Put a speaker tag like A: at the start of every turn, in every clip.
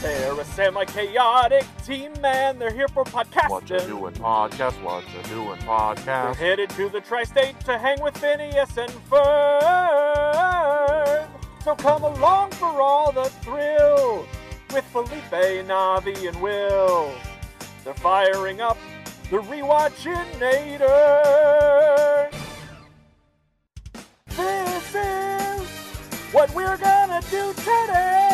A: They're a semi-chaotic team, man. They're here for podcasting.
B: What you doing podcast? What you doing
A: They're
B: podcast?
A: headed to the tri-state to hang with Phineas and Ferb. So come along for all the thrill with Felipe, Navi, and Will. They're firing up the rewatchinator. This is what we're gonna do today.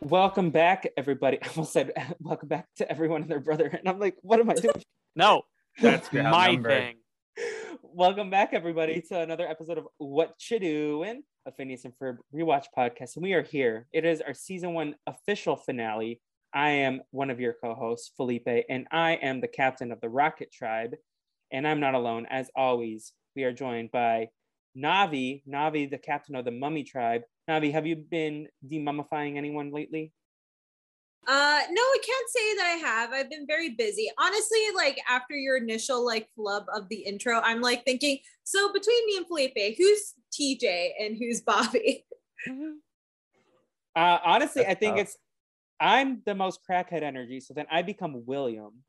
C: Welcome back, everybody. I almost said, Welcome back to everyone and their brother. And I'm like, What am I doing?
D: No, that's
E: You're
D: my
E: outnumbered.
D: thing.
C: Welcome back, everybody, to another episode of What You Doin', a Phineas and Ferb rewatch podcast. And we are here. It is our season one official finale. I am one of your co-hosts, Felipe, and I am the captain of the Rocket Tribe. And I'm not alone. As always, we are joined by Navi, Navi, the captain of the Mummy Tribe. Navi, have you been demummifying anyone lately?
F: Uh, no, I can't say that I have. I've been very busy. Honestly, like after your initial like flub of the intro, I'm like thinking, so between me and Felipe, who's TJ and who's Bobby?
C: Uh, honestly, I think
E: tough.
C: it's I'm the most crackhead energy. So then I become William,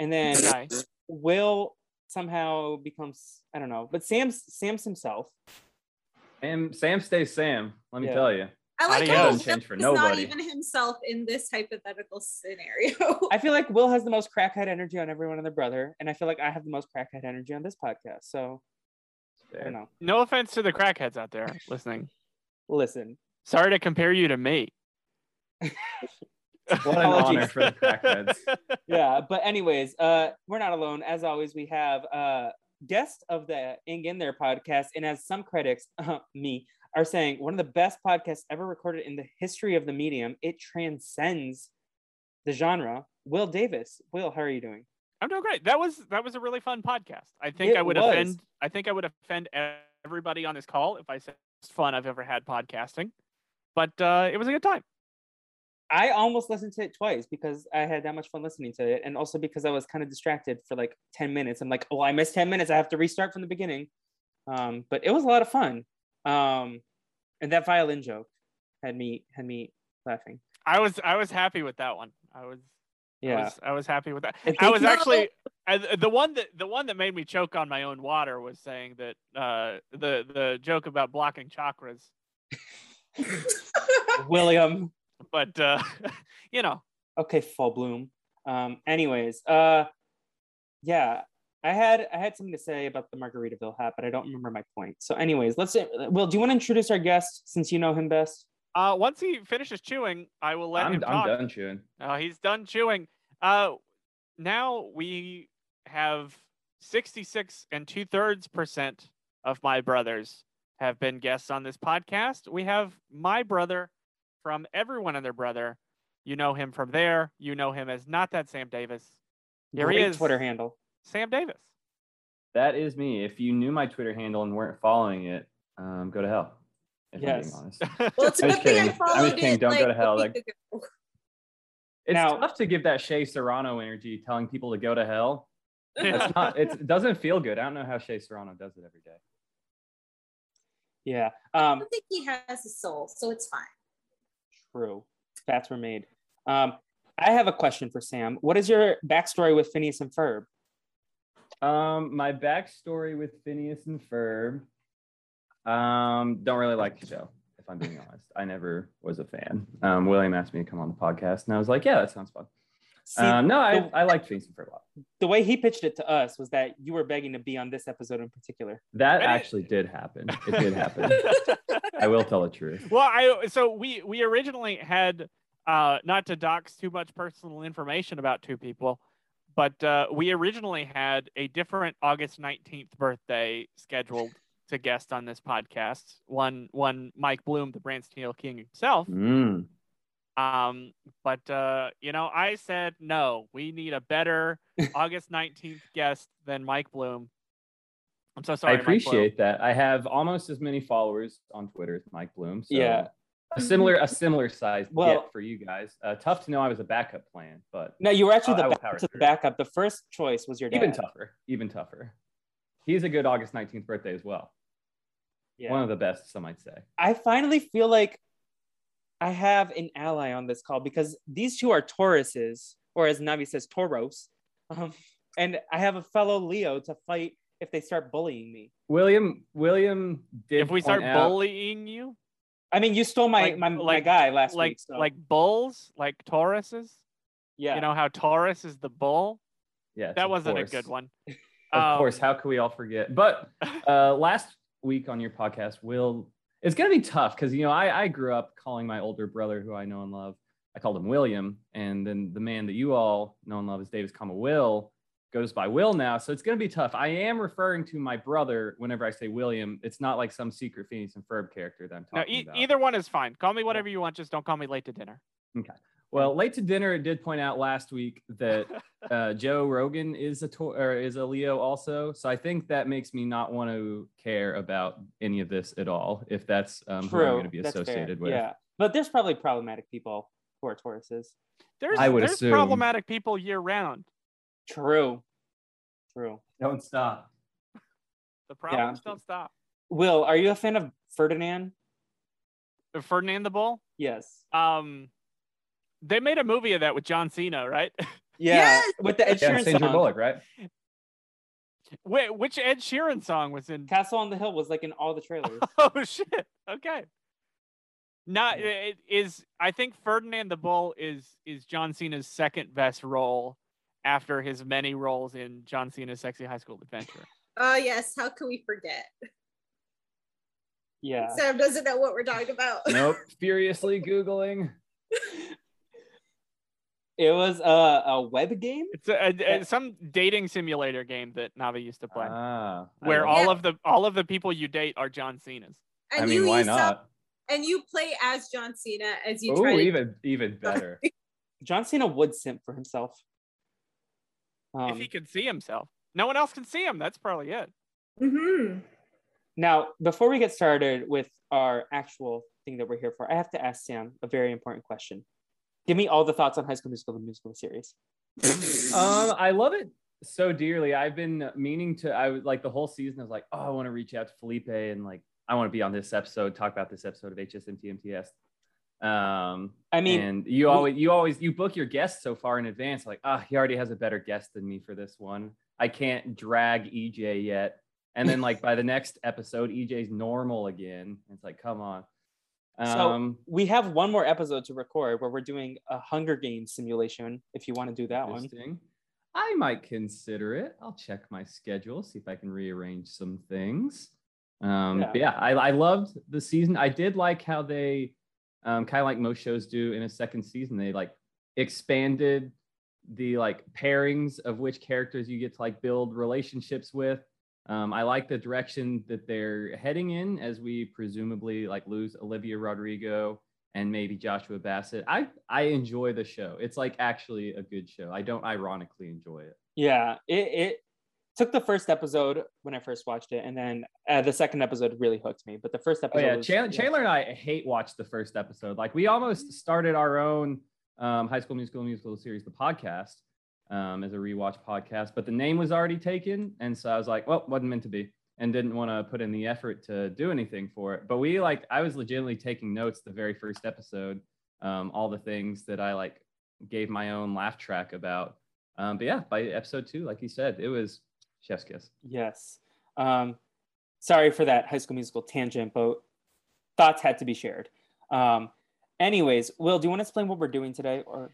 C: and then
D: Nice.
C: Will somehow becomes I don't know, but Sam's Sam's himself.
E: Sam, Sam stays Sam. Let me
C: Yeah.
E: tell you.
F: I like
D: Audio
F: how
D: doesn't
E: change for
F: Will is not
E: nobody.
F: even himself in this hypothetical scenario.
C: I feel like Will has the most crackhead energy on everyone and their brother, and I feel like I have the most crackhead energy on this podcast. So I don't know.
D: No offense to the crackheads out there listening.
C: Listen,
D: Sorry to compare you to me.
E: What an
C: Apologies.
E: honor for the crackheads.
C: yeah, but anyways, uh, we're not alone. As always, we have uh guest of the Ing in There podcast, and as some critics, uh, me, are saying, one of the best podcasts ever recorded in the history of the medium. It transcends the genre. Will Davis, Will, how are you doing?
D: I'm doing great. That was that was a really fun podcast. I think
C: It
D: I would
C: was.
D: offend. I think I would offend everybody on this call if I said it's fun I've ever had podcasting. But uh, it was a good time.
C: I almost listened to it twice because I had that much fun listening to it, and also because I was kind of distracted for like ten minutes. I'm like, oh, I missed ten minutes. I have to restart from the beginning. Um, but it was a lot of fun. Um, and that violin joke had me had me laughing.
D: I was I was happy with that one. I was I
C: Yeah,
D: was, I was happy with that.
C: And
D: I
C: thank
D: was
F: you.
D: actually I, the one that the one that made me choke on my own water was saying that uh, the the joke about blocking chakras.
C: William.
D: But uh, you know,
C: Okay, full bloom. Um, anyways, uh, yeah, I had I had something to say about the Margaritaville hat, but I don't remember my point. So, anyways, let's. uh, Will, do you want to introduce our guest since you know him best?
D: Uh, once he finishes chewing, I will let
E: I'm,
D: him
E: I'm
D: talk.
E: done chewing.
D: Uh, he's done chewing. Uh, now we have 66 and two thirds percent of my brothers have been guests on this podcast. We have my brother from everyone and their brother. You know him from there. You know him as not that Sam Davis. Here he
C: Great
D: is.
C: Twitter handle.
D: Sam Davis.
E: That is me. If you knew my Twitter handle and weren't following it, um, go to hell. If I'm
C: Yes.
E: being honest.
F: well, it's a good thing
E: I'm just
F: I
E: kidding. I'm just
F: followed
E: kidding.
F: it.
E: Don't go
F: like,
E: to hell,
F: a
E: like-
F: week ago.
E: It's
C: Now-
E: tough to give that Shea Serrano energy, telling people to go to hell. It's not. It's, it doesn't feel good. I don't know how Shea Serrano does it every day.
C: Yeah.
F: I
C: Um,
F: don't think he has a soul, so it's fine.
C: true. Facts were made. Um, I have a question for Sam. What is your backstory with Phineas and Ferb?
E: Um, my backstory with Phineas and Ferb. Um, don't really like the show, if I'm being honest. I never was a fan. Um, William asked me to come on the podcast, and I was like, yeah, that sounds fun.
C: See,
E: um, no, I,
C: the-
E: I liked Jason for a while.
C: the way he pitched it to us was that you were begging to be on this episode in particular.
E: That
D: I didn't-
E: actually did happen. It did happen. I will tell the truth.
D: well, I so we we originally had uh, not to dox too much personal information about two people, but uh, we originally had a different August nineteenth birthday scheduled to guest on this podcast. One one Mike Bloom, the Brand Steel King himself.
E: Mm.
D: Um, but uh, you know, I said no. We need a better August nineteenth guest than Mike Bloom. I'm so sorry.
E: I appreciate that. I have almost as many followers on Twitter as Mike Bloom. So
C: Yeah.
E: A similar, a similar size
C: Well-
E: get for you guys. Uh, tough to know I was a backup plan, but
C: No, you were actually
E: I- Oh, I
C: the
E: will
C: back
E: power
C: to the
E: through.
C: backup. The first choice was your dad.
E: even tougher, even tougher. He's a good August 19th birthday as well.
C: Yeah.
E: One of the best, some might say.
C: I finally feel like I have an ally on this call because these two are Tauruses, or as Navi says, Tauros. Um, and I have a fellow Leo to fight if they start bullying me.
E: William, William did.
D: If we
E: point
D: start
E: out-
D: bullying you,
C: I mean, you stole my
D: Like-
C: my, my
D: like-
C: guy last
D: like
C: week. So,
D: like bulls, like Tauruses.
C: yeah,
D: You know how Taurus is the bull?
E: yeah, it's
D: that
E: of
D: wasn't
E: course.
D: a good one.
E: Of
D: Um,
E: course, how could we all forget? But uh, last week on your podcast, Will, it's gonna be tough because you know I, I grew up calling my older brother, who I know and love, I called him William, and then the man that you all know and love is Davis, comma Will, goes by Will now, so it's gonna be tough. I am referring to my brother whenever I say William. It's not like some secret Phoenix and Ferb character that I'm
D: no,
E: talking
D: e-
E: about.
D: either one is fine. Call me whatever you want. Just don't call me late to dinner.
E: Well, late to dinner, it did point out last week that uh, Joe Rogan is a Tau- or is a Leo also. So I think that makes me not want to care about any of this at all. If that's um, who I'm
C: true.
E: going to be
C: That's fair.
E: associated with.
C: Yeah, but there's probably problematic people who are Tauruses.
D: There's,
E: I would
D: there's
E: assume.
D: problematic people year round.
C: True, true.
E: Don't stop.
D: The problems don't stop.
C: Will, are you a fan of Ferdinand?
D: Uh, Ferdinand the Bull.
C: Yes.
D: Um, they made a movie of that with John Cena, right?
C: Yeah.
F: Yes!
C: With the Ed
E: Yeah,
C: Sheeran
E: Sandra
C: song.
E: Bullock, right?
D: Wait, which Ed Sheeran song was in?
C: Castle on the Hill was like in all the trailers.
D: Oh shit! Okay. Not it is. I think Ferdinand the Bull is is John Cena's second best role after his many roles in John Cena's Sexy High School Adventure.
F: Oh yes, how can we forget?
C: yeah.
F: Sam doesn't know what we're talking about.
E: Nope. Furiously googling.
C: It was a, a web game.
D: It's a, a- a- some dating simulator game that Navi used to play,
E: Ah, I
D: where
E: love
D: all
E: it.
D: of the all of the people you date are John Cena's.
E: I
F: And
E: mean,
F: you
E: why
F: use some-
E: not?
F: and you play as John Cena as you
E: Oh,
F: try to
E: even even better.
C: John Cena would simp for himself. Um,
D: if he could see himself, no one else can see him. That's probably it.
F: Mhm.
C: Now, before we get started with our actual thing that we're here for, I have to ask Sam a very important question. Give me all the thoughts on High School Musical, the musical series.
E: um, I love it so dearly. I've been meaning to. I was like the whole season. I was like, oh, I want to reach out to Felipe and like I want to be on this episode, talk about this episode of HSMTMTS. Um,
C: I mean,
E: and you always, you always, you book your guests so far in advance. Like, ah, he already has a better guest than me for this one. I can't drag EJ yet. And then like by the next episode, EJ's normal again. It's like, come on.
C: So-
E: Um,
C: we have one more episode to record where we're doing a Hunger Games simulation. If you want to do that one,
E: Interesting. I might consider it. I'll check my schedule, see if I can rearrange some things. Um,
C: Yeah.
E: yeah, but yeah I, I loved the season. I did like how they, um, kind of like most shows do in a second season, they like expanded the like pairings of which characters you get to like build relationships with. Um, I like the direction that they're heading in as we presumably like lose Olivia Rodrigo and maybe Joshua Bassett. I I enjoy the show. It's like actually a good show. I don't ironically enjoy it.
C: yeah, it, it took the first episode when I first watched it, and then uh, the second episode really hooked me. But the first
E: Oh
C: episode,
E: yeah,
C: was-
E: Chandler, Chandler and I hate watched the first episode. Like we almost started our own um, High School Musical musical series, the podcast, um, as a rewatch podcast. But the name was already taken, and so I was like, well, wasn't meant to be, and didn't want to put in the effort to do anything for it. But we like, I was legitimately taking notes the very first episode, um, all the things that I like gave my own laugh track about. Um, but yeah, by episode two, like you said, it was chef's kiss.
C: Yes. Um, sorry for that High School Musical tangent, but thoughts had to be shared. Um, anyways, Will, do you want to explain what we're doing today? Or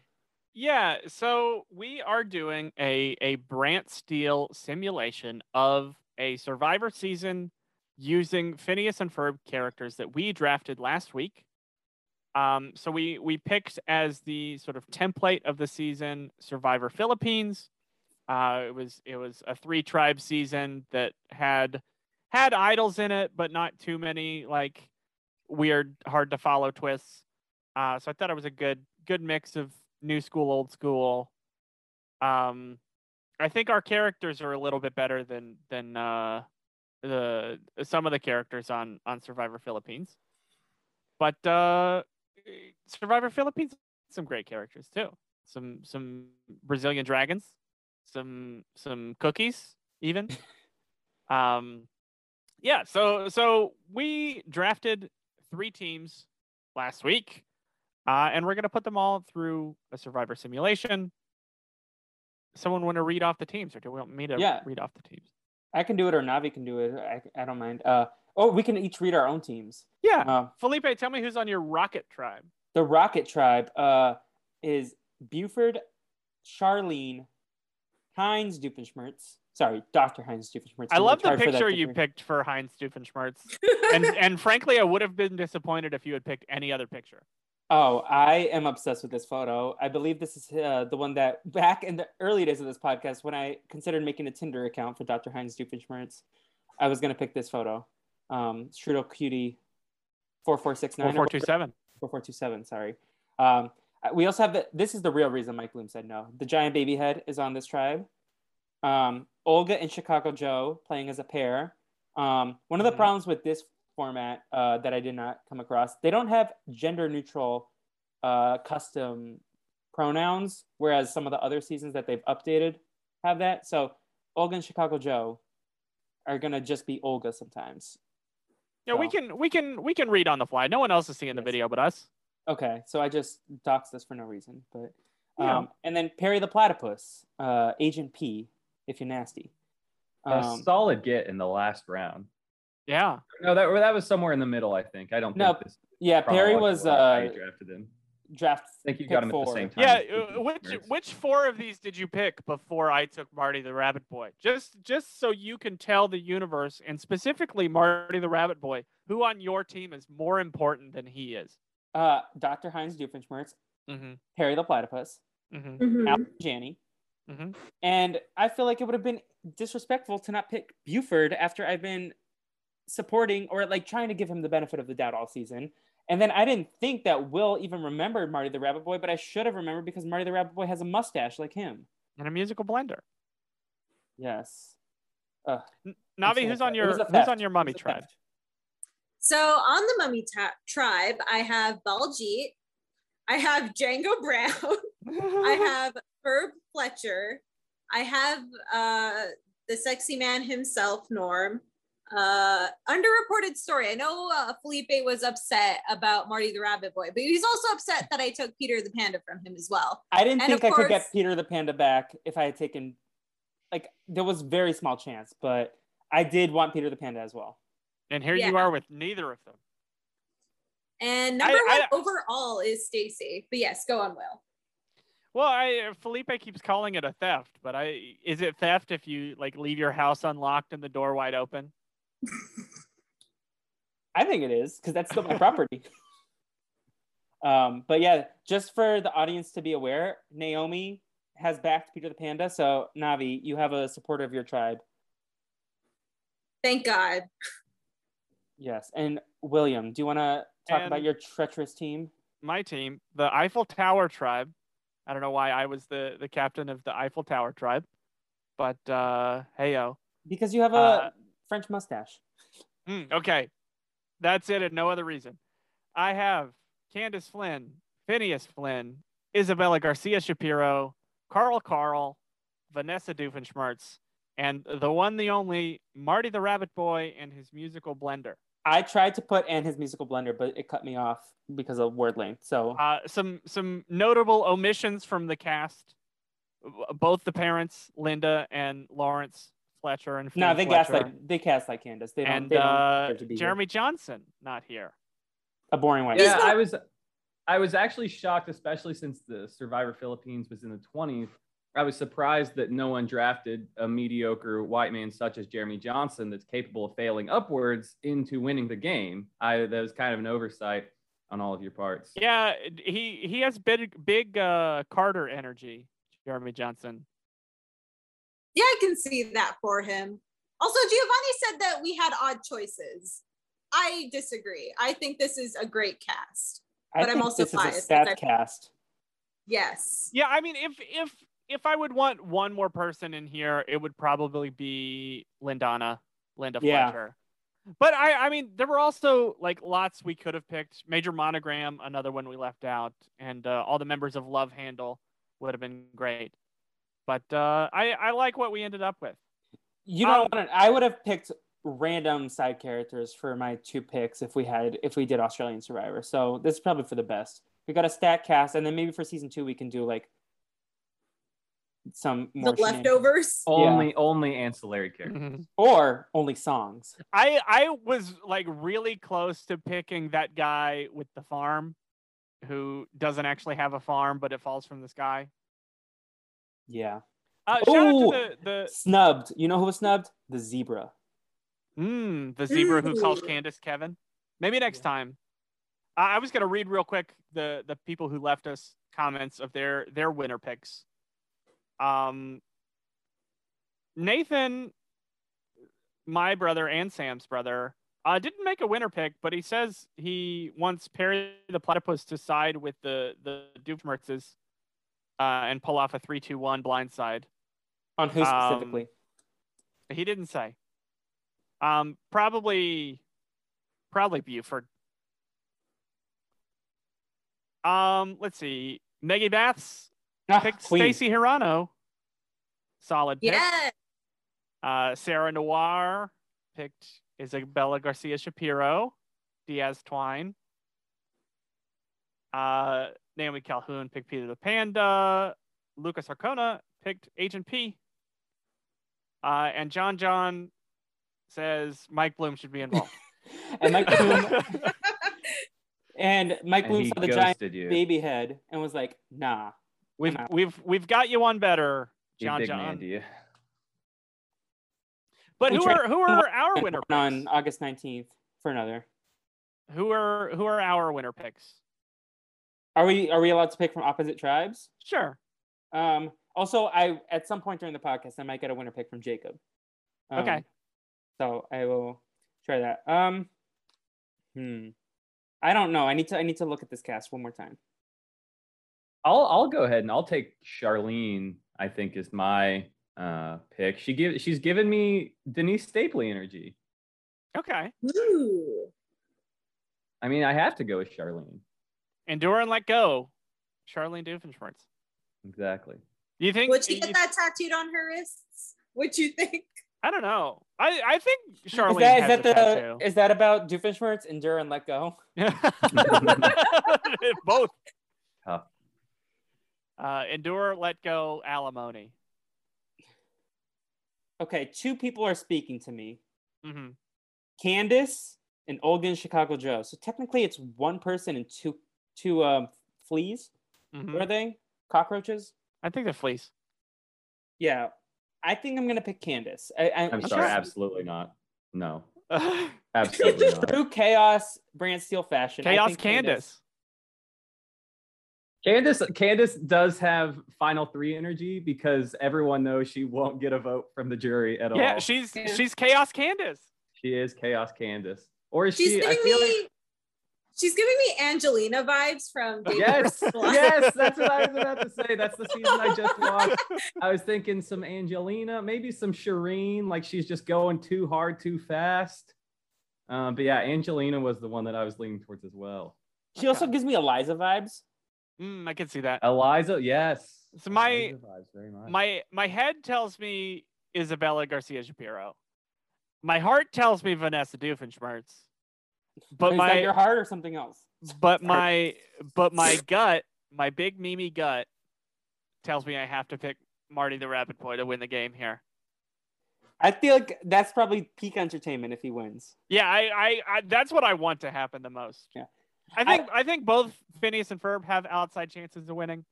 D: Yeah, so we are doing a a Brant Steel simulation of a Survivor season using Phineas and Ferb characters that we drafted last week. Um, so we we picked as the sort of template of the season Survivor Philippines. Uh, it was it was a three tribe season that had had idols in it, but not too many like weird, hard to follow twists. Uh, so I thought it was a good good mix of new school, old school. Um, I think our characters are a little bit better than than uh, the some of the characters on on Survivor Philippines, but uh, Survivor Philippines some great characters too. Some some Brazilian dragons, some some cookies even. um, yeah. So so we drafted three teams last week. Uh, and we're going to put them all through a survivor simulation. Someone want to read off the teams, or do we want me to
C: Yeah.
D: read off the teams?
C: I can do it, or Navi can do it. I, I don't mind. Uh, or we can each read our own teams.
D: Yeah.
C: Um,
D: Felipe, tell me who's on your rocket tribe.
C: the Rocket Tribe uh, is Buford, Charlene, Heinz Doofenshmirtz. Sorry, Dr. Heinz Doofenshmirtz.
D: I
C: I'm
D: love the
C: really sorry for that
D: picture you picked for Heinz Doofenshmirtz. and, and frankly, I would have been disappointed if you had picked any other picture.
C: Oh, I am obsessed with this photo. I believe this is uh, the one that back in the early days of this podcast, when I considered making a Tinder account for Dr. Heinz Doofenshmirtz, I was going to pick this photo. Um, Strudel Cutie 4469.
D: 4427.
C: 4427, sorry. Um, uh, we also have the, this is the real reason Mike Bloom said no. The giant baby head is on this tribe. Um, Olga and Chicago Joe playing as a pair. Um, one of the
D: Mhm.
C: problems with this format uh, that I did not come across, they don't have gender neutral uh, custom pronouns, whereas some of the other seasons that they've updated have that. So Olga and Chicago Joe are going to just be Olga sometimes.
D: Yeah, we
C: Wow.
D: can we can we can read on the fly. No one else is seeing the
C: Yes.
D: video but us.
C: Okay, so I just doxed this for no reason, but
D: Yeah.
C: um, and then Perry the Platypus, uh, Agent P, if you're nasty.
E: a
C: Um,
E: solid get in the last round.
D: Yeah.
E: No, that that was somewhere in the middle. I think. I don't.
C: No,
E: think this
C: yeah, Perry
E: chronological
C: was
E: order how
C: uh,
E: you drafted him.
C: draft.
E: I think you
C: pick
E: got him at
C: four.
E: the same time.
D: Yeah,
E: as
D: uh, which
E: Doofenshmirtz.
D: which four of these did you pick before I took Marty the Rabbit Boy? Just just so you can tell the universe and specifically Marty the Rabbit Boy who on your team is more important than he is.
C: Uh, Dr. Heinz Doofenshmirtz,
D: Mm-hmm.
C: Perry the Platypus,
D: Mm-hmm.
F: Mhm.
C: Alan Janney,
D: Mm-hmm.
C: and I feel like it would have been disrespectful to not pick Buford after I've been supporting or like trying to give him the benefit of the doubt all season. And then I didn't think that Will even remembered Marty the Rabbit Boy, but I should have remembered because Marty the Rabbit Boy has a mustache like him.
D: And a musical blender.
C: Yes.
D: Navi, who's on your who's on your mummy tribe?
F: So on the mummy ta- tribe, I have Baljeet, I have Django Brown, I have Herb Fletcher, I have uh, the sexy man himself, Norm. Uh, underreported story. I know uh, Felipe was upset about Marty the Rabbit Boy, but he's also upset that I took Peter the Panda from him as well.
C: I didn't
F: And
C: think
F: of
C: I could get
F: course-
C: Peter the Panda back if I had taken, like, there was very small chance, but I did want Peter the Panda as well.
D: and here
F: Yeah.
D: you are with neither of them.
F: And
D: I-
F: number
D: I-
F: one overall is Stacy. But yes, go on, Will.
D: Well, I uh, Felipe keeps calling it a theft, but I is it theft if you like leave your house unlocked and the door wide open?
C: I think it is because that's still my property. Um, but yeah, just for the audience to be aware, Naomi has backed Peter the Panda. So Navi, you have a supporter of your tribe.
F: Thank God.
C: Yes. And William, do you want to talk about
D: And-
C: your treacherous team?
D: my team, the Eiffel Tower tribe. I don't know why I was the the captain of the Eiffel Tower tribe, but uh, hey yo.
C: Because you have a
D: Uh,
C: French mustache.
D: Hmm, okay, that's it, and no other reason. I have Candace Flynn, Phineas Flynn, Isabella Garcia Shapiro, Carl Carl, Vanessa Doofenshmirtz, and the one, the only Marty the Rabbit Boy and his musical blender.
C: I tried to put and his musical blender, but it cut me off because of word length. So
D: Uh, some some notable omissions from the cast. W- Both the parents, Linda and Lawrence Fletcher, and
C: no,
D: Finn
C: they
D: Fletcher,
C: gaslight. They gaslight Candace. They don't.
D: and
C: they don't
D: uh,
C: deserve to be here.
D: Jeremy Johnson not here.
C: a boring wife.
E: yeah, I was I was actually shocked, especially since the Survivor Philippines was in the 20s. I was surprised that no one drafted a mediocre white man such as Jeremy Johnson that's capable of failing upwards into winning the game. I that was kind of an oversight on all of your parts.
D: Yeah, it- he he has big big uh, Carter energy, Jeremy Johnson.
F: Yeah, I can see that for him. Also, Giovanni said that we had odd choices. I disagree. I think this is a great cast.
C: I
F: but I'm
C: think
F: also
C: this is a
F: biased,
C: stat
F: that's-
C: cast.
F: Yes.
D: Yeah, I mean, if if if I would want one more person in here, it would probably be Lindana, Linda
C: Yeah.
D: Fletcher. But I, I mean, there were also like lots we could have picked. Major Monogram, another one we left out, and uh, all the members of Love Handle would have been great. But uh, I, I like what we ended up with.
C: You
D: Um,
C: don't want to. I would have picked random side characters for my two picks if we had if we did Australian Survivor. So this is probably for the best. We got a stat cast, and then maybe for season two we can do like some more
F: the
C: shenan-
F: leftovers.
E: Only only ancillary characters.
C: or only songs.
D: I I was like really close to picking that guy with the farm, who doesn't actually have a farm, but it falls from the sky.
C: Yeah,
D: Uh, shout out
C: Ooh.
D: to the
C: snubbed. You know who was snubbed? The zebra.
D: the mm, the zebra who calls
F: Ooh.
D: Candace Kevin. Maybe next time. I, I was gonna read real quick the the people who left us comments of their their winner picks. Um, Nathan, my brother and Sam's brother, uh, didn't make a winner pick, but he says he wants Perry the platypus to side with the the Doofmertzes, uh, and pull off a three two one blindside.
C: On who
D: Um,
C: specifically?
D: He didn't say. Um, probably, probably Buford. Um, let's see. Maggie Baths
C: Ah,
D: picked
C: Queen.
D: Stacy Hirano. Solid pick.
F: Yeah.
D: Uh, Sarah Noir picked Isabella Garcia Shapiro, Diaz Twine. Uh, Naomi Calhoun picked Peter the Panda. Lucas Harcona picked Agent P. Uh, and John John says Mike Bloom should be involved.
C: and Mike Bloom, and Mike
E: And
C: Bloom
E: he
C: saw the giant
E: ghosted you.
C: baby head and was like, "Nah."
D: we've
C: I'm out.
D: we've we've got you one better,
E: He
D: John
E: big
D: John.
E: man to you.
D: But
C: We
D: who
C: tried-
D: are who are our
C: And
D: winner
C: one on
D: picks?
C: August nineteenth for another.
D: Who are who are our winner picks?
C: Are we are we allowed to pick from opposite tribes?
D: Sure.
C: Um, also, I at some point during the podcast, I might get a winner pick from Jacob. Um,
D: Okay.
C: So I will try that. Um, hmm. I don't know. I need to I need to look at this cast one more time.
E: I'll I'll go ahead and I'll take Charlene. I think is my uh, pick. She give she's given me Denise Stapley energy.
D: Okay.
F: Ooh.
E: I mean, I have to go with Charlene.
D: Endure and let go. Charlene Doofenshmirtz.
E: Exactly.
D: Do you think?
F: Would she
D: you-
F: get that tattooed on her wrists? What you think?
D: I don't know. I, I think Charlene
C: is that is
D: has
C: that
D: a
C: the
D: tattoo.
C: is that about Doofenshmirtz, endure and let go?
D: Both.
E: Tough.
D: Uh, endure, let go, alimony.
C: Okay, two people are speaking to me:
D: Mhm.
C: Candace and Olga and Chicago Joe. So technically, it's one person and two two um, fleas.
D: Mhm.
C: What are they? Cockroaches?
D: I think they're fleas.
C: Yeah, I think I'm gonna pick Candace. I, I,
E: I'm sorry. Absolutely not. No.
D: Chaos
E: Absolutely not.
C: True chaos, brand steel fashion. I
D: Candace.
C: think Candace.
E: Candace Candace does have final three energy because everyone knows she won't get a vote from the jury at all.
D: Yeah, she's
F: Yeah.
D: she's Chaos Candace.
E: she is chaos Candace. Or is
F: She's
E: she? I
F: giving
E: feel
F: me.
E: like
F: She's giving me Angelina vibes from David
E: yes,
F: Hasselhoff.
E: yes. That's what I was about to say. That's the season I just watched. I was thinking some Angelina, maybe some Shireen. Like she's just going too hard, too fast. Um, but yeah, Angelina was the one that I was leaning towards as well.
C: She also gives me Eliza vibes.
D: Mm, I can see that.
E: Eliza, yes.
D: So my-
E: Eliza vibes very much.
D: My my head tells me Isabella Garcia Shapiro. My heart tells me Vanessa Doofenshmirtz. But
C: Is
D: my
C: that your heart or something else?
D: but my but my gut, my big Mimi gut, tells me I have to pick Marty the Rabbit Boy to win the game here.
C: I feel like that's probably peak entertainment if he wins.
D: Yeah, I, I, I that's what I want to happen the most. I think I think both Phineas and Ferb have outside chances of winning,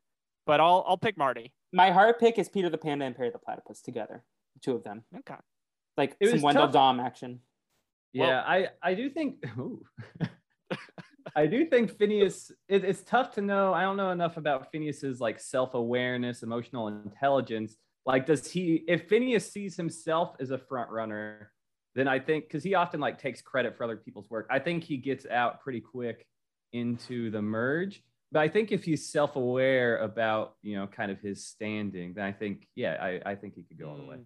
D: but I'll I'll pick Marty.
C: My heart pick is Peter the Panda and Perry the Platypus together, the two of them,
D: Okay.
C: like
E: It
C: some
E: was
C: Wendell
E: tough.
C: Dom action.
E: Yeah, I I do think ooh. I do think Phineas. It, it's tough to know. I don't know enough about Phineas's like self awareness, emotional intelligence. Like, does he? If Phineas sees himself as a front runner, then I think because he often like takes credit for other people's work. I think he gets out pretty quick into the merge. But I think if he's self aware about you know kind of his standing, then I think yeah, I, I think he could go all the way.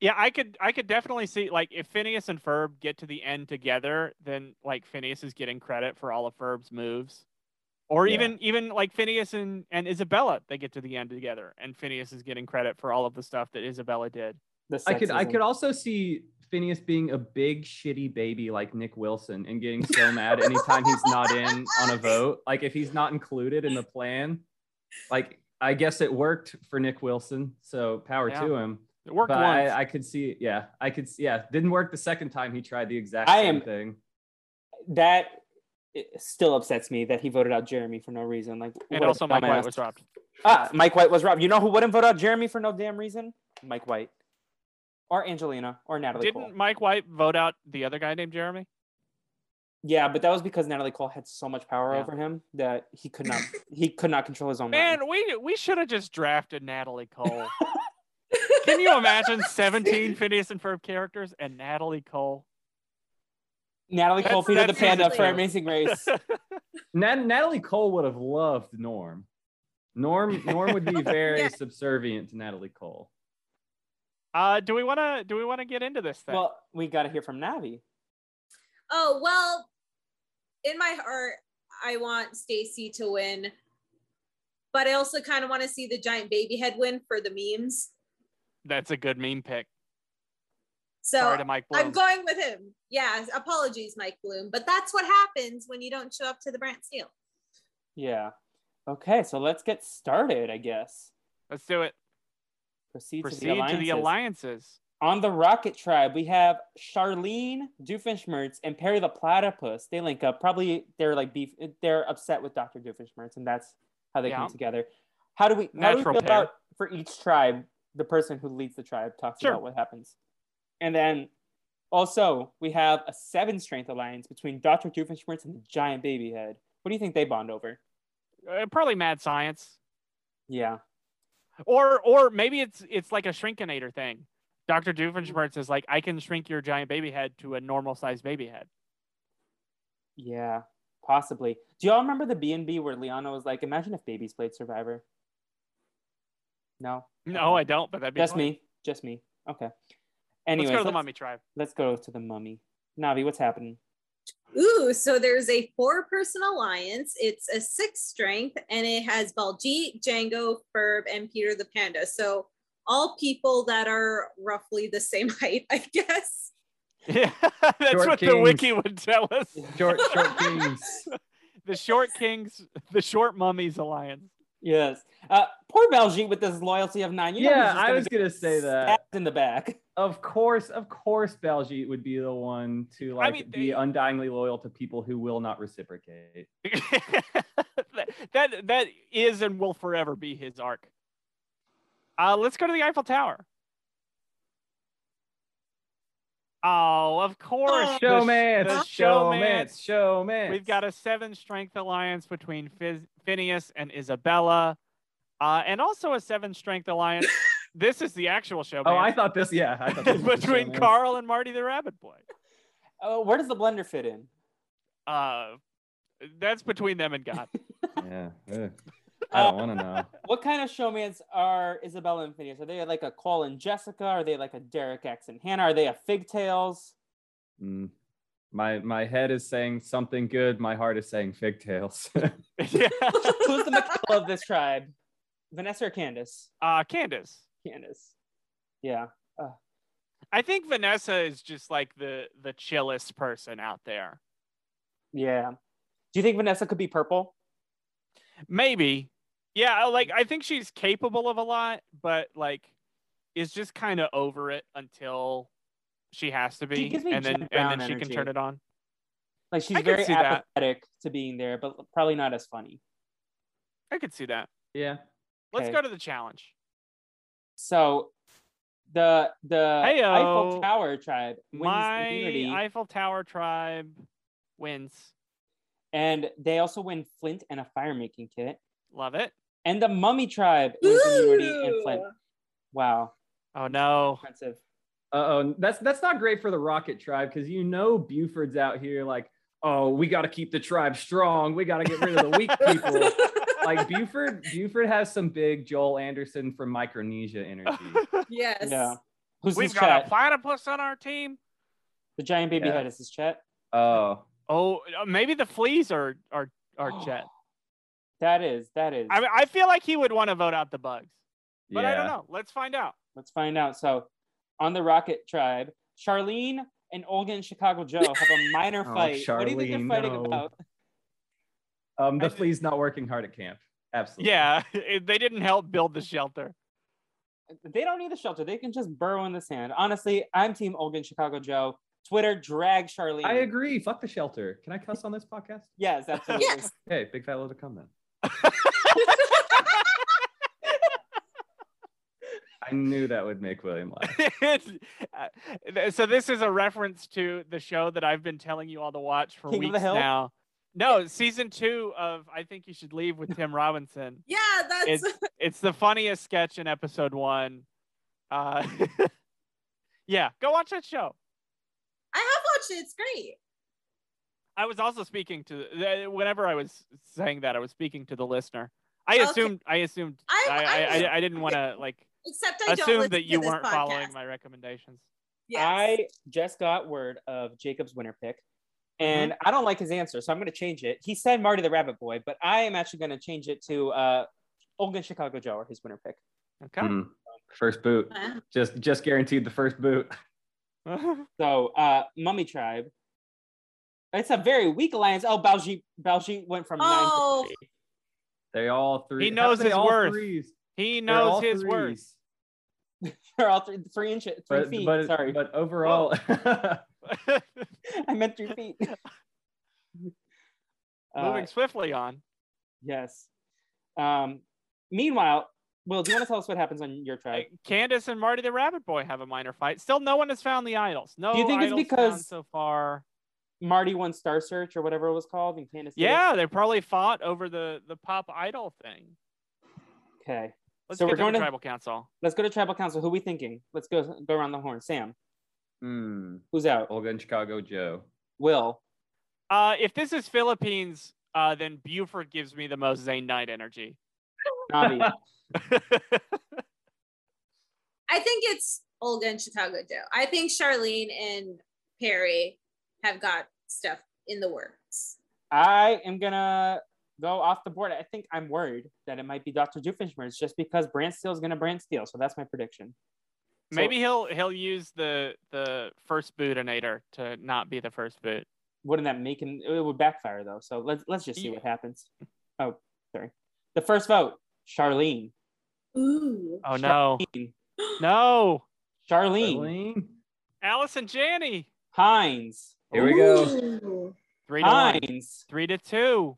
D: Yeah, I could I could definitely see like if Phineas and Ferb get to the end together, then like Phineas is getting credit for all of Ferb's moves. Or
E: Yeah.
D: even even like Phineas and, and Isabella, they get to the end together, and Phineas is getting credit for all of the stuff that Isabella did.
C: The
E: I could I
C: sexism.
E: could also see Phineas being a big shitty baby like Nick Wilson and getting so mad anytime he's not in on a vote. Like if he's not included in the plan, like I guess it worked for Nick Wilson. So power to him.
D: It worked
E: But
D: once.
E: I, I could see, yeah, I could, see, yeah, didn't work the second time he tried the exact
C: I
E: same
C: am-
E: thing.
C: that it still upsets me that he voted out Jeremy for no reason. Like,
D: and
C: what a
D: also Mike White
C: dumbass.
D: was dropped.
C: Ah, Mike White was robbed. You know who wouldn't vote out Jeremy for no damn reason? Mike White, or Angelina, or Natalie
D: Didn't
C: Cole.
D: Mike White vote out the other guy named Jeremy?
C: Yeah, but that was because Natalie Cole had so much power
D: Yeah.
C: over him that he could not he could not control his own mind.
D: Man, we we should have just drafted Natalie Cole. Can you imagine 17 Phineas and Ferb characters and Natalie Cole?
C: Natalie Cole,
D: That's-
C: Peter the
D: that's
C: Panda
D: easily-
C: for Amazing Race.
E: Nat- Natalie Cole would have loved Norm. Norm, Norm would be very
F: Yeah.
E: subservient to Natalie Cole.
D: Uh, do we want to do we want to get into this thing?
C: well, we got to hear from Navi.
F: Oh well, in my heart, I want Stacy to win, but I also kind of want to see the giant baby head win for the memes.
D: That's a good meme pick.
F: So
D: Sorry to Mike Bloom.
F: I'm going with him. Yeah, apologies, Mike Bloom, but that's what happens when you don't show up to the Brant Steele.
C: Yeah. Okay, so let's get started. I guess
D: Let's do it.
C: proceed,
D: Proceed to the
C: alliances.
D: alliances.
C: On the Rocket Tribe, we have Charlene Doofenshmirtz and Perry the Platypus. They link up. Probably they're like beef. They're upset with Doctor Doofenshmirtz, and that's how they
D: Yeah.
C: come together. How do we? How do we
D: Natural
C: feel
D: pair.
C: about for each tribe? The person who leads the tribe talks
D: Sure.
C: about what happens, and then also we have a seven strength alliance between Doctor Doofenshmirtz and the Giant Baby Head. What do you think they bond over?
D: Uh, probably mad science,
C: Yeah,
D: or or maybe it's it's like a shrinkinator thing. Doctor Doofenshmirtz is like, I can shrink your giant baby head to a normal sized baby head.
C: yeah, possibly. Do y'all remember the B and B where Liana was like, "Imagine if babies played Survivor." No.
D: No, I don't. But that'd be
C: Just
D: funny.
C: me. Just me. Okay. Anyways,
D: let's go to the mummy tribe.
C: let's go to the mummy. Navi, what's happening?
F: Ooh, so there's a four person alliance. It's a six strength and it has Baljeet, Django, Ferb, and Peter the Panda. So all people that are roughly the same height, I guess.
D: Yeah, that's
E: Short
D: what the
E: kings.
D: wiki would tell us.
E: Short, short kings.
D: The short kings, the short mummies alliance.
C: Yes. Uh, poor Belgique with this loyalty of nine. You know he's
E: yeah,
C: just
E: I
C: gonna
E: was
C: get
E: gonna say that.
C: stabbed in the back.
E: of course, of course, Belgique would be the one to like
D: mean,
E: be
D: they-
E: undyingly loyal to people who will not reciprocate.
D: that that- that is and will forever be his arc. Uh, let's go to the Eiffel Tower. Oh, of course, the sh-
E: Showman,
D: the
E: showman,
D: showmance.
E: showman.
D: We've got a seven strength alliance between Phiz- Phineas and Isabella, uh, and also a seven strength alliance. this is the actual show
E: Oh, I thought this. Yeah, I thought this was the
D: between
E: showmance.
D: Carl and Marty the Rabbit Boy.
C: Oh, where does the blender fit in?
D: Uh, that's between them and God.
E: Yeah, ugh. I
D: Uh,
E: don't want to know.
C: What kind of showmans are Isabella and Phineas? Are they like a Cole and Jessica? Are they like a Derek X and Hannah? Are they a Figtails?
E: Mm. My my head is saying something good. My heart is saying figtails.
D: yeah.
C: Who's the McCall of this tribe? Vanessa or Candace?
D: Uh, Candace.
C: Candace. Yeah.
D: I think Vanessa is just like the the chillest person out there.
C: Yeah. Do you think Vanessa could be purple?
D: Maybe. Yeah, I- like I think she's capable of a lot, but like is just kind of over it until she has to be
C: gives me
D: and then
C: Jack
D: and
C: Brown
D: then she can turn
C: energy.
D: it on.
C: Like she's
D: I can
C: very
D: see that.
C: apathetic to being there, but probably not as funny.
D: I could see that.
E: Yeah.
D: Let's
C: Okay.
D: go to the challenge.
C: So the the
D: Heyo.
C: Eiffel Tower tribe wins
D: My
C: immunity,
D: Eiffel Tower tribe wins.
C: and they also win flint and a firemaking kit.
D: Love it.
C: And the mummy tribe wins immunity and
F: Ooh.
C: flint. Wow,
D: Oh no.
C: expensive.
E: Uh oh. That's that's not great for the Rocket Tribe because you know Buford's out here like, oh, we got to keep the tribe strong. We got to get rid of the weak people. like Buford, Buford has some big Joel Anderson from Micronesia energy.
F: yes.
C: Yeah. Who's
D: We've
C: this
D: got a
C: chat?
D: platypus on our team.
C: the giant baby
E: Yeah.
C: head is this chat.
E: Oh,
D: Oh, uh, maybe the fleas are are are jet.
C: That is that is.
D: I mean, I feel like he would want to vote out the bugs, but
E: yeah.
D: I don't know. Let's find out.
C: Let's find out. So, on the Rocket Tribe, Charlene and Olga and Chicago Joe have a minor
E: Oh,
C: fight. what do you think
E: Charlene,
C: they're fighting
E: no.
C: about?
E: Um, the
D: I-
E: flea's not working hard at camp. Absolutely.
D: Yeah, they didn't help build the shelter.
C: They don't need a shelter. They can just burrow in the sand. Honestly, I'm Team Olga and Chicago Joe. Twitter drag Charlene.
E: I agree. Fuck the shelter. Can I cuss on this podcast?
C: Yes, absolutely.
F: Yes.
E: Hey, big fat load of cum then. I knew that would make William laugh.
D: Uh, th- so this is a reference to the show that I've been telling you all to watch for
C: King of the
D: weeks
C: Hill?
D: now. No, season two of I think you should leave with Tim Robinson.
F: Yeah, that's
D: It's it's the funniest sketch in episode one. Uh, yeah, go watch that show.
F: I have watched it. It's great.
D: I was also speaking to th- whenever I was saying that I was speaking to the listener. I
F: Okay.
D: assumed I assumed
F: I,
D: I I,
F: I,
D: I, I didn't want to like
F: except I don't
D: assume
F: listen
D: that
F: to
D: you
F: this
D: weren't
F: podcast.
D: following my recommendations.
F: Yes.
C: I just got word of Jacob's winner pick,
E: Mm-hmm.
C: and I don't like his answer, so I'm going to change it. He said Marty the Rabbit Boy, but I am actually going to change it to uh, Olga and Chicago Joe are his winner pick.
D: Okay.
E: Mm. First boot.
F: Wow.
E: Just just guaranteed the first boot.
C: So, uh, Mummy Tribe. It's a very weak alliance. Oh, Balji, Balji went from
F: Oh.
C: nine to three.
E: They all three.
D: He knows
E: they
D: his
E: all
D: worth.
E: threes?
D: he
E: They're all
D: knows his words.
E: threes.
C: They're all three, three inches, three
E: But,
C: feet.
E: but,
C: Sorry,
E: but overall,
C: I meant three feet. Uh,
D: Moving swiftly on.
C: yes. Um, meanwhile, Will, do you want to tell us what happens on your tribe?
D: Candace and Marty the Rabbit Boy have a minor fight. Still, no one has found the idols. No
C: Do you think it's
D: idols found
C: because-
D: so far?
C: Marty won Star Search or whatever it was called, and Candace. didn't?
D: Yeah, they probably fought over the the pop idol thing.
C: Okay.
D: Let's
C: So
D: get
C: we're
D: to
C: going
D: the
C: to-
D: tribal council.
C: Let's go to tribal council. Who we thinking? Let's go go around the horn. Sam,
E: Hmm.
C: who's out?
E: Olga and Chicago Joe.
C: Will.
D: Uh, if this is Philippines, uh, then Buford gives me the most Zane Knight energy.
C: Navi.
F: I think it's Olga and Chicago Joe. I think Charlene and Perry have got stuff in the works.
C: I am gonna go off the board. I think I'm worried that it might be Dr. Doofenshmirtz just because Brand Steel is gonna Brand Steel. So that's my prediction. So-
D: Maybe he'll he'll use the the first bootinator to not be the first boot.
C: Wouldn't that make him? It would backfire though. So let's let's just see what happens. Oh, sorry. The first vote, Charlene.
F: Ooh.
D: Oh no,
C: Charlene.
D: no!
C: Charlene.
E: Charlene.
D: Allison Janney,
C: Hines.
E: Here we go.
F: Ooh.
D: three to one,
C: Hines.
D: three to two.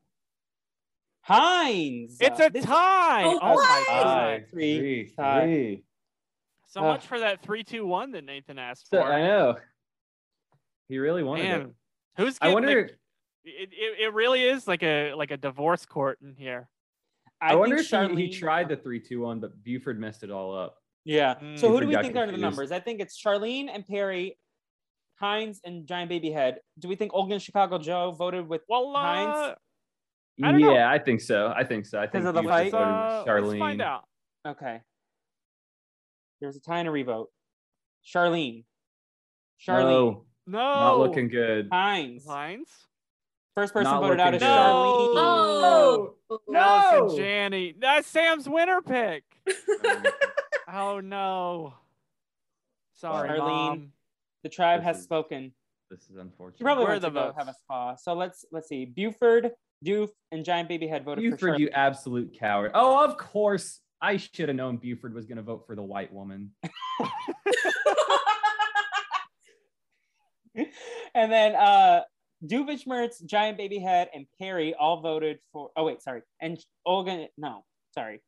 C: Hines. Uh,
D: It's a
C: This-
D: tie.
F: Oh,
D: oh my
F: what?
D: god!
E: Five,
C: Three,
E: three,
C: tie.
E: three.
D: So
C: Ugh.
D: much for that three-two-one that Nathan asked
E: So,
D: for.
E: I know. He really wanted it.
D: Man, who's
E: I
D: getting
E: wonder.
D: the- it, it, it really is like a like a divorce court in here.
E: I,
C: think
E: wonder if he- he,
C: Charlene-
E: tried Hmm. the three, two, one, but Buford messed it all up.
C: Yeah.
D: Mm.
C: So who
E: People
C: do we
E: got
C: think are the
E: confused.
C: numbers? I think it's Charlene and Perry, Hines and Giant Baby Head. Do we think Olga and Chicago Joe voted with
D: Well, uh,
C: Hines?
D: I don't know.
E: yeah, I think so. I think so. I think
C: of the fight?
E: Buford voted
D: let's,
E: with
D: uh, let's find
E: Charlene.
D: out.
C: Okay. There's a tie and a revote. Charlene. Charlene. Uh,
E: No,
D: No,
E: not looking good.
C: Hines.
D: Hines.
C: First person
E: Not
C: voted out
E: looking
C: is
E: good.
C: Charlene.
F: Oh.
D: Allison Janney. That's Sam's winner pick. oh no. Sorry,
C: Charlene.
D: Mom.
C: The tribe
E: This
C: has
E: is-
C: spoken.
E: This is unfortunate.
C: She probably
D: Where
C: went
D: are
C: to
D: the
C: go have a
D: votes?
C: spa. So let's let's see. Buford, Doof, and Giant Baby Head voted for
E: Buford,
C: Charlene.
E: you absolute coward. Oh, of course. I should have known Buford was going to vote for the white woman.
C: and then uh Duvich Mertz, Giant Baby Head, and Perry all voted for. Oh wait, sorry. And Olga, no, sorry.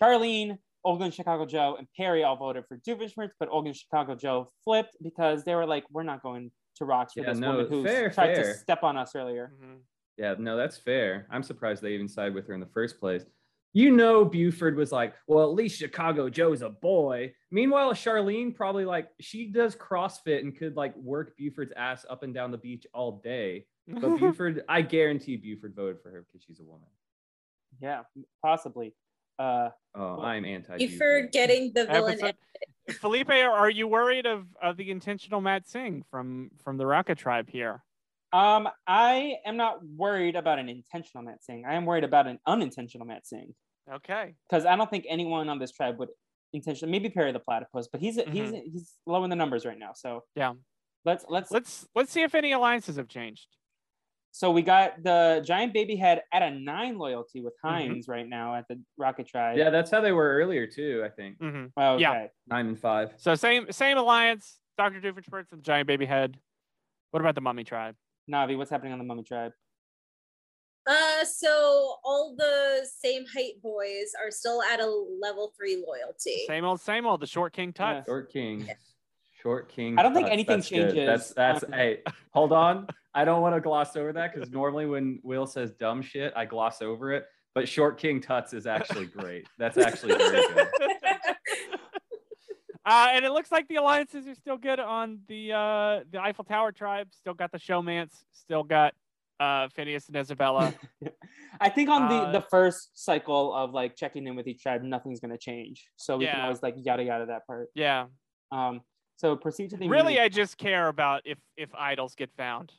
C: Charlene, Olga, and Chicago Joe, and Perry all voted for Duvich Mertz, but Olga and Chicago Joe flipped because they were like, "We're not going to rocks for
E: Yeah,
C: this
E: no,
C: woman who
E: fair,
C: tried
E: fair.
C: to step on us earlier."
D: Mm-hmm.
E: Yeah, no, that's fair. I'm surprised they even sided with her in the first place. You know, Buford was like, well, at least Chicago Joe's a boy. Meanwhile, Charlene probably like, she does CrossFit and could like work Buford's ass up and down the beach all day. But Buford, I guarantee Buford voted for her because she's a woman.
C: Yeah, possibly. Uh,
E: Oh, I'm anti
F: You for getting the villain.
D: Episode- Felipe, are you worried of, of the intentional Matt Singh from from the Rocket Tribe here?
C: um, I am not worried about an intentional Matt Singh. I am worried about an unintentional Matt Singh.
D: Okay.
C: because I don't think anyone on this tribe would intentionally maybe Perry the platypus, but he's he's he's low in the numbers right now. So
D: Mm-hmm. Yeah.
C: let's let's
D: Let's let's see if any alliances have changed.
C: so we got the giant baby head at a nine loyalty with
D: Mm-hmm.
C: Hines right now at the Rocket Tribe. Oh,
E: Yeah, that's how they were earlier too, I think.
D: hmm
C: Okay.
D: yeah.
E: Nine and five.
D: So same same alliance, Dr. Doofenshmirtz and Giant Baby Head. What about the Mummy Tribe?
C: Navi, what's happening on the Mummy Tribe?
F: Uh, so all the same height boys are still at a level three loyalty.
D: Same old, same old. The Short King Tut.
E: Short kings. Short kings.
C: I don't think
E: That's-
C: anything
E: that's good.
C: changes.
E: That's that's
C: Um,
E: hey, hold on. I don't want to gloss over that because normally when Will says dumb shit, I gloss over it. But short king tuts is actually great. That's actually very good.
D: Uh, and it looks like the alliances are still good on the uh, the Eiffel Tower Tribe. Still got the Showmance. Still got uh, Phineas and Isabella.
C: I think on the
D: Uh,
C: the first cycle of like checking in with each tribe, nothing's gonna change. So we can
D: Yeah.
C: always like yada yada that part.
D: yeah.
C: Um so proceed to the
D: Really,
C: immunity-
D: I just care about if if idols get found.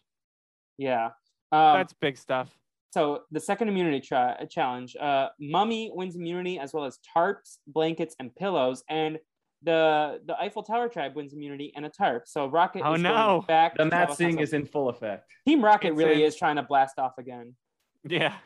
C: yeah. Um,
D: That's big stuff.
C: so the second immunity tri- challenge uh, mummy wins immunity as well as tarps blankets and pillows and the the eiffel tower tribe wins immunity and a tarp so rocket
D: Oh,
C: is
D: no.
C: going back
E: The
C: to
E: Matt
C: Travis
E: Singh
C: Hunter.
E: is in full effect.
C: team rocket
D: It's
C: really
D: in.
C: is trying to blast off again
D: Yeah.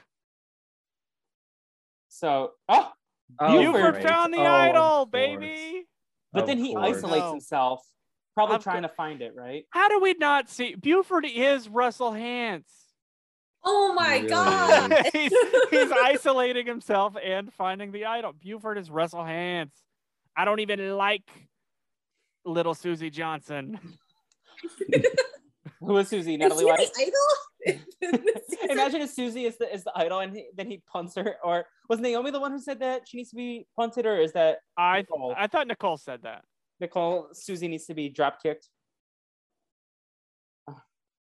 C: so oh
E: Oh,
D: you were
C: Buford.
E: great.
D: found the
E: Oh, of
D: idol,
E: course.
D: baby.
C: but
E: Of
C: then he
E: course.
C: isolates
D: No.
C: himself probably
D: Of cour-
C: trying to find it right
D: How do we not see Buford is Russell Hance?
F: Oh my
E: Really?
F: god.
D: he's, he's isolating himself and finding the idol. Buford is Russell Hance. I don't even like little Susie Johnson.
C: who is susie
F: Is
C: natalie
F: he
C: White?
F: the idol?
C: imagine if susie is the, is the idol and he, then he punts her or was naomi the one who said that she needs to be punted or is that
D: I
C: Nicole.
D: I thought Nicole said that.
C: Nicole, Susie needs to be drop kicked. Ah,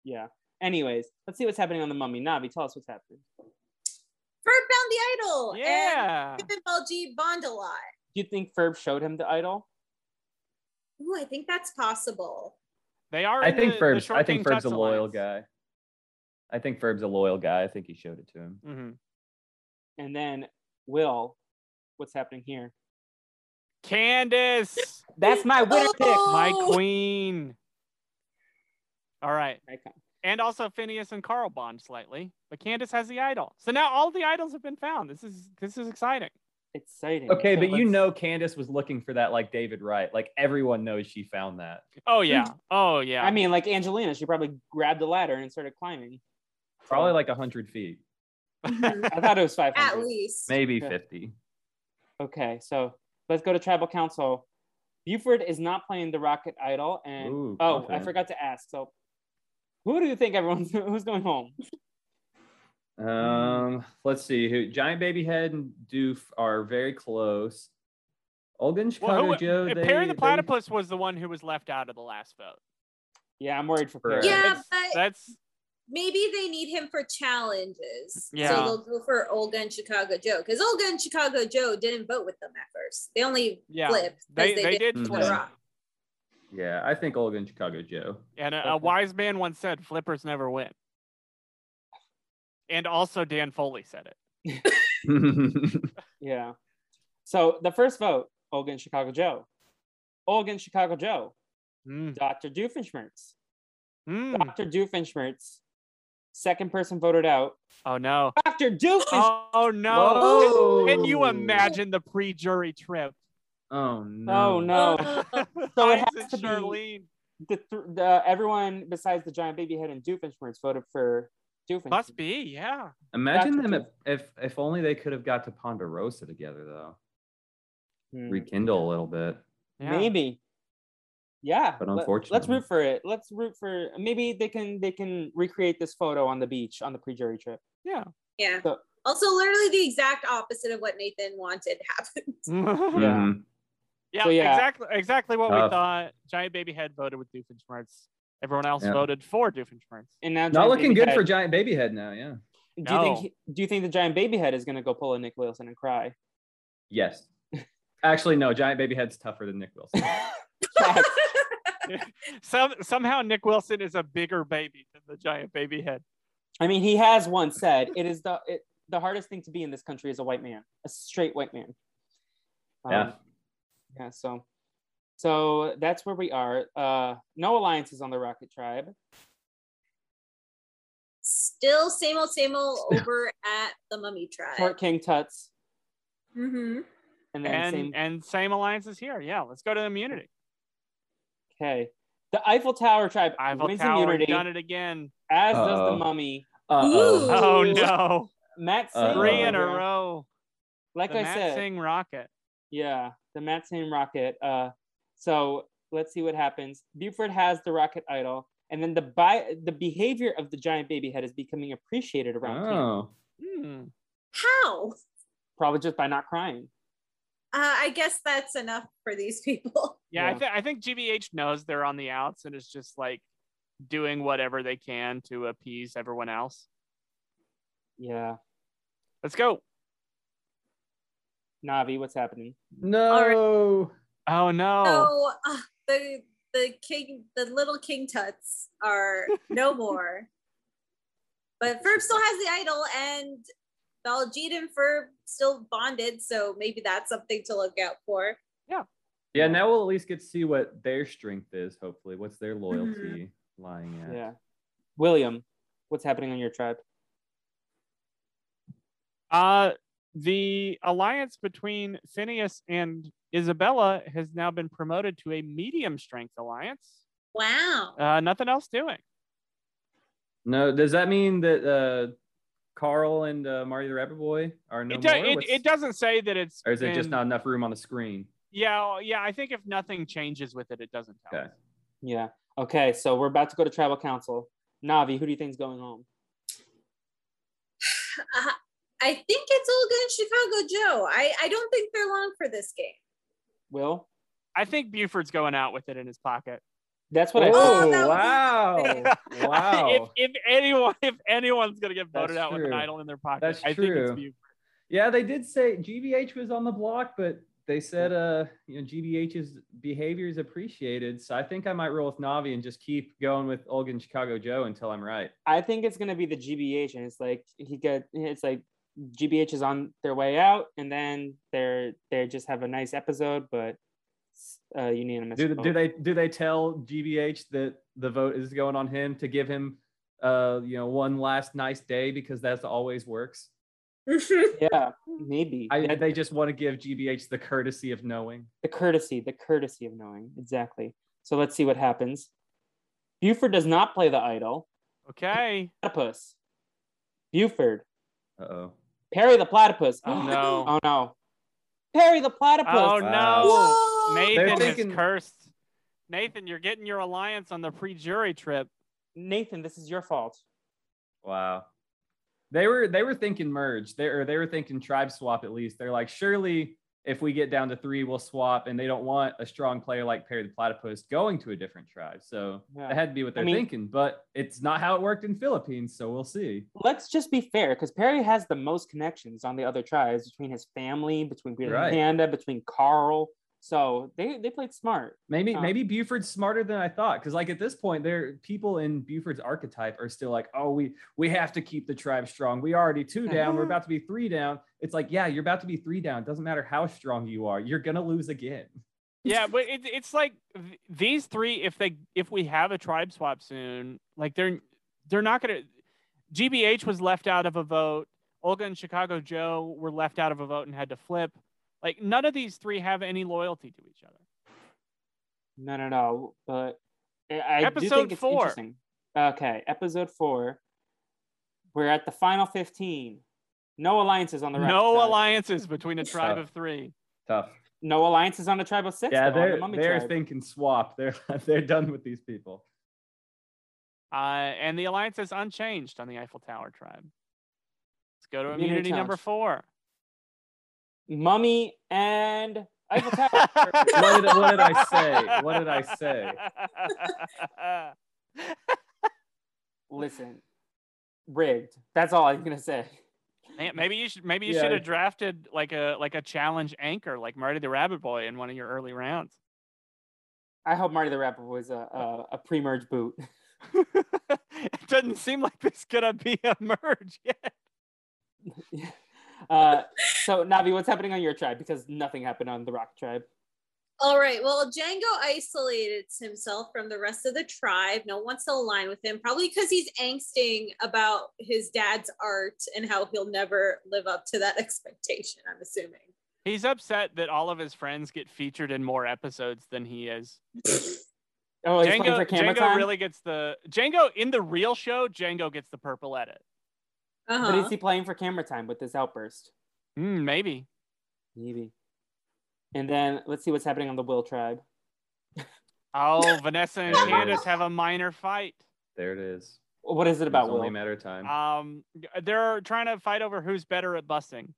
C: Yeah. Anyways, let's see what's happening on the mummy. Navi, tell us what's happening.
F: Ferb found the idol. And
D: Yeah.
F: Pip and Ball G bond a lot.
C: Do you think Ferb showed him the idol?
F: Ooh, I think that's possible.
D: They are.
E: I
D: in
E: think
D: the, the
E: Ferb's
D: Short
E: I think
D: King
E: Ferb's a
D: Tuts
E: loyal
D: alliance.
E: guy. I think Ferb's a loyal guy. I think he showed it to him.
D: Mhm.
C: And then Will, what's happening here?
D: Candace,
C: That's my winner
F: Oh!
D: my
F: Oh.
D: queen. All right.
C: pick. Icon.
D: and also Phineas and Carl bond slightly, but Candace has the idol. So now all the idols have been found. This is this is exciting.
C: Exciting.
E: Okay,
C: So
E: but you
C: let's-
E: know Candace was looking for that like David Wright. Like everyone knows she found that.
D: Oh yeah. Oh yeah.
C: I mean, like Angelina, she probably grabbed the ladder and started climbing.
E: Probably like hundred feet,
F: Mhm.
C: I thought it was
F: At
C: 500.
F: least.
E: maybe
C: Yeah.
E: fifty.
C: Okay, so let's go to tribal council. Buford is not playing the rocket idol, and
E: Ooh,
C: oh, I
E: confident.
C: forgot to ask. So, who do you think everyone's who's going home?
E: Um, let's see who Giant Baby Head and Doof are very close. Olga and
D: Well,
E: Chicago
D: who-
E: Joe.
D: and
E: They,
D: Perry the
E: they-
D: Platypus was the one who was left out of the last vote.
C: Yeah, I'm worried for Perry.
E: Correct.
F: Yeah,
D: That's-
F: but
D: That's
F: maybe they need him for challenges.
D: Yeah.
F: So they'll go for Olga and Chicago Joe because Olga and Chicago Joe didn't vote with them at first. They only
D: yeah.
F: flipped. 'cause
D: They, they did
E: didn't
F: The
E: flip.
D: flip.
F: rock.
E: yeah, I think Olga and Chicago Joe.
D: And a, a wise man once said, "Flippers never win." And also Dan Foley said it.
C: Yeah. So the first vote, Oregon Chicago Joe. Oregon Chicago Joe.
D: Mm.
C: Dr. Doofenshmirtz.
D: Mm.
C: Dr. Doofenshmirtz. Second person voted out.
D: Oh no.
C: Dr. Doofenshmirtz.
D: Oh no.
E: Whoa.
D: Can you imagine the pre-jury trip?
E: Oh no!
C: Oh, no.
F: Uh,
C: So it
D: Hines and
C: has to be-
D: Charlene.
C: the, th- the everyone besides the giant baby head and Doofenshmirtz voted for Doofenshmirtz.
D: Must be, yeah.
E: Imagine
C: That's
E: them if, if if only they could have got to Ponderosa together though.
C: Hmm.
E: Rekindle a little bit.
D: yeah.
C: Maybe. Yeah.
E: But
C: let- let's
E: unfortunately-
C: root for it. Let's root for maybe they can they can recreate this photo on the beach on the pre-jury trip.
D: Yeah.
F: Yeah.
C: So-
F: also, literally the exact opposite of what Nathan wanted happened.
D: yeah,
C: Yeah.
E: Mhm.
C: So, yeah.
D: exactly exactly what we
E: Tough.
D: thought. Giant Baby Head voted with Doofenshmirtz. Everyone else
E: Yeah.
D: voted for Doofenshmirtz.
C: And now
E: Not
C: Giant
E: looking
C: Baby
E: good
C: Head-
E: for Giant Baby Head now, yeah.
C: Do you think
D: No.
C: he- do you think the giant baby head is gonna go pull a Nick Wilson and cry?
E: Yes. Actually, no, Giant Baby Head's tougher than Nick Wilson.
D: Some, somehow Nick Wilson is a bigger baby than the Giant Baby Head.
C: I mean, he has once said it is the it, the hardest thing to be in this country is a white man, a straight white man. Um,
E: Yeah.
C: Yeah. So, so that's where we are. Uh, no alliances on the Rocket Tribe.
F: Still same old, same old over at the mummy tribe.
C: Court King Tuts,
F: Mm-hmm.
C: and then
D: And
C: same.
D: and same alliances here. Yeah, let's go to immunity.
C: Okay. The Eiffel Tower Tribe
D: Eiffel
C: wins
D: Tower
C: immunity,
D: done it again.
C: as does
E: Uh-oh.
C: the Mummy.
E: Uh-oh.
D: Oh
F: Ooh.
D: no.
C: Matt Singh.
E: Uh-oh.
D: Three in a
C: everyone.
D: row.
C: Like
D: the
C: I
D: Matt
C: said,
D: Singh rocket.
C: yeah, the Matt Singh rocket. Uh, so let's see what happens. Buford has the rocket idol, and then the bi- the behavior of the giant baby head is becoming appreciated around camp,
E: Oh.
D: Hmm.
F: How?
C: probably just by not crying.
F: Uh, I guess that's enough for these people.
D: Yeah,
C: Yeah.
D: I, th- I think GBH knows they're on the outs and is just like doing whatever they can to appease everyone else.
C: Yeah,
D: Let's go.
C: Navi, what's happening?
E: No.
D: Oh no.
F: So uh, the the king, the little king tuts are no more. But Ferb still has the idol, and Baljeet and Ferb still bonded, so maybe that's something to look out for.
E: Yeah, now we'll at least get to see what their strength is, hopefully. What's their loyalty lying
C: Yeah.
E: at?
C: William, what's happening on your tribe?
D: Uh, the alliance between Phineas and Isabella has now been promoted to a medium strength alliance.
F: Wow.
D: Uh, nothing else doing.
E: No, does that mean that uh, Carl and uh, Marty the Rabbit Boy are no
D: it, do-
E: more?
D: it,
E: What's-
D: it doesn't say that it's.
E: or is it
D: been-
E: just not enough room on the screen?
D: Yeah, well, yeah. I think if nothing changes with it, it doesn't tell.
E: Okay.
D: us.
C: Yeah. Okay, so we're about to go to tribal council. Navi, who do you think's going home?
F: Uh, I think it's all good Chicago Joe. I, I don't think they're long for this game.
C: Will?
D: I think Buford's going out with it in his pocket.
C: That's what I
F: Oh,
C: thought.
F: that was-
E: wow.
D: if,
E: wow.
D: if anyone, if anyone's gonna get voted
E: That's
D: out with an
E: true.
D: idol in their pocket,
E: That's
D: I think it's
E: true.
D: Buford.
E: Yeah, they did say GBH was on the block, but they said uh you know GBH's behavior is appreciated. So I think I might roll with Navi and just keep going with Olgan Chicago Joe until I'm right.
C: I think it's gonna be the GBH, and it's like he got it's like GBH is on their way out, and then they're they just have a nice episode, but uh, unanimous.
E: Do, do
C: vote.
E: they do they tell GBH that the vote is going on him to give him uh you know one last nice day because that's always works?
C: Yeah, maybe
E: I,
C: That-
E: they just want to give GBH the courtesy of knowing.
C: the courtesy, the courtesy of knowing exactly. So let's see what happens. Buford does not play the idol.
D: Okay.
C: Platypus. Buford.
E: Uh oh.
C: Perry the platypus.
D: Oh no.
C: Oh no. Perry the platypus.
D: Oh no.
F: Whoa!
E: They're
D: Nathan
E: thinking-
D: is cursed. Nathan, you're getting your alliance on the pre-jury trip.
C: Nathan, this is your fault.
E: Wow. They were they were thinking merge. They or they were thinking tribe swap at least. They're like, surely if we get down to three, we'll swap. And they don't want a strong player like Perry the Platypus going to a different tribe. So
C: Yeah.
E: that had to be what they're
C: I mean-
E: thinking. But it's not how it worked in Philippines. So we'll see.
C: Let's just be fair, because Perry has the most connections on the other tribes between his family, between Peter
E: Right.
C: Panda, between Carl. So they, they played smart.
E: Maybe
C: Uh.
E: maybe Buford's smarter than I thought. Cause like at this point, there people in Buford's archetype are still like, oh, we we have to keep the tribe strong. We already two down. We're about to be three down. It's like, yeah, you're about to be three down. Doesn't matter how strong you are, you're gonna lose again.
D: Yeah, but it, it's like th- these three. If they, if we have a tribe swap soon, like they're they're not gonna. GBH was left out of a vote. Olga and Chicago Joe were left out of a vote and had to flip. Like none of these three have any loyalty to each other.
C: No, no, no. But I- I do
D: Episode
C: think it's
D: four.
C: interesting. Okay, episode four. We're at the final fifteen. No alliances on the right.
D: no
C: side.
D: alliances between a tribe
E: Tough.
D: of three.
E: Tough.
C: No alliances on the tribe of six. though,
E: Yeah,
C: on the
E: they're
C: mummy
E: they're
C: tribe.
E: thinking swap. They're they're done with these people.
D: Uh, and the alliance is unchanged on the Eiffel Tower tribe. Let's go to
C: Immunity
D: immunity number
C: challenge.
D: four.
C: mummy and Eiffel Tower.
E: What did, what did I say? What did I say?
C: Listen, rigged. That's all I'm gonna say.
D: Man, maybe you should maybe you
E: Yeah.
D: should have drafted like a like a challenge anchor like Marty the Rabbit Boy in one of your early rounds.
C: I hope Marty the Rapper was a
D: Uh.
C: a, a pre-merge boot.
D: it doesn't seem like this gonna be a merge yet.
C: Uh, so Navi, what's happening on your tribe? Because nothing happened on the Rock tribe.
F: All right. Well, Django isolates himself from the rest of the tribe. No one wants to align with him, probably because he's angsting about his dad's art and how he'll never live up to that expectation, I'm assuming.
D: He's upset that all of his friends get featured in more episodes than he is.
C: Oh, he's playing
D: Django,
C: for camera
D: Django
C: time.
D: really gets the Django in the real show. Django gets the purple edit.
F: Uh-huh.
C: But is he playing for camera time with this outburst?
D: Hmm, maybe.
C: Maybe. And then let's see what's happening on the Will tribe.
D: Oh, Vanessa and
E: There it
D: Candace
E: is.
D: have a minor fight.
E: There it is.
C: What is it about
E: it's
C: Will?
E: only a matter of time.
D: Um, they're trying to fight over who's better at busing.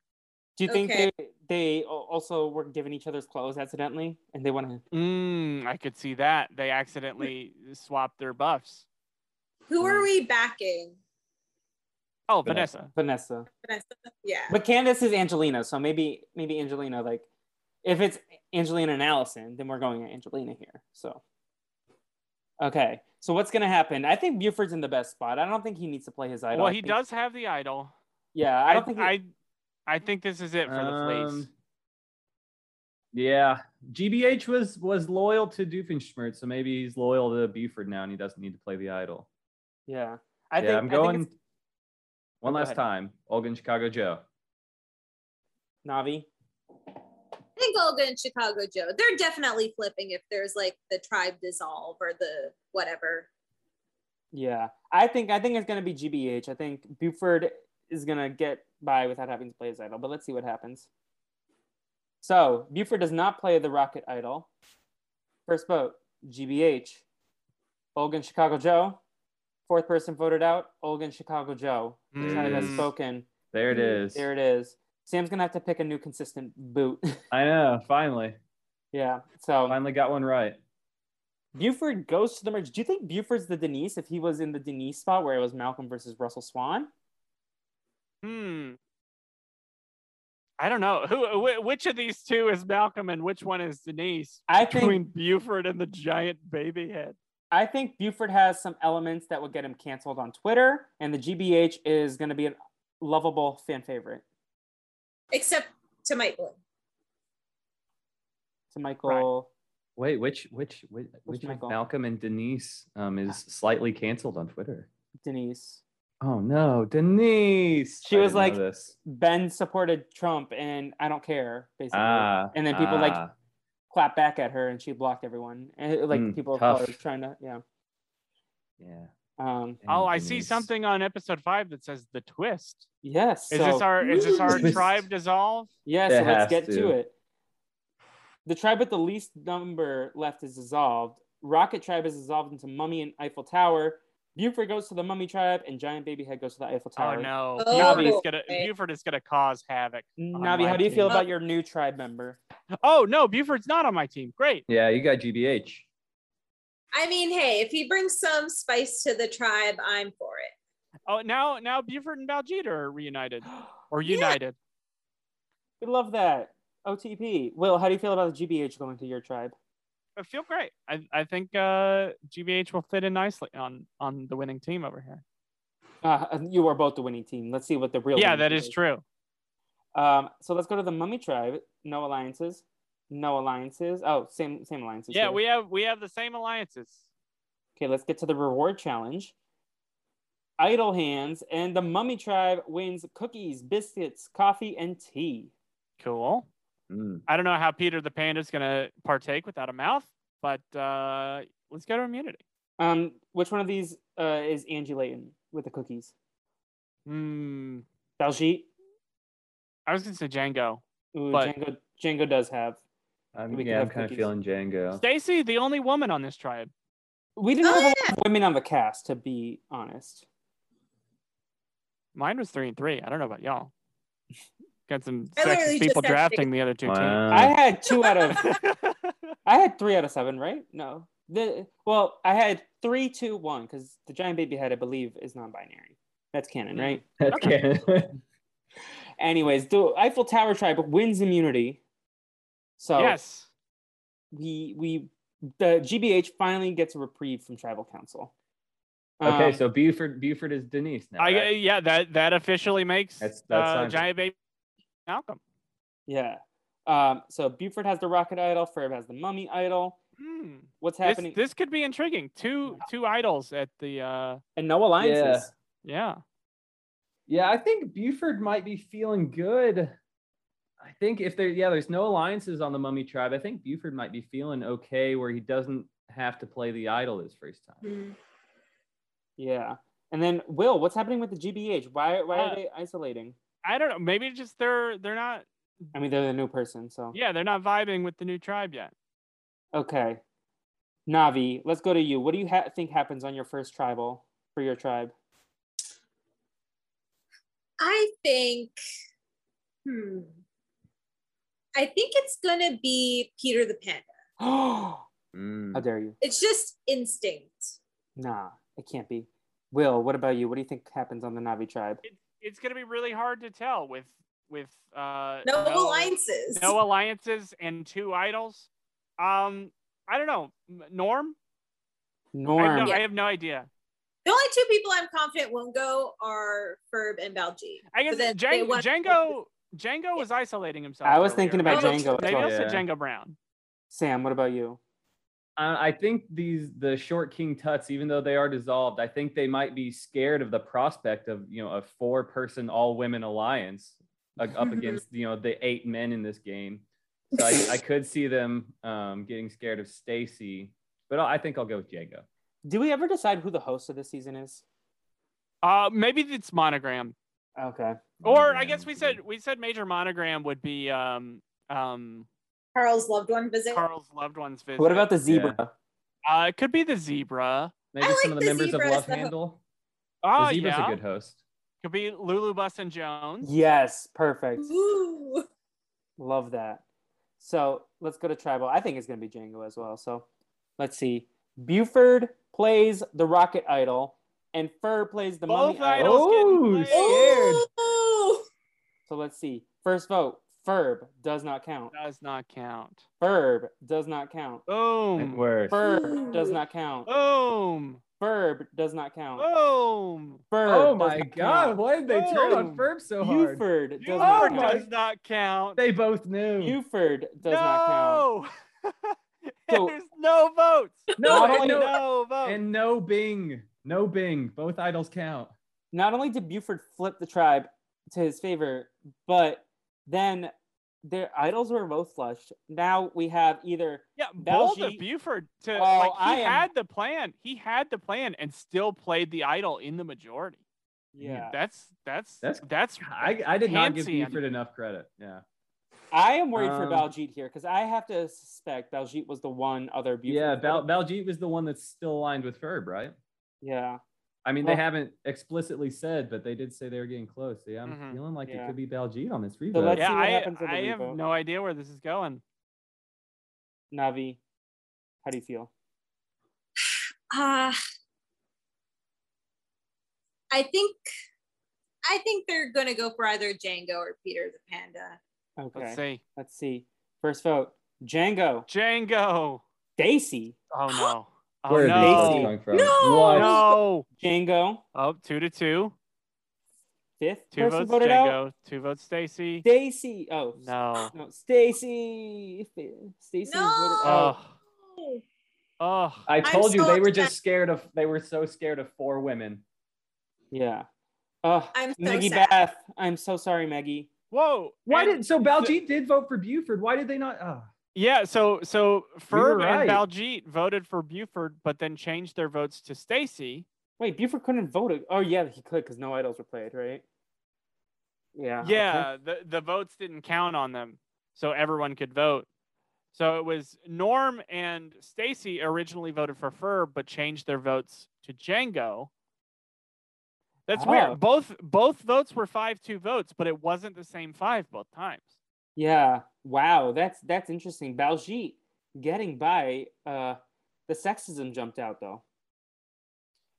C: Do you think
F: Okay.
C: they they al- also were giving each other's clothes accidentally, and they want to?
D: Mm, I could see that. They accidentally swapped their buffs.
F: Who are we backing?
D: Oh,
E: Vanessa.
D: Vanessa.
C: Vanessa,
F: Vanessa? Yeah.
C: but Candace is Angelina, so maybe maybe Angelina. Like, if it's Angelina and Allison, then we're going at Angelina here. So, okay. So what's gonna happen? I think Buford's in the best spot. I don't think he needs to play his idol.
D: Well,
C: I
D: he
C: think-
D: does have the idol.
C: Yeah, I don't think. he-
D: I, I think this is it for the fleece.
E: Um, Yeah, GBH was was loyal to Doofenshmirtz, so maybe he's loyal to Buford now, and he doesn't need to play the idol.
C: yeah, I
E: yeah,
C: think
E: I'm
C: I think
E: going
C: it's- Oh,
E: one
C: go
E: last
C: ahead.
E: time. Olgan Chicago Joe.
C: Navi.
F: I think Olga and Chicago Joe. They're definitely flipping if there's like the tribe dissolve or the whatever.
C: Yeah, I think I think it's gonna be GBH. I think Buford is gonna get by without having to play his idol, but let's see what happens. So Buford does not play the rocket idol. First vote, GBH. Olgan Chicago Joe. Fourth person voted out, Olgan Chicago Joe. The
E: There it
C: tribe Um, has
D: Hmm.
E: is.
C: spoken.
E: Mm. There it is.
C: There it is. Sam's gonna have to pick a new consistent boot.
E: I know. Finally,
C: yeah. So
E: finally got one right.
C: Buford goes to the merge. Do you think Buford's the Denise if he was in the Denise spot where it was Malcolm versus Russell Swan?
D: Hmm. I don't know who, wh- which of these two is Malcolm and which one is Denise
C: I think
D: between Buford and the giant baby head.
C: I think Buford has some elements that would get him canceled on Twitter, and the GBH is going to be a lovable fan favorite
F: Except to Mike Blue.
C: to Michael.
E: Wait, which which which,
C: Which
E: which of
C: Michael?
E: Malcolm and Denise um, is
C: Ah.
E: slightly canceled on Twitter?
C: Denise.
E: Oh no, Denise!
C: She
E: I
C: was
E: didn't know
C: like,
E: this.
C: Ben supported Trump, and I don't care, basically.
E: ah,
C: and then people like
E: ah.
C: clap back at her, and she blocked everyone, and like
E: Mm,
C: people of
E: tough.
C: color trying to, yeah.
E: yeah.
C: Um,
D: Oh, I
E: Denise.
D: see something on episode five that says the twist.
C: yes.
D: Is
C: so-
D: this our is this our
E: Twist.
D: tribe dissolve?
C: Yeah,
E: It
C: so let's
E: has
C: get to.
E: to.
C: it. The tribe with the least number left is dissolved. Rocket tribe is dissolved into Mummy and Eiffel Tower. Buford goes to the Mummy tribe, and Giant Baby Head goes to the Eiffel
D: Oh
C: Tower.
D: no,
F: Oh,
D: Buford is gonna
F: okay.
D: Buford is gonna cause havoc.
C: Navi,
D: my
C: how do you
D: team.
C: feel about your new tribe member?
D: Oh no, Buford's not on my team. Great.
E: Yeah, you got GBH.
F: I mean, hey, if he brings some spice to the tribe, I'm for it.
D: Oh now now Buford and Baljeet are reunited or united.
C: We love that. OTP. Will, how do you feel about the GBH going to your tribe?
D: I feel great. I, I think uh, GBH will fit in nicely on on the winning team over here.
C: Uh, you are both the winning team. Let's see what the real.
D: yeah,
C: winning
D: that
C: team
D: is true.
C: Um, so let's go to the Mummy tribe. No alliances. No alliances. Oh, same same alliances.
D: Yeah,
C: here.
D: we have we have the same alliances.
C: Okay, let's get to the reward challenge. Idle hands and the mummy tribe wins cookies, biscuits, coffee, and tea.
D: Cool.
E: Mm.
D: I don't know how Peter the Panda's gonna partake without a mouth, but uh, let's go to immunity.
C: Um, which one of these uh, is Angie Layton with the cookies?
D: Hmm.
C: Belgique?
D: I was gonna say Django.
C: Ooh,
D: But-
C: Django, Django does have.
E: I'm,
C: We can
E: yeah, I'm
C: have
E: kind of
C: cookies.
E: feeling Django.
D: Stacy, the only woman on this tribe.
C: We didn't
F: Oh,
C: have a
F: yeah.
C: lot of women on the cast, to be honest.
D: Mine was three and three. I don't know about y'all. Got some
F: I literally
D: sexist
F: just
D: people
F: said
D: drafting the other two teams.
E: Wow.
C: I had two out of
D: I
C: I had three out of seven, right? No. The well, I had three, two, one, because the giant baby head, I believe, is non-binary. That's canon,
D: Mhm.
C: right?
E: That's canon.
C: Anyways, the Eiffel Tower tribe wins immunity. So
D: Yes.
C: we we the GBH finally gets a reprieve from tribal council.
E: okay,
C: Um,
E: so Buford Buford is Denise now.
D: I
E: right?
D: yeah, that that officially makes
E: That's- that's
D: uh,
E: Simon.
D: giant baby Malcolm.
C: yeah. Um, so Buford has the rocket idol, Ferb has the mummy idol.
D: Hmm.
C: What's
D: This,
C: happening?
D: this could be intriguing. Two two idols at the uh
C: and no alliances.
E: Yeah.
D: yeah.
E: Yeah, I think Buford might be feeling good. I think if there, yeah, there's no alliances on the Mummy Tribe. I think Buford might be feeling okay where he doesn't have to play the idol his first
F: Hmm.
E: time.
C: Yeah. And then Will, what's happening with the GBH? Why why
D: Uh,
C: are they isolating?
D: I don't know. Maybe just they're they're not
C: I mean, they're the new person, so
D: yeah, they're not vibing with the new tribe yet.
C: okay. Navi, let's go to you. What do you ha- think happens on your first tribal for your tribe?
F: I think, hmm, I think it's gonna be Peter the Panda.
C: How
D: Hmm.
E: Mm.
C: dare you?
F: It's just instinct.
C: Nah, it can't be. Will, what about you? What do you think happens on the Navi tribe?
D: It's gonna be really hard to tell with with uh
F: No, alliances.
D: no alliances and two idols. Um, I don't know. Norm? I,
C: Norm.
D: have no, I have no idea.
F: The only two people I'm confident won't go are Ferb and Balji.
D: I guess
F: But then they
D: Django
F: want-
D: Django, Django was isolating himself.
C: I was
D: earlier.
C: thinking about
D: Maybe-
C: Django as
D: Maybe
C: well.
D: I'll say
E: Yeah.
D: Django Brown.
C: Sam, what about you?
E: I I think these the short king tuts, even though they are dissolved, I think they might be scared of the prospect of you know a four person all women alliance uh, up against you know the eight men in this game. So I, I could see them um, getting scared of Stacy, but I I think I'll go with Django.
C: Do we ever decide who the host of this season is?
D: Uh, maybe it's Monogram.
C: Okay.
D: Or I guess we said we said Major Monogram would be um um
F: Carl's loved one visit.
D: Carl's loved ones visit.
C: What about the zebra?
D: Uh, it could be the zebra.
F: I
E: Maybe
F: like
E: some of the,
F: the
E: members of
F: zebra
E: Love
F: as the ho-
E: Handle.
D: Oh
E: the zebra's
D: yeah,
E: a good host.
D: could be Lulu Bus and Jones.
C: Yes, perfect.
F: Ooh.
C: Love that. So let's go to tribal. I think it's going to be Django as well. So let's see. Buford plays the rocket idol, and Fur plays the
D: Both
C: mummy
D: idols
C: idol.
E: Oh,
D: getting played.
E: Scared.
F: Ooh.
C: So let's see. First vote. Ferb does not count.
D: does not count.
C: Ferb does not count.
D: Boom.
E: Word.
C: Ferb does not count.
D: Oh. Boom.
C: Ferb does not count.
D: Boom.
C: Ferb does
E: Oh my
C: not
E: God!
C: count.
E: Why did they turn
D: Oh.
E: on Ferb so hard?
C: Buford does
D: Buford
C: not
E: Oh
C: count.
D: does not count.
E: They both knew.
C: Buford does not count.
D: no.
C: So-
D: There's no votes.
E: no,
C: Not
E: and
C: only-
E: no,
D: no votes.
E: and no Bing. No Bing. Both idols count.
C: not only did Buford flip the tribe to his favor, but then their idols were both flushed. Now we have either
D: yeah, bold of
C: Belgique-
D: Buford to
C: Oh,
D: like he
C: I am-
D: had the plan. He had the plan and still played the idol in the majority.
C: yeah.
D: That's that's that's
E: That's-
D: that's
E: I, I did not give
D: Handsy, I
E: Buford enough credit. Yeah.
C: I am worried for
E: Um,
C: Baljeet here because I have to suspect Baljeet was the one other Buford.
E: Yeah. Bal- Baljeet was the one that's still aligned with Ferb, right?
C: yeah.
E: I mean, they
C: Oh.
E: haven't explicitly said, but they did say they were getting close. So yeah, I'm
D: Mhm.
E: feeling like
C: Yeah.
E: it could be Baljeet on this revote.
C: let's-
D: yeah,
C: see what
D: I,
C: happens with the
D: I have
C: revote.
D: no idea where this is going.
C: Navi, how do you feel?
F: Uh, I think I think they're gonna go for either Django or Peter the Panda.
C: Okay.
D: Let's
C: Let's see.
D: see.
C: First vote Django,
D: Django.
C: Daisy,
D: Oh no. Oh
E: Where are these votes
D: no.
C: Daisy.
E: coming from?
F: No!
E: What?
D: No.
C: Django,
D: Oh, two to two.
C: fifth
D: Two
C: person
D: votes
C: voted out.
D: Django. Two votes Stacy.
C: Daisy. Oh,
D: No.
C: No, Stacy. Stacy.
F: No!
D: Oh. Oh.
E: I told you
F: so
E: they were
F: upset.
E: just scared of. They were so scared of four women.
C: Yeah. Uh,
F: I'm so
C: Maggie
F: sad.
C: Bath. I'm so sorry, Maggie.
D: Whoa.
E: Why
D: and-
E: did so Baljeet did vote for Buford? Why did they not? ah.
D: Yeah, so so Ferb
E: right.
D: and Baljeet voted for Buford, but then changed their votes to Stacy.
C: Wait, Buford couldn't vote. ag- Oh yeah, he could because no idols were played, right? Yeah. okay.
D: Yeah, the, the votes didn't count on them, so everyone could vote. So it was Norm and Stacy originally voted for Ferb, but changed their votes to Django. That's
C: Oh.
D: weird. Both both votes were five two votes, but it wasn't the same five both times.
C: Yeah. Wow. That's that's interesting. Baljeet getting by. Uh, the sexism jumped out though.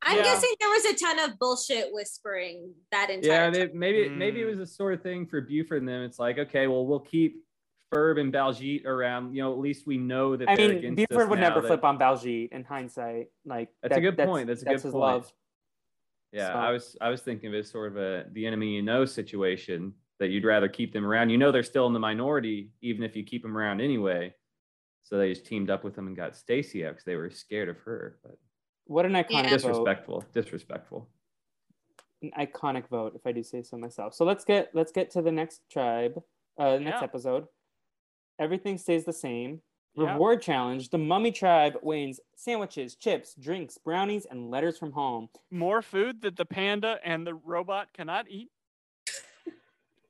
F: I'm
D: Yeah.
F: guessing there was a ton of bullshit whispering that entire
E: Yeah,
F: time.
E: they, maybe maybe it
D: Mm.
E: was the sort of thing for Buford and them. It's like, okay, well, we'll keep Ferb and Baljeet around. You know, at least we know that.
C: I
E: they're
C: mean,
E: against
C: Buford
E: us
C: would
E: now,
C: never
E: that-
C: flip on Baljeet in hindsight. Like
E: That's a good point. That's a good
C: his
E: point.
C: love.
E: Yeah,
C: so-
E: I was I was thinking of it as sort of a the enemy you know situation that you'd rather keep them around. You know they're still in the minority, even if you keep them around anyway. So they just teamed up with them and got Stacy out because they were scared of her. But
C: What an iconic
F: Yeah.
C: vote.
E: disrespectful, disrespectful.
C: An iconic vote, if I do say so myself. So let's get let's get to the next tribe. Uh, the next
D: Yeah.
C: episode. Everything stays the same.
D: Yeah.
C: Reward challenge. The mummy tribe wins sandwiches, chips, drinks, brownies, and letters from home.
D: More food that the panda and the robot cannot eat.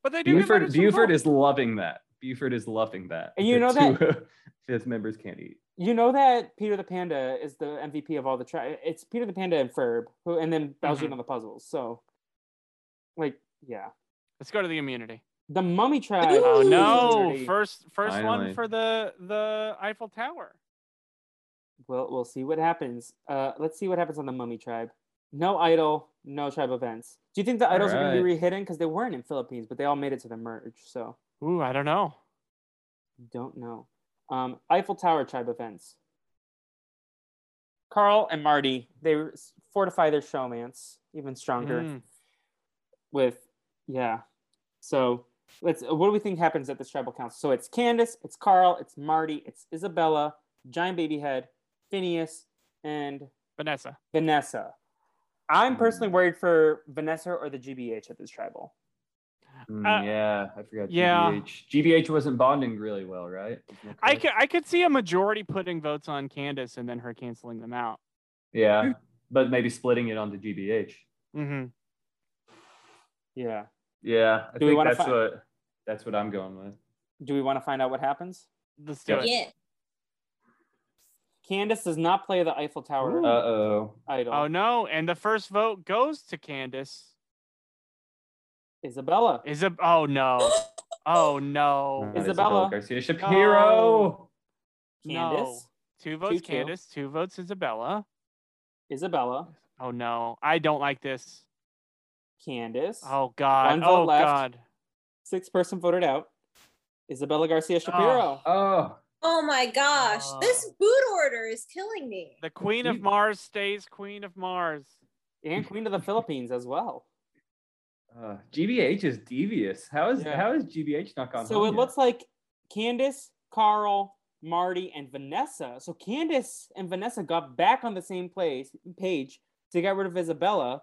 D: But they do get
E: Buford
D: voted some
E: Buford
D: votes.
E: is loving that. Buford is loving that.
C: And you know that-
E: that his members can't eat.
C: You know that Peter the Panda is the MVP of all the tri It's Peter the Panda and Ferb, who, and then Bowser
D: Mhm.
C: on the puzzles. So, like, yeah,
D: Let's go to the immunity.
C: the Mummy Tribe.
D: Oh
F: Ooh.
D: no!
C: Dirty.
D: First, first
E: Finally.
D: one for the the Eiffel Tower.
C: Well, we'll see what happens. Uh, let's see what happens on the Mummy Tribe. No idol, no tribe events. Do you think the
E: All
C: idols are going to be
E: right.
C: rehidden because they weren't in Philippines, but they all made it to the merge? So
D: Ooh, I don't know.
C: don't know. Um, Eiffel Tower tribe events. Carl and Marty they fortify their showmance even stronger.
D: Mm.
C: with yeah so let's what do we think happens at this tribal council so it's candace it's carl it's marty it's isabella giant babyhead phineas and
D: Vanessa.
C: vanessa i'm
E: Hmm.
C: personally worried for vanessa or the gbh at this tribal
E: Mm, yeah, I forgot.
D: Uh, yeah.
E: GBH. GBH wasn't bonding really well, right? Isn't that
D: I
E: correct?
D: could I could see a majority putting votes on Candace and then her canceling them out.
E: Yeah, but maybe splitting it onto GBH.
D: Mm-hmm.
C: yeah
E: Yeah, I
C: Do we
E: think
C: wanna
E: that's
C: fi-
E: what that's what I'm going with.
C: do we want to find out what happens
D: Let's do
E: Yeah.
D: it.
F: Yeah.
C: candace does not play the eiffel tower
E: Uh oh.
C: idol
D: Oh no! And the first vote goes to Candace.
C: isabella
D: Is a oh no, oh no,
C: Isabella.
E: Garcia Shapiro.
C: candace
D: Two votes
C: Two, two.
D: Candace, two votes Isabella.
C: isabella
D: Oh no, I don't like this.
C: candace
D: Oh god.
C: One vote
D: oh
C: left.
D: god.
C: six person voted out isabella garcia shapiro
E: Oh,
F: Oh my gosh,
E: Uh,
F: this
D: Oh.
F: food order is killing me.
D: The Queen of
E: You-
D: Mars stays Queen of Mars.
C: and queen of the philippines as well
E: uh, GBH is devious. How is
C: Yeah.
E: how is GBH not gone?
C: So
E: home
C: it
E: yet?
C: looks like Candace, Carl, Marty, and Vanessa. So Candace and Vanessa got back on the same place page to get rid of Isabella.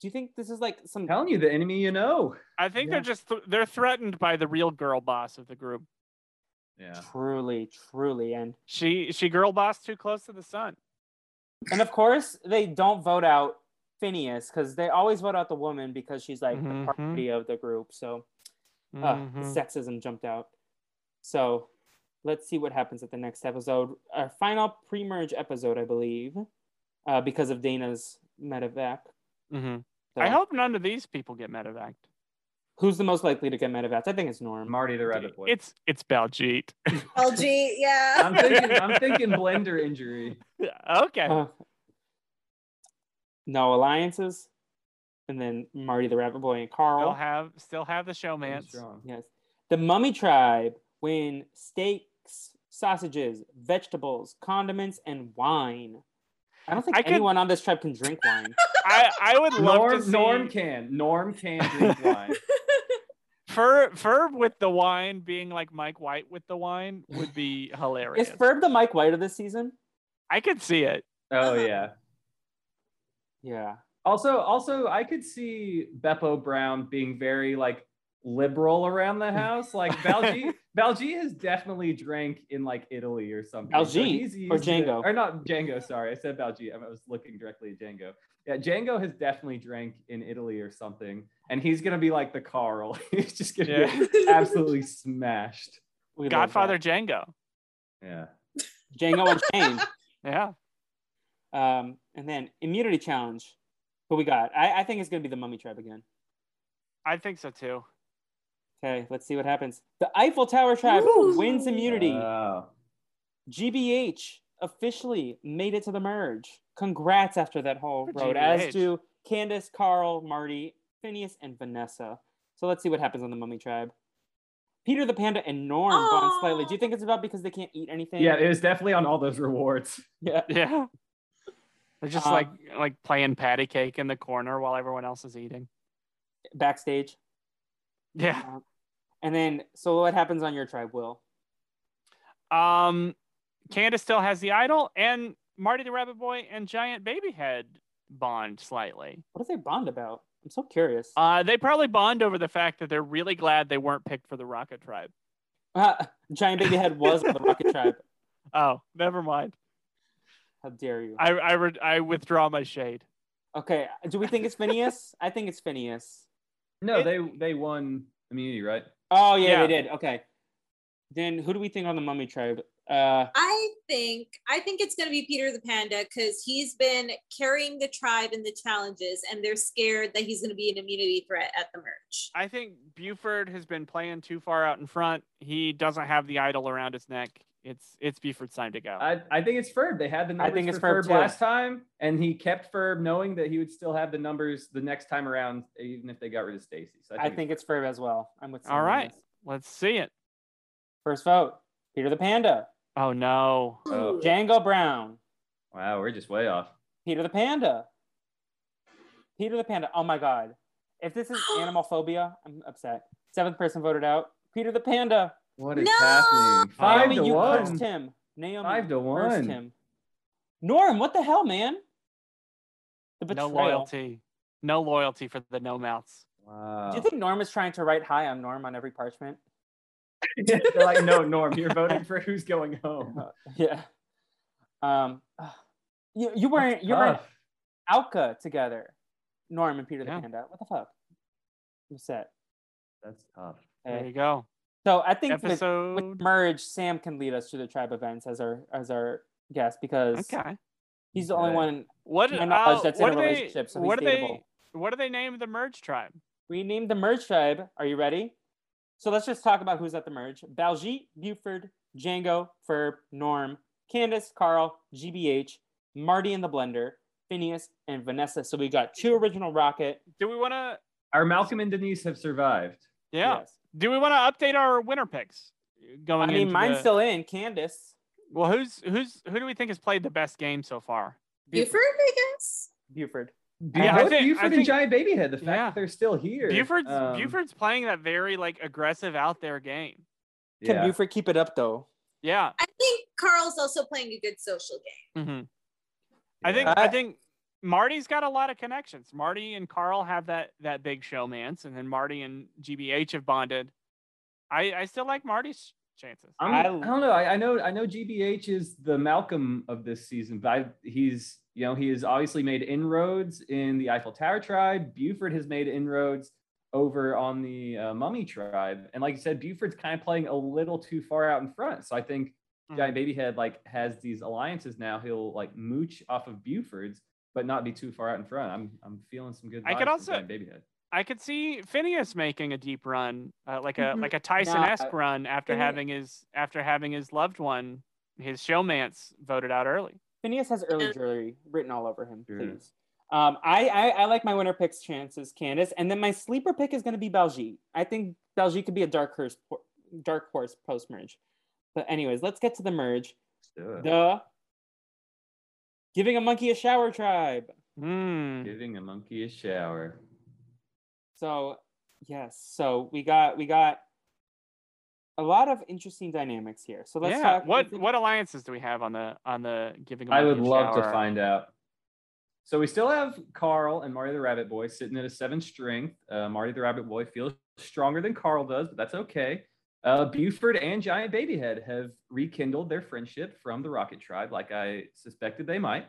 C: Do you think this is like some?
E: I'm telling you the enemy you know.
D: I think
C: Yeah.
D: they're just th- they're threatened by the real girl boss of the group.
E: Yeah.
C: Truly, truly, and
D: She she girl boss too close to the sun.
C: and of course they don't vote out Phineas because they always vote out the woman because she's like the
D: Mhm.
C: party of the group. So uh, the
D: Mhm.
C: sexism jumped out. So let's see what happens at the next episode. Our final pre-merge episode, I believe, uh, because of Dana's medevac.
D: Mhm.
C: So
D: I hope none of these people get medevaced.
C: Who's the most likely to get medevac? I think it's Norm.
E: Marty the Rabbit Boy.
D: It's it's Baljeet.
F: LG, yeah.
E: I'm thinking I'm thinking blender injury.
D: okay.
C: Uh, no alliances, and then Marty the Rabbit Boy and Carl.
D: Still have still have the
E: I'm
D: showman.
E: strong.
C: yes, the Mummy Tribe win steaks, sausages, vegetables, condiments, and wine. I don't think
D: I could-
C: anyone on this tribe can drink wine.
D: I, I would love to
E: Norm
D: see
E: Norm can. Norm can drink wine.
D: Ferb, Ferb with the wine being like Mike White with the wine would be hilarious.
C: Is Ferb the Mike White of this season?
D: I could see it.
E: Oh yeah.
C: Yeah.
E: Also, also, I could see Beppo Brown being very like liberal around the house. Like Balji, Balji has definitely drank in like Italy or something.
C: Balji or
E: used to-
C: Django?
E: or not Django. Sorry, I said Balji. I was looking directly at Django. Yeah, Django has definitely drank in Italy or something, and he's gonna be like the Carl. he's just gonna
D: Yeah.
E: be absolutely smashed.
C: We love
D: Godfather
C: that.
D: Django.
E: Yeah.
C: Django Unchained.
D: Yeah.
C: Um, and then immunity challenge. Who we got? I, I think it's gonna be the mummy trap again.
D: I think so too.
C: Okay, let's see what happens. The Eiffel Tower tribe
F: Ooh.
C: wins immunity.
E: Wow.
C: GBH officially made it to the merge. Congrats after that whole
D: For
C: road,
D: GBH.
C: as do Candace, Carl, Marty, Phineas, and Vanessa. So let's see what happens on the Mummy Tribe. Peter the Panda and Norm bond
F: Aw.
C: slightly. Do you think it's about because they can't eat anything?
E: Yeah, it was definitely on all those rewards.
C: yeah.
D: Yeah. They're just
C: Um,
D: like like playing patty cake in the corner while everyone else is eating.
C: Backstage.
D: Yeah.
C: Um, And then, so what happens on your tribe, Will?
D: Um Candace still has the idol and Marty the Rabbit Boy and Giant Baby Head bond slightly.
C: What do they bond about? I'm so curious.
D: Uh they probably bond over the fact that they're really glad they weren't picked for the Rocket Tribe.
C: Ah, Giant Baby Head was on the Rocket Tribe.
D: Oh, never mind.
C: How dare you?
D: I I, re- I withdraw my shade.
C: Okay, do we think it's Phineas? I think it's Phineas.
E: No, they they won immunity, right?
C: Oh yeah,
D: Yeah.
C: they did. Okay. Then who do we think on the Mummy Tribe? Uh,
F: I think I think it's gonna be Peter the Panda because he's been carrying the tribe in the challenges, and they're scared that he's gonna be an immunity threat at the merge.
D: I think Buford has been playing too far out in front. He doesn't have the idol around his neck. It's it's Buford's time to go.
E: I, I think it's Ferb. They had the numbers
C: think it's
E: for
C: Ferb
E: Ferb,
C: too.
E: last time, and he kept Ferb knowing that he would still have the numbers the next time around, even if they got rid of Stacy. So
C: I think it's Ferb as well. I'm with. Sam
D: All
C: on
D: right.
C: this.
D: Let's see it.
C: First vote: Peter the Panda,
D: Oh no.
E: Oh.
C: Django Brown,
E: wow, we're just way off.
C: Peter the Panda, Peter the Panda. Oh my God! If this is animal phobia, I'm upset. Seventh person voted out. Peter the Panda.
E: What is
F: No!
E: happening? Five
C: Naomi,
E: to
C: you
E: one.
C: cursed him. Naomi,
E: Five to
C: you cursed
E: one.
C: Him. Norm, what the hell, man? The
D: No
C: betrayal.
D: loyalty. No loyalty for the no mouths.
E: Wow.
C: Do you think Norm is trying to write "Hi, I'm Norm" on every parchment?
E: They're like, no, Norm, you're voting for who's going home.
C: Yeah. Um, ugh. you you weren't you were in
E: Tough.
C: Alka together, Norm and Peter the
D: Yeah.
C: Panda. What the fuck? I'm set.
E: That's tough.
D: There you go.
C: So I think with, with
D: Episode.
C: merge, Sam can lead us to the tribe events as our as our guest because
D: Okay.
C: he's the only
E: Okay.
C: one
D: What?
C: to my knowledge
D: uh,
C: that's
D: what
C: in a
D: do they-
C: relationship. so he's
D: what do
C: dateable.
D: they? What do they name the merge tribe?
C: We named the merge tribe. Are you ready? So let's just talk about who's at the merge. Baljeet, Buford, Django, Ferb, Norm, Candace, Carl, GBH, Marty and the Blender, Phineas, and Vanessa. So we got two original Rocket.
D: Do we want to?
E: Our Malcolm and Denise have survived.
D: Yeah.
C: Yes.
D: Do we want to update our winner picks?
C: I
D: Going.
C: mean,
D: into
C: mine's
D: the-
C: still in. Candace.
D: Well, who's who's who do we think has played the best game so far?
F: Buford, I guess.
C: Buford.
D: Yeah, I
E: Both
D: think-
E: Buford
D: I
E: and
D: think-
E: Giant Babyhead, the fact
D: Yeah.
E: that they're still here.
D: Buford's
E: um,
D: Buford's playing that very like aggressive out there game.
C: Can
E: yeah.
C: Buford keep it up though?
D: Yeah.
F: I think Carl's also playing a good social game.
C: Mm-hmm.
D: hmm I think
E: Yeah.
D: I
C: I-
D: think Marty's got a lot of connections. Marty and Carl have that that big showmance, and then Marty and GBH have bonded. I I still like Marty's chances.
E: I'm,
C: I-
E: I, don't know. I, I know. I know. GBH is the Malcolm of this season, but I, he's you know he has obviously made inroads in the Eiffel Tower tribe. Buford has made inroads over on the uh, Mummy tribe, and like you said, Buford's kind of playing a little too far out in front. So I think
D: Mm-hmm.
E: Giant Babyhead like has these alliances now. He'll like mooch off of Buford's, but not be too far out in front. I'm I'm feeling some good.
D: I could
E: vibes from
D: also-
E: Giant Babyhead.
D: I could see Phineas making a deep run, uh, like a
F: Mhm.
D: like a Tyson esque
C: Nah,
D: run after
C: Mm-hmm. Phineas-
D: having his after having his loved one, his showmance voted out early.
C: Phineas has early
F: Yeah.
C: jewelry written all over him,
E: Yeah.
C: please. Um, I, I I like my winner picks chances, Candace, and then my sleeper pick is going to be Baljeet. I think Baljeet could be a dark horse, dark horse post merge. But anyways, let's get to the merge.
E: Let's do it.
C: The giving a monkey a shower tribe.
D: Hmm.
E: Giving a monkey a shower.
C: So yes, so we got we got a lot of interesting dynamics here. So let's
D: yeah.
C: talk.
D: what
C: let's-
D: what alliances do we have on the on the giving? a
E: I would
D: monkey a
E: love to
D: shower?
E: find out. So we still have Carl and Marty the Rabbit Boy sitting at a seven strength. Uh, Marty the Rabbit Boy feels stronger than Carl does, but that's okay. Uh, Buford and Giant Babyhead have rekindled their friendship from the Rocket Tribe, like I suspected they might.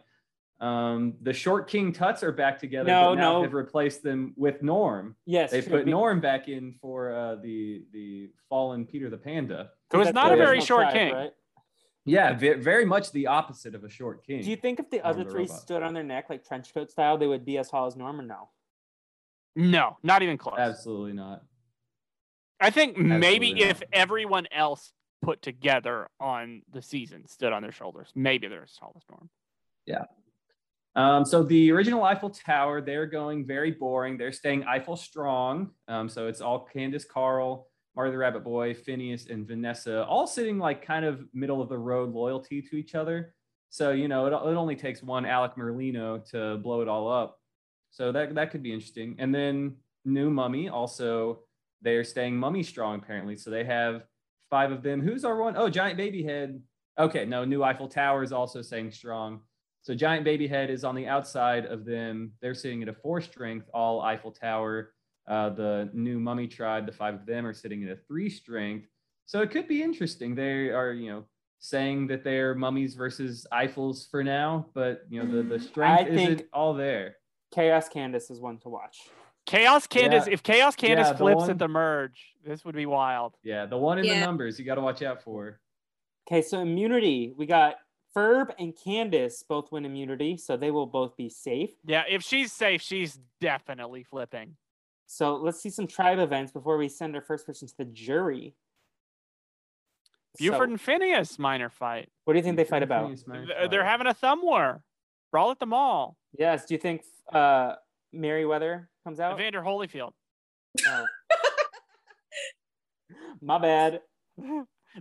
E: Um, the Short King Tuts are back together.
C: No,
E: but now
C: no.
E: Have replaced them with Norm.
C: Yes,
E: They
C: sure,
E: put
C: be-
E: Norm back in for uh, the the fallen Peter the Panda.
D: Who is
C: that's
D: not a
C: the
D: very
C: original
D: short
C: tribe,
D: king.
C: right?
E: Yeah, ve- very much the opposite of a short king.
C: Do you think if the
E: Norm
C: other
E: the
C: three
E: robot.
C: stood on their neck like trench coat style, they would be as tall as Norm or no?
D: No, not even close.
E: Absolutely not.
D: I think maybe
E: Absolutely
D: if
E: not.
D: everyone else put together on the season stood on their shoulders, maybe they're as tall as Norm.
E: Um, so the original Eiffel Tower, they're going very boring. They're staying Eiffel strong. Um, so it's all Candace, Carl, Marty the Rabbit Boy, Phineas, and Vanessa, all sitting like kind of middle of the road loyalty to each other. So you know, it, it only takes one Alec Merlino to blow it all up. So that that could be interesting. And then new Mummy also, they are staying Mummy strong apparently. So they have five of them. Who's our one? Oh, Giant Baby Head. Okay, no, new Eiffel Tower is also staying strong. So giant baby head is on the outside of them. They're sitting at a four strength, all Eiffel Tower. Uh, the new mummy tribe, the five of them are sitting at a three strength. So it could be interesting. They are, you know, saying that they're mummies versus Eiffels for now, but you know, the, the strength
C: I
E: isn't
C: think-
E: all there.
C: Chaos Candace is one to watch.
D: Chaos Candace,
E: Yeah.
D: if Chaos Candace
E: Yeah, the
D: flips
E: one-
D: at the merge, this would be wild.
E: Yeah, the one in
F: Yeah.
E: the numbers you got to watch out for.
C: Okay, so immunity. We got Ferb and Candace both win immunity, so they will both be safe.
D: Yeah, if she's safe, she's definitely flipping.
C: So let's see some tribe events before we send our first person to the jury. So,
D: Buford and Phineas minor fight.
C: what do you think they fight
E: Phineas
C: about?
E: might
D: Th- They're
E: fight.
D: having a thumb war. Brawl at the mall.
C: Yes. Do you think uh, Meriwether comes out?
D: Evander Holyfield.
C: Oh. My bad.
D: Maybe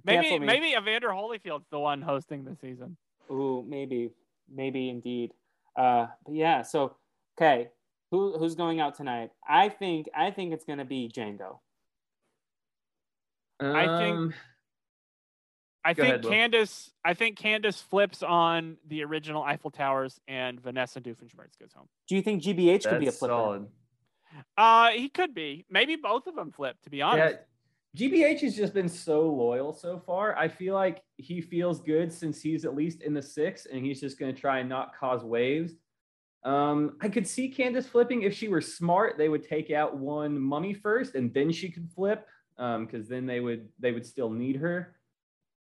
C: Cancel me.
D: maybe Evander Holyfield's the one hosting the season.
C: Ooh, maybe, maybe indeed. Uh, but yeah. So okay, who who's going out tonight? I think I think it's gonna be Django.
D: I think-
E: Um,
D: I
E: Go
D: think
E: ahead, Will.
D: Candace I think Candace flips on the original Eiffel Towers and Vanessa Doofenshmirtz goes home.
C: Do you think GBH could be a
E: that's
C: flipper?
E: solid.
D: Uh he could be. Maybe both of them flip, to be honest.
E: Yeah, GBH has just been so loyal so far. I feel like he feels good since he's at least in the six, and he's just going to try and not cause waves. Um, I could see Candace flipping if she were smart. They would take out one mummy first, and then she could flip, because then they would they would still need her.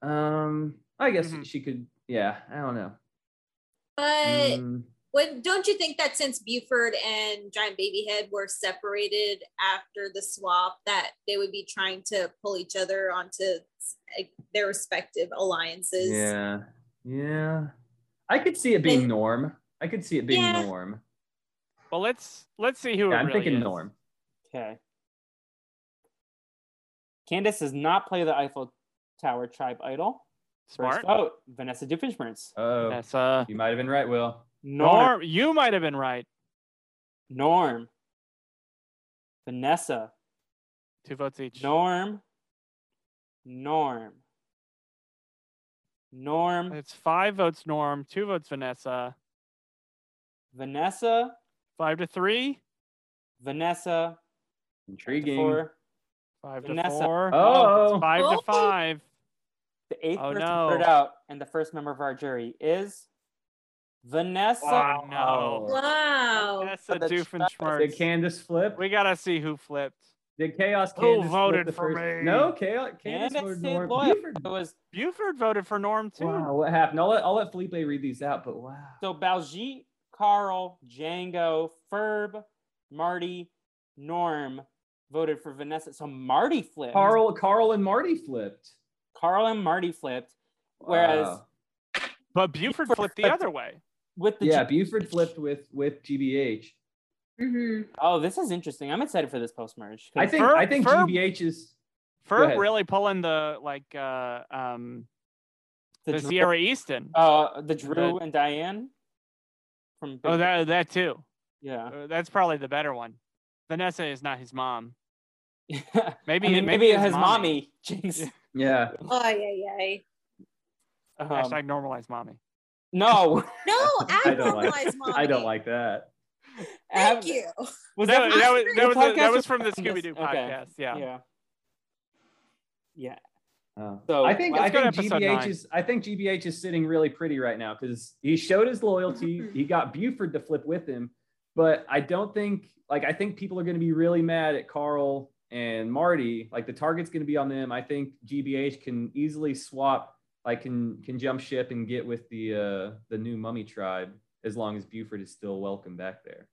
E: Um, I guess
D: Mhm.
E: she could. Yeah, I don't know.
F: But
E: Mm.
F: when don't you think that since Buford and Giant Babyhead were separated after the swap, that they would be trying to pull each other onto like, their respective alliances?
E: Yeah. Yeah. I could see it being
F: They-
E: Norm. I could see it being
F: Yeah.
E: Norm.
D: Well let's let's see who
E: Yeah,
D: it
E: I'm
D: really
E: thinking
D: is.
E: Norm.
C: Okay. Candace does not play the Eiffel Tower tribe idol.
D: Smart.
C: First vote, Vanessa Doofenshmirtz.
E: Oh,
D: That's uh
E: you might have been right, Will.
C: Norm.
D: Norm, you might have been right.
C: Norm. Vanessa.
D: Two votes each.
C: Norm. Norm. Norm.
D: It's five votes Norm, two votes Vanessa,
C: Vanessa.
D: five to three,
C: Vanessa.
E: Intriguing.
C: Four.
D: five
C: Vanessa.
D: to four,
E: Oh.
D: it's five
F: Oh.
D: to five.
C: The eighth
D: Oh,
C: person
D: no.
C: heard out and the first member of our jury is Vanessa.
D: Wow. No.
F: Wow.
D: Vanessa
C: the
E: Did
D: Doofenshmirtz.
E: Candace flip?
D: We gotta see who flipped.
E: Did Chaos
D: Who
E: Candace flip
D: voted
E: the
D: for
E: first-
D: me?
E: No, Chaos Candace,
C: Candace
E: voted
C: stayed
E: Norm.
C: loyal.
E: Buford-
C: It was
D: Buford voted for Norm too.
E: Wow, what happened? I'll let, I'll let Felipe read these out, but wow.
C: So Baljeet, Carl, Django, Ferb, Marty, Norm voted for Vanessa. So Marty flipped.
E: Carl, Carl and Marty flipped.
C: Carl and Marty flipped. Whereas
E: Wow.
D: But Buford
C: Buford
D: flipped the
C: flipped.
D: other way.
C: with the
E: yeah,
C: G-
E: Buford flipped with with GBH.
F: hmm
C: oh, this is interesting. I'm excited for this post merge.
E: I think
D: Ferb-
E: I think
D: Ferb-
E: GBH is
D: Ferb
E: ahead.
D: really pulling the like uh um the,
C: the, Drew,
D: Sierra Easton.
E: Oh,
C: uh, the Drew and Diane from Big
D: oh, that that too.
C: yeah.
D: Uh, That's probably the better one. Vanessa is not his mom. Maybe
C: I mean,
D: maybe,
C: maybe his mommy. Jinx.
D: Yeah.
E: yeah.
F: Oh yeah, yeah.
C: Um,
D: Hashtag normalize mommy.
C: No.
F: No,
E: I don't like-
F: abnormalized mommy.
E: I don't like that.
F: Thank
C: Ab-
F: you.
D: No,
C: Was that,
D: that was, that, was, a-
C: podcast
D: that
C: or
D: was from the
C: from
D: Scooby
C: this?
D: Doo
C: Okay.
D: podcast. Yeah.
C: yeah. Yeah.
E: Oh.
C: So,
E: I think
C: let's
E: I
D: go to
E: think
D: episode
E: GBH
D: nine.
E: is I think GBH is sitting really pretty right now because he showed his loyalty. he got Buford to flip with him, but I don't think like I think people are going to be really mad at Carl and Marty. Like the target's going to be on them. I think GBH can easily swap. Like can can jump ship and get with the uh, the new mummy tribe as long as Buford is still welcome back there.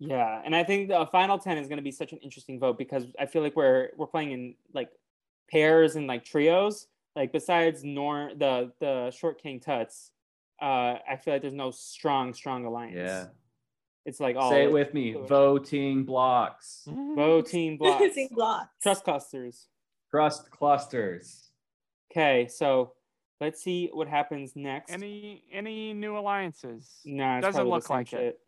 C: Yeah, and I think the uh, final ten is going to be such an interesting vote because I feel like we're we're playing in like pairs and like trios. Like besides Nor the the short king tuts, uh, I feel like there's no strong strong alliance.
E: Yeah,
C: it's like all
E: say it with me. Voting blocks,
D: Hmm?
C: voting blocks,
F: Using blocks.
C: trust clusters.
E: trust clusters.
C: Okay, so let's see what happens next.
D: Any any new alliances?
C: nah, it's
D: doesn't
C: probably the
D: look
C: same
D: like it.
C: shit.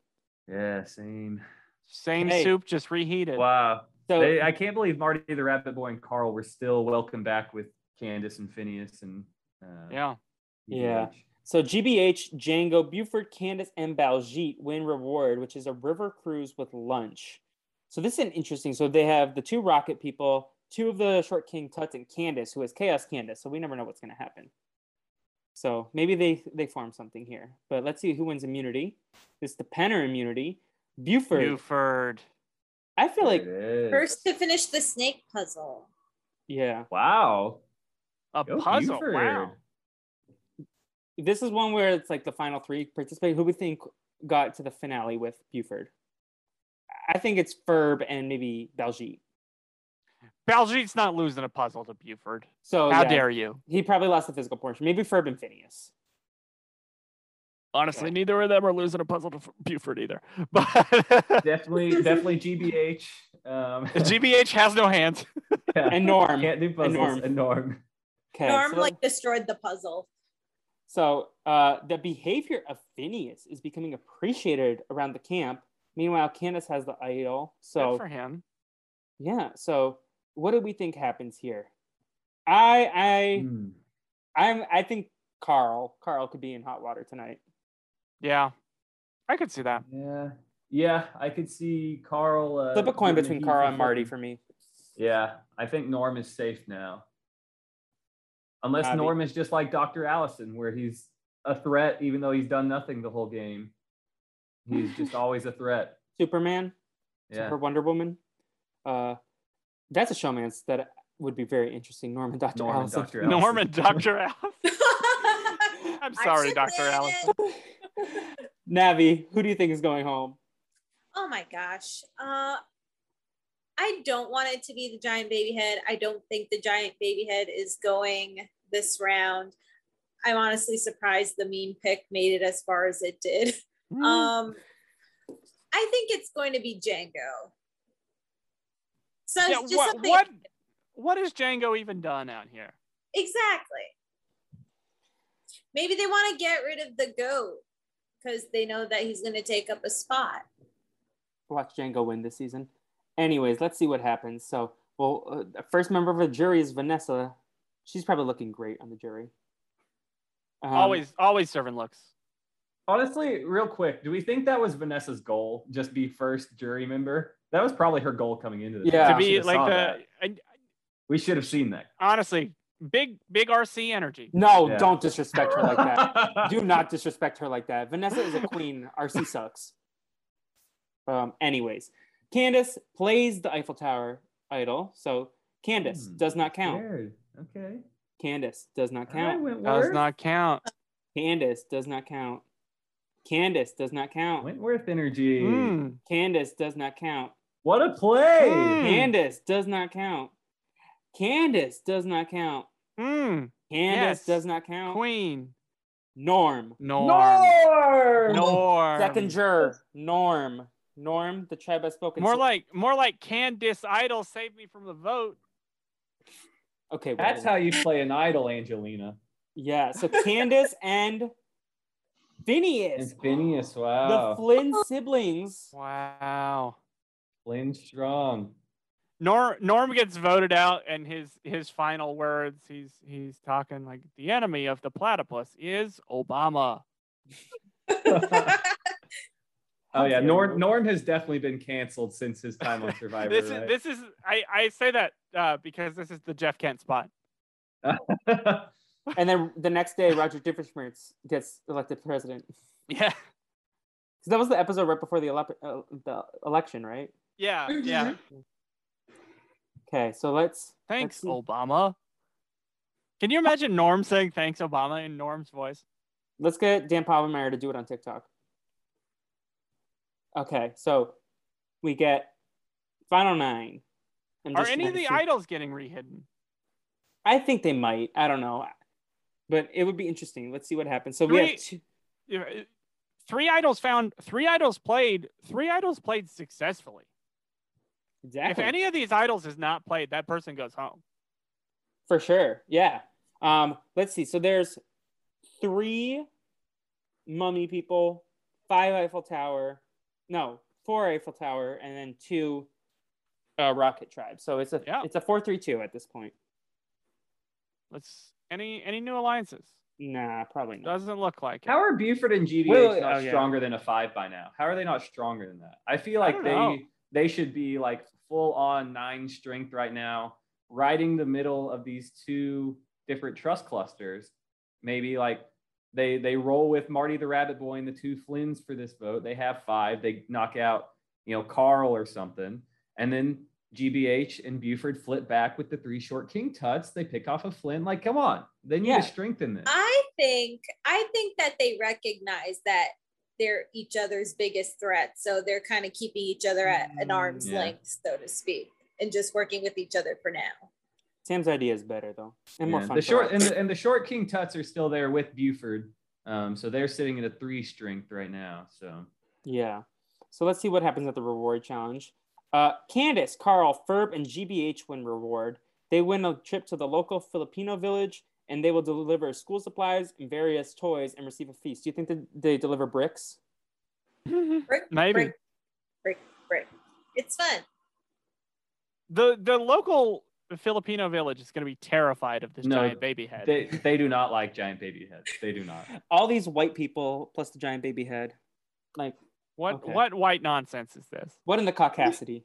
E: Yeah, same.
D: Same
C: Hey.
D: soup, just reheated.
E: Wow.
C: So
E: They, I can't believe Marty the Rabbit Boy and Carl were still welcome back with Candace and Phineas and uh,
D: Yeah.
C: Yeah.
E: EDH.
C: So GBH, Django, Buford, Candace, and Baljeet win reward, which is a river cruise with lunch. So this is an interesting. So they have the two rocket people, two of the short king tuts, and Candace, who is Chaos Candace. So we never know what's going to happen. So maybe they they form something here. But let's see who wins immunity. It's the Penner immunity. Buford.
D: Buford.
C: I feel like
E: There it is.
F: First to finish the snake puzzle.
C: yeah.
E: Wow.
D: A
E: Go
D: puzzle.
E: Buford.
D: Wow.
C: This is one where it's like the final three participate. Who we think got to the finale with Buford? I think it's Ferb and maybe Baljeet.
D: Baljeet's not losing a puzzle to Buford.
C: So
D: How
C: yeah,
D: dare you?
C: he probably lost the physical portion. Maybe Ferb and Phineas.
D: Honestly,
C: Yeah.
D: neither of them are losing a puzzle to F- Buford either. But
E: Definitely, definitely GBH. Um,
D: GBH has no hands.
E: yeah.
C: And Norm.
E: Can't do puzzles.
C: Norm.
E: And Norm.
C: Okay,
F: Norm
C: so,
F: like destroyed the puzzle.
C: so uh, the behavior of Phineas is becoming appreciated around the camp. Meanwhile, Candace has the idol.
D: Good
C: So
D: for him.
C: yeah. So what do we think happens here? I I
E: Hmm.
C: I'm I think Carl Carl could be in hot water tonight.
D: Yeah. I could see that.
E: Yeah. Yeah. I could see Carl. Uh,
C: Flip a coin
E: doing
C: between
E: heat
C: Carl and Marty
E: flipping.
C: for me.
E: Yeah, I think Norm is safe now. Unless
C: Abby.
E: Norm is just like Dr. Allison, where he's a threat, even though he's done nothing the whole game. He's just always a threat.
C: Superman,
E: Yeah.
C: Super Wonder Woman. Uh, that's a showman's that would be very interesting. Norm and Dr.
E: Norm and
C: Allison.
E: Dr. Allison.
D: Norman, Dr. Alice. I'm sorry,
F: I
D: Dr.
F: should
D: Allison.
F: win.
C: Navi, who do you think is going home?
F: Oh my gosh. Uh, I don't want it to be the giant baby head. I don't think the giant baby head is going this round. I'm honestly surprised the mean pick made it as far as it did.
D: Hmm. Mm.
F: Um, I think it's going to be Django. So
D: Yeah,
F: it's just
D: what,
F: something
D: what, what has Django even done out here?
F: exactly. Maybe they want to get rid of the goat because they know that he's going to take up a spot.
C: Watch Django win this season. Anyways, let's see what happens. So, well, uh, the first member of the jury is Vanessa. She's probably looking great on the jury. Um,
D: always, always serving looks.
E: Honestly, real quick, do we think that was Vanessa's goal? Just be first jury member? That was probably her goal coming into this.
C: Yeah.
D: to
E: We
D: be
E: should've
D: like
E: saw
D: the
E: that.
D: and,
E: We should have seen that.
D: honestly big big RC energy.
C: No,
E: Yeah.
C: don't disrespect her like that. do not disrespect her like that. Vanessa is a queen. RC sucks. Um, anyways, Candace plays the Eiffel Tower idol. So Candace
E: Hmm,
C: does not count.
E: Weird. Okay.
C: Candace does not
E: I
C: count.
E: went
D: Does not count.
C: Candace does not count. Candace does not count. Hmm.
E: Wentworth energy.
D: Mm.
C: Candace does not count.
E: What a play.
D: Mm.
C: Candace does not count. Candace does not count.
D: Mm.
C: Candace
D: Yes.
C: does not count.
D: Hmm. Queen.
C: Norm.
D: Norm.
E: Norm!
D: Norm.
C: Second juror. Norm. Norm, the tribe has spoken.
D: More
C: So-
D: like more like Candice Idol save me from the vote.
C: okay.
E: That's
C: whatever.
E: how you play an idol, Angelina.
C: Yeah, so Candace and
E: And
C: Phineas,
E: Phineas,
C: the
E: wow.
D: oh.
C: Flynn siblings.
D: Wow.
E: Flynn Strong.
D: Norm Norm gets voted out and his his final words he's he's talking like the enemy of the platypus is Obama.
E: Oh yeah,
C: Okay.
E: Norm Norm has definitely been canceled since his time on Survivor.
D: this is
E: right?
D: this is I I say that uh, because this is the Jeff Kent spot.
C: and then the next day, Roger Diffenschmertz gets elected president.
D: Yeah,
C: So that was the episode right before the, elep- uh, the election, right?
D: yeah, yeah.
C: Okay, so let's.
D: Thanks,
C: Let's,
D: Obama. Can you imagine Norm saying thanks, Obama, in Norm's voice?
C: let's get Dan Povenmire to do it on TikTok. Okay, so we get final nine. I'm
D: Are
C: just
D: any of
C: gonna
D: the
C: see-
D: idols getting rehidden?
C: I think they might. I don't know, but it would be interesting. Let's see what happens. So we
D: Three-
C: have two,
D: You know, Three idols found, three idols played, three idols played successfully. If
C: exactly
D: any of these idols is not played, that person goes home.
C: for sure. Yeah. Um. Let's see. So there's three mummy people, five Eiffel Tower, no, four Eiffel Tower, and then two uh, rocket tribes. So it's a
D: Yeah.
C: it's a four three two at this point.
D: Let's any any new alliances?
C: Nah, probably not.
D: Doesn't look like it.
E: How are Buford and GBH
C: Wait, wait,
E: not
C: oh, yeah.
E: stronger than a five by now? How are they not stronger than that? I feel
D: I
E: like
D: don't
E: they
D: know.
E: they should be like full on nine strength right now, riding the middle of these two different trust clusters. Maybe like they they roll with Marty the Rabbit Boy and the two Flynns for this vote. They have five. They knock out you know Carl or something, and then GBH and Buford flip back with the three short King Tuts. They pick off a Flynn. Like come on, they need
C: Yeah.
E: to strengthen this.
F: I think I think that they recognize that they're each other's biggest threat, so they're kind of keeping each other at an arm's
E: Mm, yeah.
F: length, so to speak, and just working with each other for now.
C: Sam's idea is better though, and more
E: Yeah,
C: fun.
E: The
C: for
E: short
C: us.
E: and the, and the short King Tuts are still there with Buford, um, so they're sitting at a three strength right now. So
C: Yeah. So let's see what happens at the reward challenge. Uh, Candace, Carl, Ferb, and GBH win reward. They win a trip to the local Filipino village, and they will deliver school supplies and various toys and receive a feast. Do you think that they deliver bricks?
F: Brick,
D: Maybe
F: brick, brick, brick. It's fun.
D: the the local Filipino village is going to be terrified of this
E: No,
D: giant baby head.
E: they they do not like giant baby heads. They do not.
C: All these white people plus the giant baby head. Like,
D: what
C: okay.
D: what white nonsense is this?
C: what in the caucasity?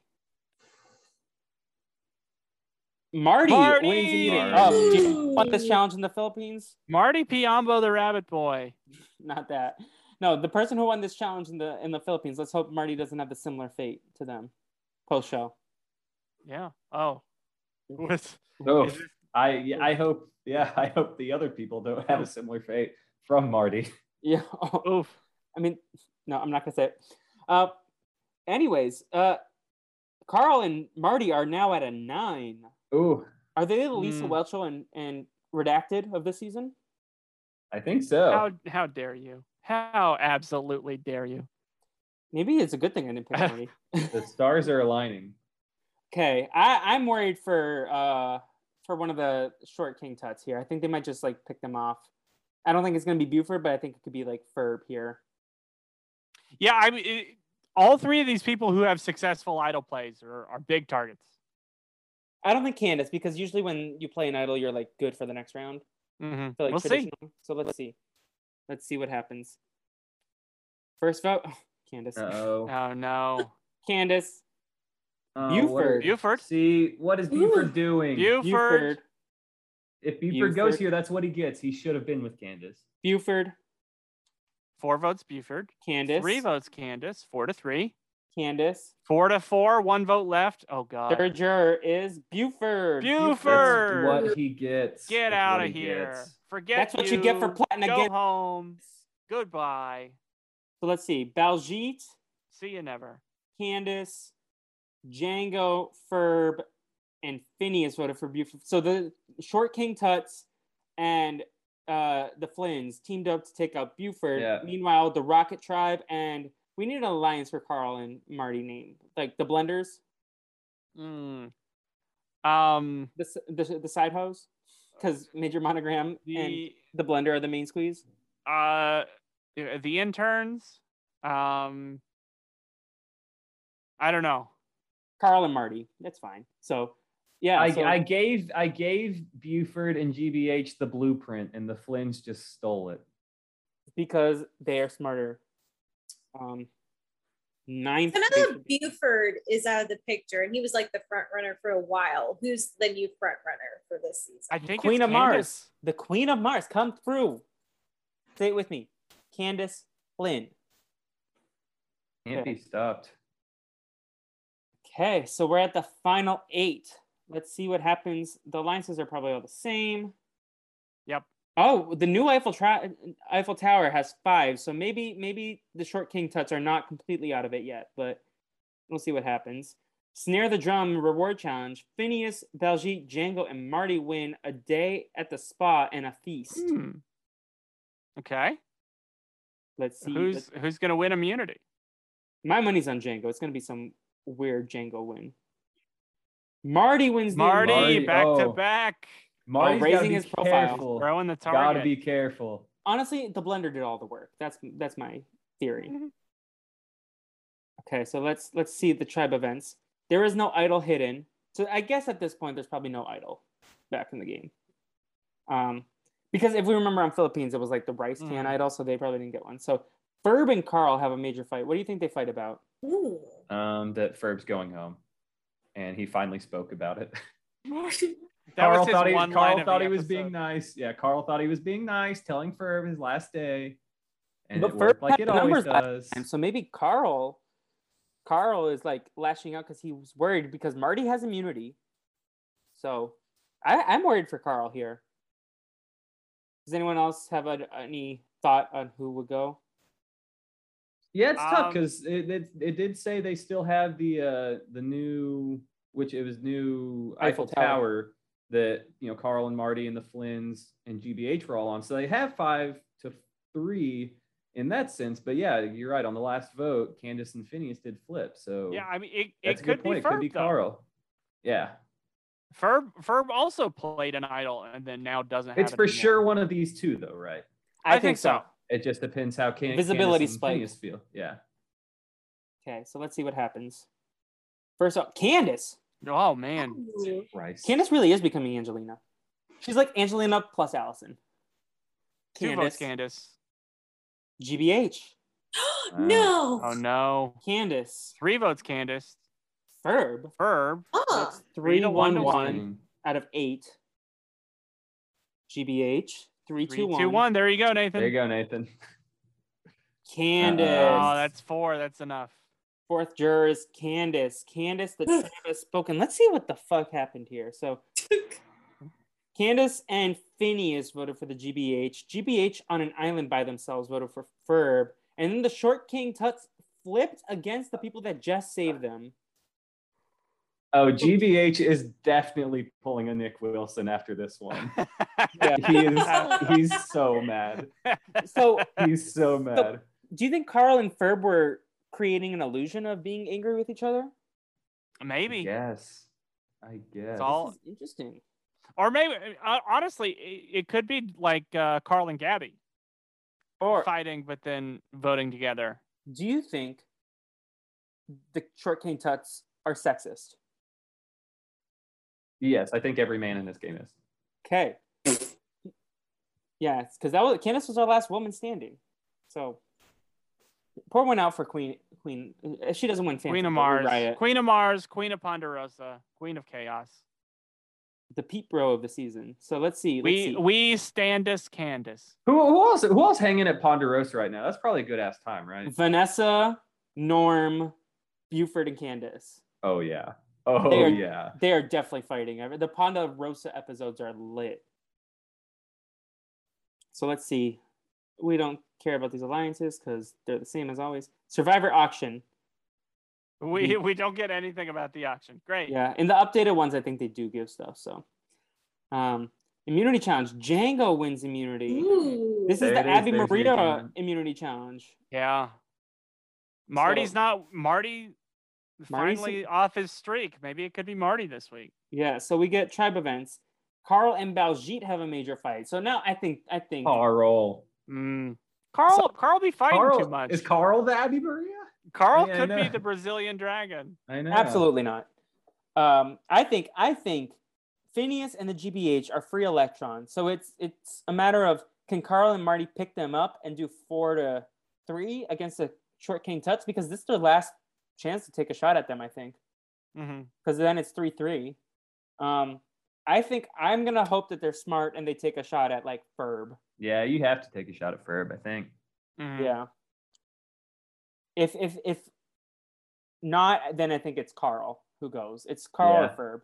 C: Marty,
D: Marty!
C: wins immediately.
E: Marty.
C: Oh, do you want this challenge in the Philippines?
D: Marty Piombo the Rabbit Boy.
C: not that. No, the person who won this challenge in the in the Philippines. Let's hope Marty doesn't have a similar fate to them. Post show.
D: Yeah. Oh. What?
E: So I yeah, I hope yeah I hope the other people don't have a similar fate from Marty.
C: Yeah.
D: Oof.
C: I mean, no, I'm not gonna say it. Uh, anyways, uh, Carl and Marty are now at a nine.
E: Ooh,
C: Are they the Lisa
D: Hmm.
C: Welchel and and redacted of this season?
E: I think so.
D: How how dare you? How absolutely dare you?
C: Maybe it's a good thing I didn't pick Marty.
E: the stars are aligning.
C: Okay, I I'm worried for uh for one of the short king tuts here. I think they might just like pick them off. I don't think it's gonna be Buford, but I think it could be like Ferb here.
D: Yeah, I mean, it, all three of these people who have successful idol plays are, are big targets.
C: I don't think Candace, because usually when you play an idol, you're like good for the next round.
D: Mm-hmm.
C: So, like,
D: we'll see.
C: traditional- So let's see. Let's see what happens. First vote, oh, Candace.
E: Uh-oh.
D: Oh no,
C: Candace.
E: Uh,
C: Buford.
D: Buford.
E: See what is Buford doing?
D: Buford.
C: Buford.
E: if Buford goes
C: Buford.
E: here, that's what he gets. He should have been with Candace.
C: Buford.
D: Four votes Buford.
C: Candace.
D: Three votes Candace. Four to three.
C: Candace.
D: Four to four. One vote left. Oh god.
C: Third juror is Buford.
D: Buford.
E: That's what he gets.
D: Get
E: That's
D: out
E: what
D: of
E: he
D: here.
E: gets.
D: Forget.
C: That's what you get for plotting
D: Go
C: against-
D: home. Goodbye.
C: So let's see. Baljeet,
D: See you never.
C: Candace, Django, Ferb, and Phineas voted for Buford. So the Short King Tuts and uh, the Flynns teamed up to take out Buford.
E: Yeah.
C: Meanwhile, the Rocket Tribe and we need an alliance for Carl and Marty name, like the Blenders,
D: Mm. Um.
C: the s- the, the side hose, because Major Monogram and
D: The
C: the Blender are the main squeeze.
D: uh the interns. Um. I don't know.
C: Carl and Marty, that's fine. So yeah,
E: I,
C: so-
E: I gave I gave Buford and GBH the blueprint, and the Flynns just stole it.
C: because they are smarter. Um, ninth.
F: I
C: they
F: know
C: should be-
F: Buford is out of the picture, and he was like the front runner for a while. Who's the new front runner for this season?
D: I think
C: Queen
D: it's
C: of Mars.
D: Candace.
C: The Queen of Mars, come through. Say it with me, Candace Flynn.
E: Can't be stopped.
C: Okay, so we're at the final eight. Let's see what happens. The alliances are probably all the same.
D: Yep.
C: Oh, the new Eiffel, tra- Eiffel Tower has five, so maybe maybe the short king tuts are not completely out of it yet, but we'll see what happens. Snare the Drum Reward Challenge. Phineas, Belgique, Django, and Marty win a day at the spa and a feast.
D: Hmm. Okay.
C: Let's see.
D: Who's who's gonna win immunity?
C: My money's on Django. It's gonna be some weird Django win. Marty wins. the-
D: Marty,
E: Marty,
D: back to
E: oh.
D: back,
E: Marty's gotta
C: raising
E: be
C: his profile.
E: careful.
D: throwing the target.
E: Gotta be careful.
C: Honestly, the blender did all the work. That's that's my theory. Okay, so let's let's see the tribe events. There is no idol hidden, so I guess at this point there's probably no idol back in the game. Um, because if we remember on Philippines, it was like the rice can
D: Mhm.
C: idol, so they probably didn't get one. So Ferb and Carl have a major fight. What do you think they fight about?
F: Ooh.
E: Um, that Ferb's going home, and he finally spoke about it.
D: That
E: Carl
D: was his
E: thought he,
D: one
E: Carl
D: line of
E: thought
D: the
E: he was
D: episode.
E: being nice. Yeah, Carl thought he was being nice, telling Ferb his last day, and
C: But
E: it
C: Ferb
E: worked like
C: had
E: it
C: the numbers
E: always
C: last
E: does.
C: And so maybe Carl, Carl is like lashing out because he was worried because Marty has immunity. So I, I'm worried for Carl here. Does anyone else have a, any thought on who would go?
E: Yeah, it's tough
D: Um,
E: because it, it it did say they still have the uh the new which it was new
C: Eiffel
E: Eiffel,
C: Tower.
E: Tower. that you know Carl and Marty and the Flynns and GBH were all on. So they have five to three in that sense. But yeah, you're right. On the last vote, Candace and Phineas did flip. So
D: Yeah, I mean it, it
E: that's a
D: could
E: good point.
D: be
E: it could be
D: Ferb though.
E: Carl. Yeah.
D: Ferb Ferb also played an idol and then now doesn't have
E: It's
D: it
E: for
D: anymore.
E: sure one of these two though, right?
D: I think so.
E: It just depends how can
C: Visibility
E: Candace and
C: spike.
E: Phineas feel. Yeah.
C: Okay, so let's see what happens. First up, Candace.
D: Oh man.
F: Ooh.
E: Christ.
C: Candace really is becoming Angelina. She's like Angelina plus Allison.
D: Two votes
C: Candace,
D: Candace.
C: GBH,
F: no.
D: Oh no.
C: Candace,
D: Three votes Candace.
C: Ferb.
D: Ferb.
F: Oh.
C: That's
D: Three
C: three
D: to
C: one
D: one
C: one.
D: to
E: Mm.
C: out of eight. GBH three
D: Three, two, one.
C: two one.
D: There you go, Nathan.
E: There you go, Nathan.
C: Candace.
E: Uh-oh.
D: Oh, that's four. That's enough.
C: Fourth juror is Candace. Candace, the tribe has spoken. Let's see what the fuck happened here. So, Candace and Phineas voted for the GBH. GBH on an island by themselves voted for Ferb. And then the short king Tuts flipped against the people that just saved them.
E: Oh, GBH is definitely pulling a Nick Wilson after this one.
C: Yeah.
E: he is he's so mad.
C: So,
E: He's so mad.
C: do you think Carl and Ferb were creating an illusion of being angry with each other?
D: Maybe.
E: Yes. I guess.
D: all-
C: This is interesting.
D: Or maybe uh, honestly, it, it could be like uh, Carl and Gabby
C: Or
D: fighting but then voting together.
C: do you think the short king tuts are sexist?
E: yes, I think every man in this game is.
C: Okay. yeah, because that was Candace was our last woman standing. So pour one out for Queen Queen. uh, She doesn't win fancy.
D: Queen
C: but
D: of
C: we
D: Mars.
C: riot.
D: Queen of Mars. Queen of Ponderosa. Queen of Chaos.
C: The peep bro of the season. So let's see. Let's
D: We
C: see.
D: we stand us Candace.
E: Who, who else who else hanging at Ponderosa right now? That's probably a good ass time, right?
C: Vanessa, Norm, Buford, and Candace.
E: Oh yeah. Oh
C: They are-
E: yeah.
C: They are definitely fighting. I- The Ponda Rosa episodes are lit. So let's see. We don't care about these alliances because they're the same as always. Survivor auction.
D: We we don't get anything about the auction. Great.
C: Yeah. In the updated ones, I think they do give stuff. So um immunity challenge. Django wins immunity.
F: Ooh.
C: This is
E: There
C: the
E: it is.
C: Abby
E: There's the
C: Maria
E: achievement.
C: immunity challenge.
D: Yeah. Marty's
C: So-
D: not Marty
C: Marty's-
D: finally off his streak. Maybe it could be Marty this week.
C: Yeah, so we get tribe events. Carl and Baljeet have a major fight. So now I think I think
E: Carl.
D: Mm. Carl Carl be fighting
E: Carl
D: too much.
E: Is Carl the Abby Maria?
D: Carl
E: Yeah, I
D: could be
E: know.
D: the Brazilian dragon.
E: I know.
C: Absolutely not. Um, I think I think Phineas and the GBH are free electrons, so it's it's a matter of Can Carl and Marty pick them up and do four to three against the short cane tuts? Because this is their last chance to take a shot at them, I think.
D: Mm-hmm.
C: Because then it's three three. Um, I think I'm gonna hope that they're smart and they take a shot at like Ferb.
E: Yeah, you have to take a shot at Ferb, I think.
D: Hmm. Mm-hmm.
C: Yeah. If if if not, then I think it's Carl who goes. It's Carl or
E: Yeah.
C: Ferb.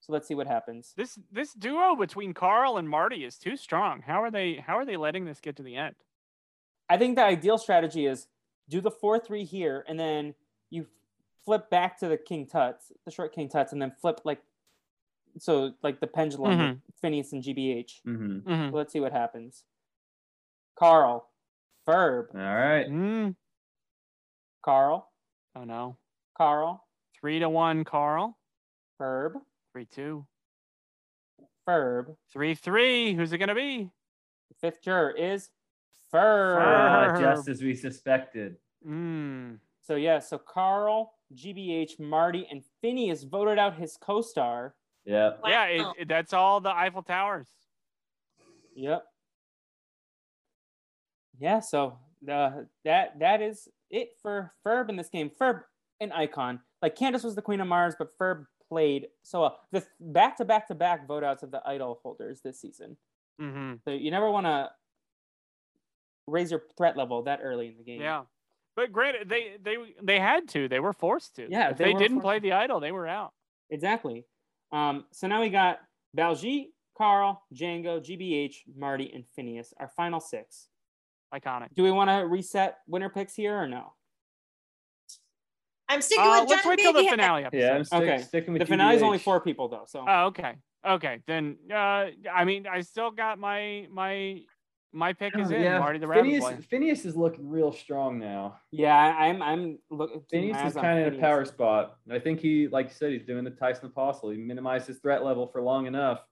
C: So let's see what happens.
D: This this duo between Carl and Marty is too strong. How are they how are they letting this get to the end?
C: I think the ideal strategy is do the four three here, and then you flip back to the king tuts, the short king tuts, and then flip like so like the pendulum, with Phineas and GBH.
E: Mm-hmm.
D: Mm-hmm.
C: Let's see what happens. Carl, Ferb,
E: All right.
D: Mm.
C: Carl,
D: Oh no.
C: Carl,
D: Three to one, Carl.
C: Ferb,
D: Three two.
C: Ferb.
D: Three three. Who's it gonna be?
C: Fifth juror is Ferb.
E: Uh,
D: Ferb.
E: just as we suspected.
D: Mm.
C: So yeah, so Carl, GBH, Marty, and Phineas voted out his co-star.
E: Yep.
F: Wow.
D: Yeah,
E: oh.
D: it, it- that's all the Eiffel Towers.
C: Yep. Yeah, so the that that is it for Ferb in this game. Ferb, an icon. Like Candace was the Queen of Mars, but Ferb played so well. The back to back to back vote outs of the idol holders this season.
D: Mm-hmm.
C: So you never want to raise your threat level that early in the game.
D: Yeah. But granted, they they they had to. They were forced to.
C: Yeah,
D: If
C: they
D: they,
C: were
D: didn't
C: forced
D: play
C: to.
D: the idol, they were out.
C: Exactly. Um, so now we got Balji, Carl, Django, GBH, Marty, and Phineas, our final six.
D: Iconic.
C: Do we want to reset winner picks here or no?
F: I'm sticking
D: Uh,
F: with
D: let's
F: John
D: wait till the
F: Baby.
D: finale episode.
E: Yeah, I'm stick,
C: Okay.
E: sticking with
C: The finale is
E: GBH.
C: only four people though, so
E: Ah.
D: Oh, okay. Okay. Then uh I mean I still got my my my pick is
E: Oh,
D: in
E: yeah.
D: Marty the Rabbit
E: Phineas,
D: Boy.
E: Phineas is looking real strong now.
C: yeah, I- I'm I'm looking. keeping my
E: Phineas is
C: eyes on
E: kind of in a
C: Phineas.
E: power spot. And I think he, like you said, he's doing the Tyson Apostle. He minimized his threat level for long enough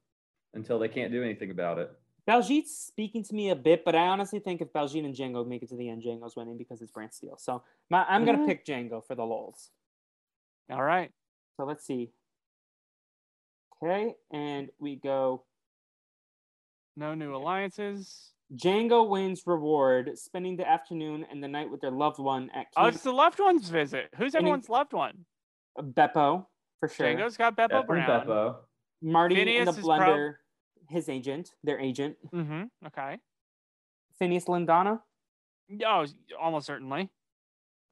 E: until they can't do anything about it.
C: Baljeet's speaking to me a bit, but I honestly think if Baljeet and Django make it to the end, Django's winning because it's Brant Steele. So my, I'm gonna
E: Uh-huh.
D: Mhm.
C: pick Django for the lulz.
D: All right.
C: So let's see. Okay, and we go
D: No new alliances.
C: Django wins reward, spending the afternoon and the night with their loved one at
D: Oh,
C: Camp
D: it's the loved one's visit. Who's
C: Any-
D: everyone's loved one?
C: Beppo, for sure.
D: Django's got Beppo
E: Yeah,
D: Brown.
E: Beppo.
C: Marty and
D: Phineas
C: the
D: is prob-
C: Blender, his agent, their agent.
D: Mm-hmm. Okay.
C: Phineas Lindana,
D: Oh, almost certainly.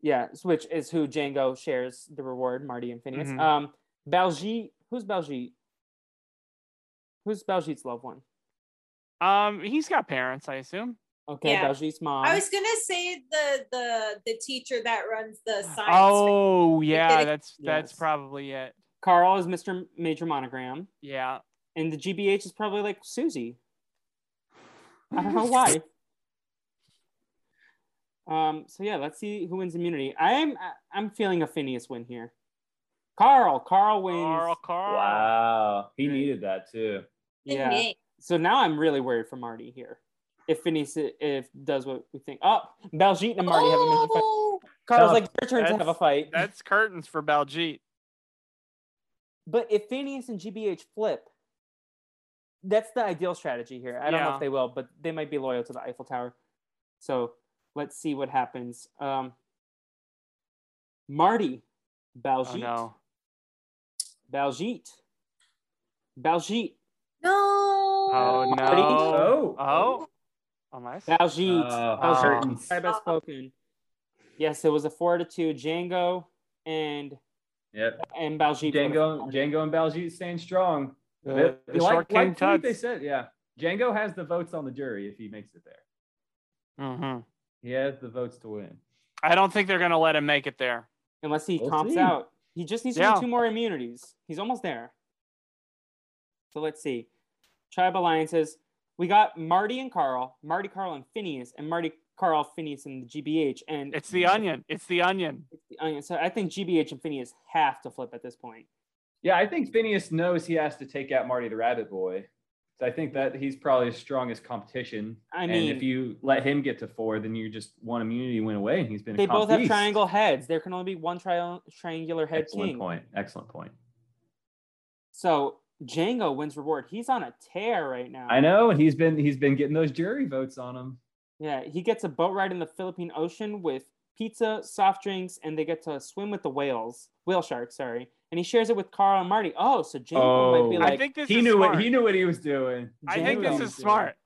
C: yeah, s- which is who Django shares the reward, Marty and Phineas.
D: Mhm.
C: Um, Baljeet, who's Baljeet? Who's Baljeet's loved one?
D: Um, he's got parents, I assume.
C: Okay,
F: Yeah.
C: Baljeet's mom.
F: I was gonna say the the the teacher that runs the science.
D: Oh yeah,
F: Yes.
D: that's that's
C: Yes.
D: probably it.
C: Carl is Mr. Major Monogram,
D: Yeah.
C: and the GBH is probably like Susie. I don't know why. Um, so yeah, let's see who wins immunity. I'm I- I'm feeling a Phineas win here. Carl, Carl wins.
D: Carl,
C: Ah.
D: Carl.
E: Wow. He needed that too.
F: yeah.
C: Yeah. So now I'm really worried for Marty here. If Phineas i- if does what we think. Up, oh, Baljeet and Marty have a major fight.
F: Oh,
C: Carl's
E: Tough.
C: like your turn to
D: That's-
C: have a fight.
D: That's curtains for Baljeet.
C: But if Phineas and GBH flip, that's the ideal strategy here. I don't know
D: Yeah.
C: if they will, but they might be loyal to the Eiffel Tower. So let's see what happens. Um, Marty, Baljeet,
D: Oh no.
C: Baljeet, Baljeet,
F: no.
D: Oh
C: Marty?
D: no.
E: Oh.
D: Oh. Unless.
C: Baljeet.
E: Uh,
C: Baljeet.
E: curtains.
C: Tribe has spoken. Yes, it was a four to two. Django and
E: Yep.
C: and Baljeet. voted for
E: Django,
C: Marty.
E: Django and Baljeet staying strong.
D: Uh,
E: They-
D: the
E: like,
D: short
E: like
D: king
E: the week
D: tuts.
E: they said, yeah. Django has the votes on the jury if he makes it there.
D: Mhm.
E: He has the votes to win.
D: I don't think they're gonna let him make it there.
C: Unless he
E: We'll
C: comps
E: see.
C: out, he just needs to
D: Yeah.
C: do two more immunities. He's almost there. So let's see. Tribe alliances. We got Marty and Carl, Marty, Carl, and Phineas, and Marty, Carl, Phineas, and the GBH. And
D: It's
E: Mm-hmm.
D: the onion. It's the onion.
C: the Onion. So I think GBH and Phineas have to flip at this point.
E: Yeah, I think Phineas knows he has to take out Marty the Rabbit Boy. So I think that he's probably his strongest competition.
C: I
E: and if
C: mean-
E: you let him get to four, then you just one immunity win away, and he's been. a
C: They
E: comp
C: both have
E: beast.
C: triangle heads. There can only be one tri- triangular head
E: Excellent
C: king.
E: point. Excellent point.
C: So Django wins reward. He's on a tear right now.
E: I know, and he's been he's been getting those jury votes on him.
C: Yeah, he gets a boat ride in the Philippine Ocean with pizza, soft drinks, and they get to swim with the whales, whale sharks, sorry. And he shares it with Carl and Marty. Oh, so Django might be
E: Oh.
C: like
D: I think this
E: he
D: is
E: knew
D: smart.
E: what he knew what he was doing.
D: I think
C: Django.
D: this is smart.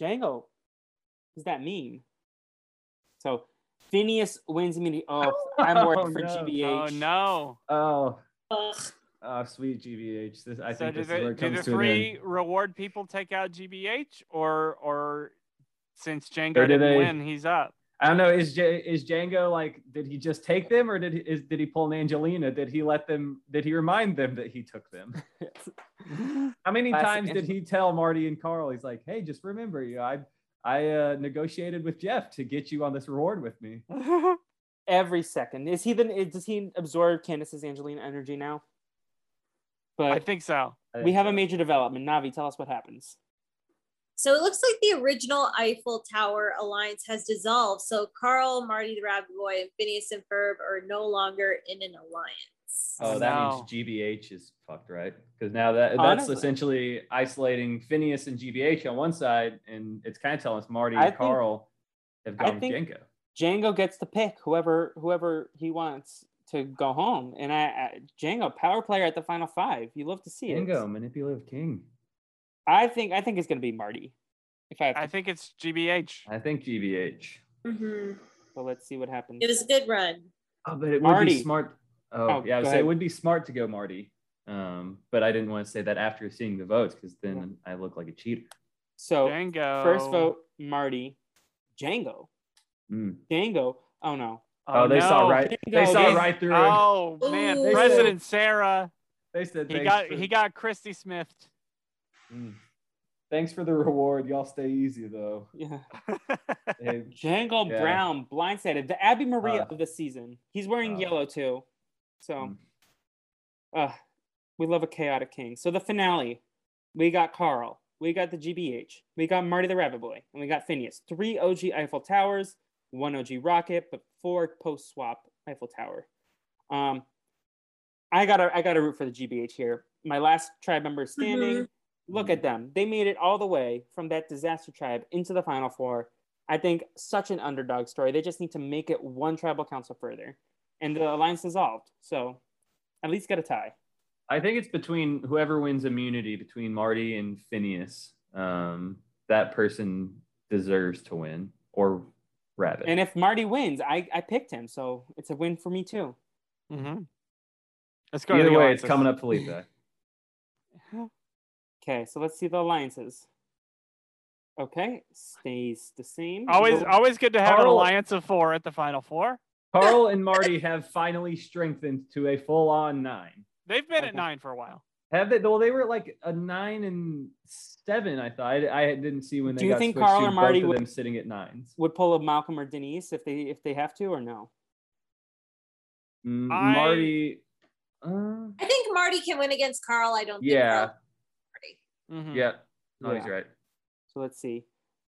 C: Django. Is that mean? So Phineas wins immunity. Oh, I'm worried
E: Oh,
C: for
E: no.
C: GBH.
D: Oh no!
E: Oh,
F: Ugh.
E: oh, sweet GBH. This, I
D: so
E: think
D: do
E: this is where
D: the,
E: it
D: do
E: comes
D: the
E: to an end.
D: three reward people take out GBH, or or since Django
E: Or do
D: didn't
E: they-
D: win, he's up.
E: I don't know. Is J- is Django like? Did he just take them, or did he is, did he pull an Angelina? Did he let them? Did he remind them that he took them? How many
C: Classic
E: times did
C: Angela.
E: he tell Marty and Carl? He's like, "Hey, just remember, you, I I uh, negotiated with Jeff to get you on this reward with me."
C: Every second. Is he then is, does he absorb Candace's Angelina energy now? But
D: I think so.
E: I
C: we
E: think
C: have a
E: so.
C: major development. Navi, tell us what happens.
F: So it looks like the original Eiffel Tower alliance has dissolved. So Carl, Marty the Rabbit Boy, and Phineas and Ferb are no longer in an alliance.
E: Oh, that
D: No.
E: means GBH is fucked, right? Because now that that's
C: Honestly.
E: essentially isolating Phineas and GBH on one side, and it's kind of telling us Marty
C: I
E: and
C: think-
E: Carl have
C: I
E: gone with
C: think-
E: Django.
C: Django gets to pick whoever whoever he wants to go home. And I, I Django power player at the final five. You love to see it.
E: Django, manipulative king.
C: I think I think it's gonna be Marty. If I have to,
D: I think it's GBH.
E: I think GBH.
F: Mhm.
C: so let's see what happens.
F: It was a good run.
E: Oh, but it would
C: Marty.
E: be smart. Oh,
C: Oh,
E: yeah. I
C: go
E: would say
C: ahead.
E: it would be smart to go Marty. Um, but I didn't want to say that after seeing the votes because then I look like a cheater. Oh,
C: so
D: Django.
C: first vote, Marty, Django.
E: Mm.
C: Django. Oh no.
E: Oh, they saw
D: no.
E: right. They
C: Django
E: saw
C: is-
E: right through him.
D: Oh man,
F: Ooh.
D: President Sarah.
E: They said
D: He
E: thanks
D: got
E: for-
D: he got Christy Smith.
E: Mm. Thanks for the reward. Y'all stay easy though.
C: Yeah.
E: Hey,
C: Django
E: Yeah.
C: Brown, blindsided. The Abby Maria
E: Uh,
C: of the season. He's wearing
E: uh,
C: yellow too. So
E: mm.
C: uh we love a chaotic king. So the finale, we got Carl, we got the GBH, we got Marty the Rabbit Boy, and we got Phineas. Three OG Eiffel Towers, one OG Rocket, but four post swap Eiffel Tower. Um, I gotta I gotta root for the GBH here. My last tribe member standing. Look at them. They made it all the way from that disaster tribe into the final four. I think such an underdog story. They just need to make it one tribal council further. And the alliance dissolved. So at least get a tie.
E: I think it's between whoever wins immunity between Marty and Phineas. Um, that person deserves to win or Rabbit.
C: And if Marty wins, I, I picked him. So it's a win for me too.
D: Mhm. Let's go. to
E: Either
D: the
E: way, it's
D: alliances.
E: coming up Felipe.
C: Okay, so let's see the alliances. Okay, stays the same.
D: Always
C: We'll-
D: always good to have an
E: Carl-
D: alliance of four at the final four.
E: Carl and Marty have finally strengthened to a full-on nine.
D: They've been at
C: Okay.
D: nine for a while.
E: Have they? Well, they were like a nine and seven. I thought I, I didn't see when they.
C: Do you
E: got
C: think
E: switched
C: Carl
E: to
C: and Marty
E: both of
C: would-
E: them sitting at nines?
C: would pull a Malcolm or Denise if they if they have to or no.
E: Mm,
D: I-
E: Marty. Uh,
F: I think Marty can win against Carl. I don't
E: Yeah.
F: think
D: Mhm.
E: yeah. No, he's
C: Yeah.
E: right.
C: So let's see.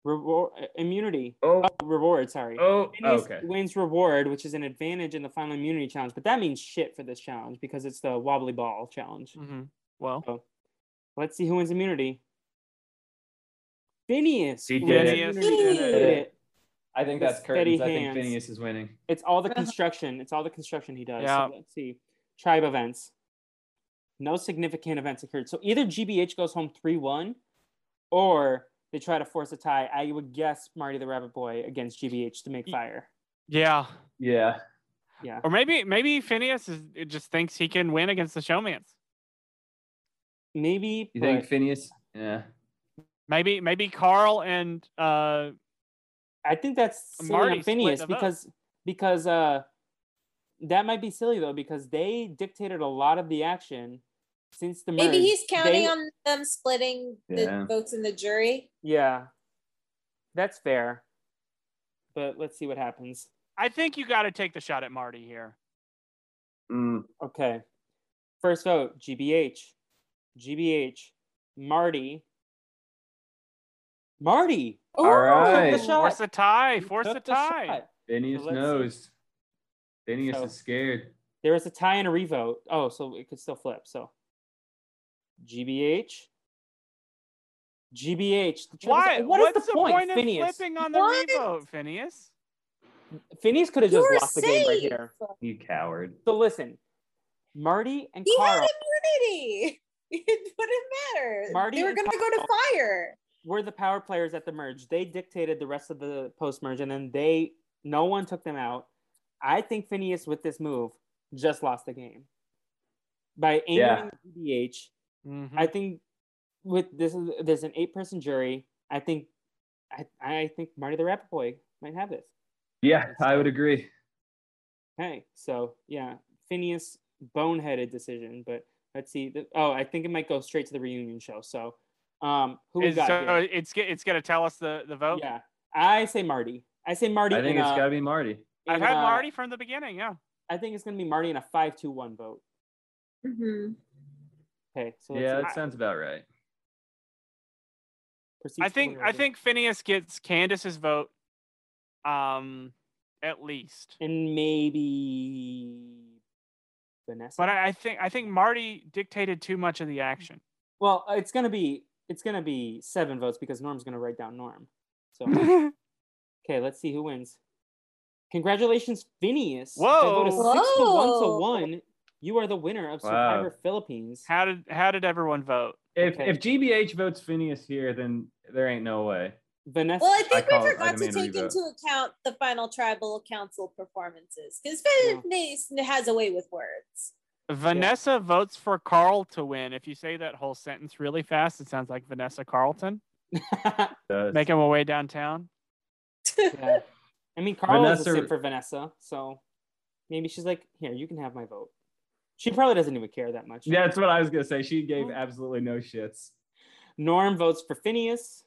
C: Reward immunity.
E: Oh.
C: Oh, reward, sorry.
E: Oh.
C: Phineas
E: Okay.
C: wins reward, which is an advantage in the final immunity challenge, but that means shit for this challenge because it's the wobbly ball challenge.
D: Mhm. Well,
C: Let's see who wins immunity. Phineas.
E: He
C: wins
E: did it.
C: immunity.
F: Phineas
C: He
F: did
C: did
E: it.
C: it.
E: I think
C: With
E: that's curtains.
C: steady
E: I think
C: hands.
E: Phineas is winning.
C: It's all the construction. It's all the construction he does.
D: Yeah.
C: So let's see. Tribe events. No significant events occurred. So either GBH goes home 3 1 or they try to force a tie. I would guess Marty the Rabbit Boy against GBH to make
D: Ye-
C: fire.
D: yeah.
E: Yeah.
C: Yeah.
D: Or maybe maybe Phineas is, it just thinks he can win against the Showmans.
C: Maybe.
E: You think
C: but
E: Phineas? Yeah.
D: Maybe maybe Carl and uh
C: I think that's silly
D: Marty
C: on
D: split
C: Phineas
D: the vote.
C: because because uh that might be silly though because they dictated a lot of the action since the
F: Carl.
C: merge.
F: Maybe he's counting
C: They-
F: on them splitting
E: Yeah.
F: the votes in the jury.
C: Yeah, that's fair. But let's see what happens.
D: I think you got to take the shot at Marty here.
E: Mm.
C: Okay, first vote GBH, GBH, Marty, Marty.
F: Ooh.
E: All right.
C: Took the shot.
D: Force a tie.
C: He
D: Force
C: took
D: a
C: the
D: tie.
C: shot.
E: Phineas
C: So let's-
E: knows. Phineas
C: So-
E: is scared.
C: There was a tie and a revote. Oh, so it could still flip. So GBH. GBH. The Travis-
D: Why?
C: What is
D: What's
C: the point,
D: of
C: Phineas?
D: flipping on the
F: What?
D: revote, Phineas?
C: Phineas could have
F: You
C: just
F: were
C: lost the game right
F: safe.
C: here.
E: You coward.
C: So listen, Marty and
F: He
C: Carl
F: had immunity. It wouldn't matter.
C: Marty
F: they were
C: and
F: going to go to fire.
C: were the power players at the merge. They dictated the rest of the post merge, and then they no one took them out. I think Phineas with this move just lost the game by
E: Yeah.
C: angering GBH. I think with this is there's an eight person jury. I think I I think Marty the Rabbit Boy might have this.
E: Yeah, I would agree.
C: Okay, so yeah, Phineas boneheaded decision, but let's see. The, oh, I think it might go straight to the reunion show. So, um, who we
D: Is,
C: got?
D: so
C: here?
D: it's ge- it's gonna tell us the the vote.
C: Yeah, I say Marty. I say Marty. uh,
E: I think
C: in
E: it's
C: a-
E: got to be Marty.
D: I've
C: in
D: had
C: a-
D: Marty from the beginning. Yeah.
C: I think it's gonna be Marty in a five-two-one vote.
F: Mhm.
C: Okay, so let's
E: Yeah,
C: see.
E: that sounds about right.
C: Proceeds
D: I
C: to
D: think
C: the
D: I
C: order.
D: think Phineas gets Candace's vote. Um, at least.
C: and maybe Vanessa.
D: But I, I think I think Marty dictated too much of the action.
C: well, uh, it's gonna be it's gonna be seven votes because Norm's gonna write down Norm. So okay, let's see who wins. Congratulations, Phineas. By a vote of
D: Whoa.
C: six to one to
F: Whoa.
C: one, you are the winner of
E: Wow.
C: Survivor Philippines.
D: How did how did everyone vote?
E: If
C: Okay.
E: if GBH votes Phineas here, then there ain't no way.
C: Vanessa.
F: Well, I
E: I
F: think
E: call
F: we
E: it- I
F: forgot to
E: demand a
F: take
E: revote.
F: into account the final tribal council performances because
C: Yeah.
F: Phineas has a way with words.
D: Vanessa votes for Carl to win. If you say that whole sentence really fast, it sounds like Vanessa Carlton
E: Does.
D: making her way downtown.
C: yeah. I mean, Carl is a
E: Vanessa-
C: simp for Vanessa, so maybe she's like, "Here, you can have my vote." She probably doesn't even care that much.
E: Yeah, that's what I was gonna say. She gave absolutely no shits.
C: Norm votes for Phineas.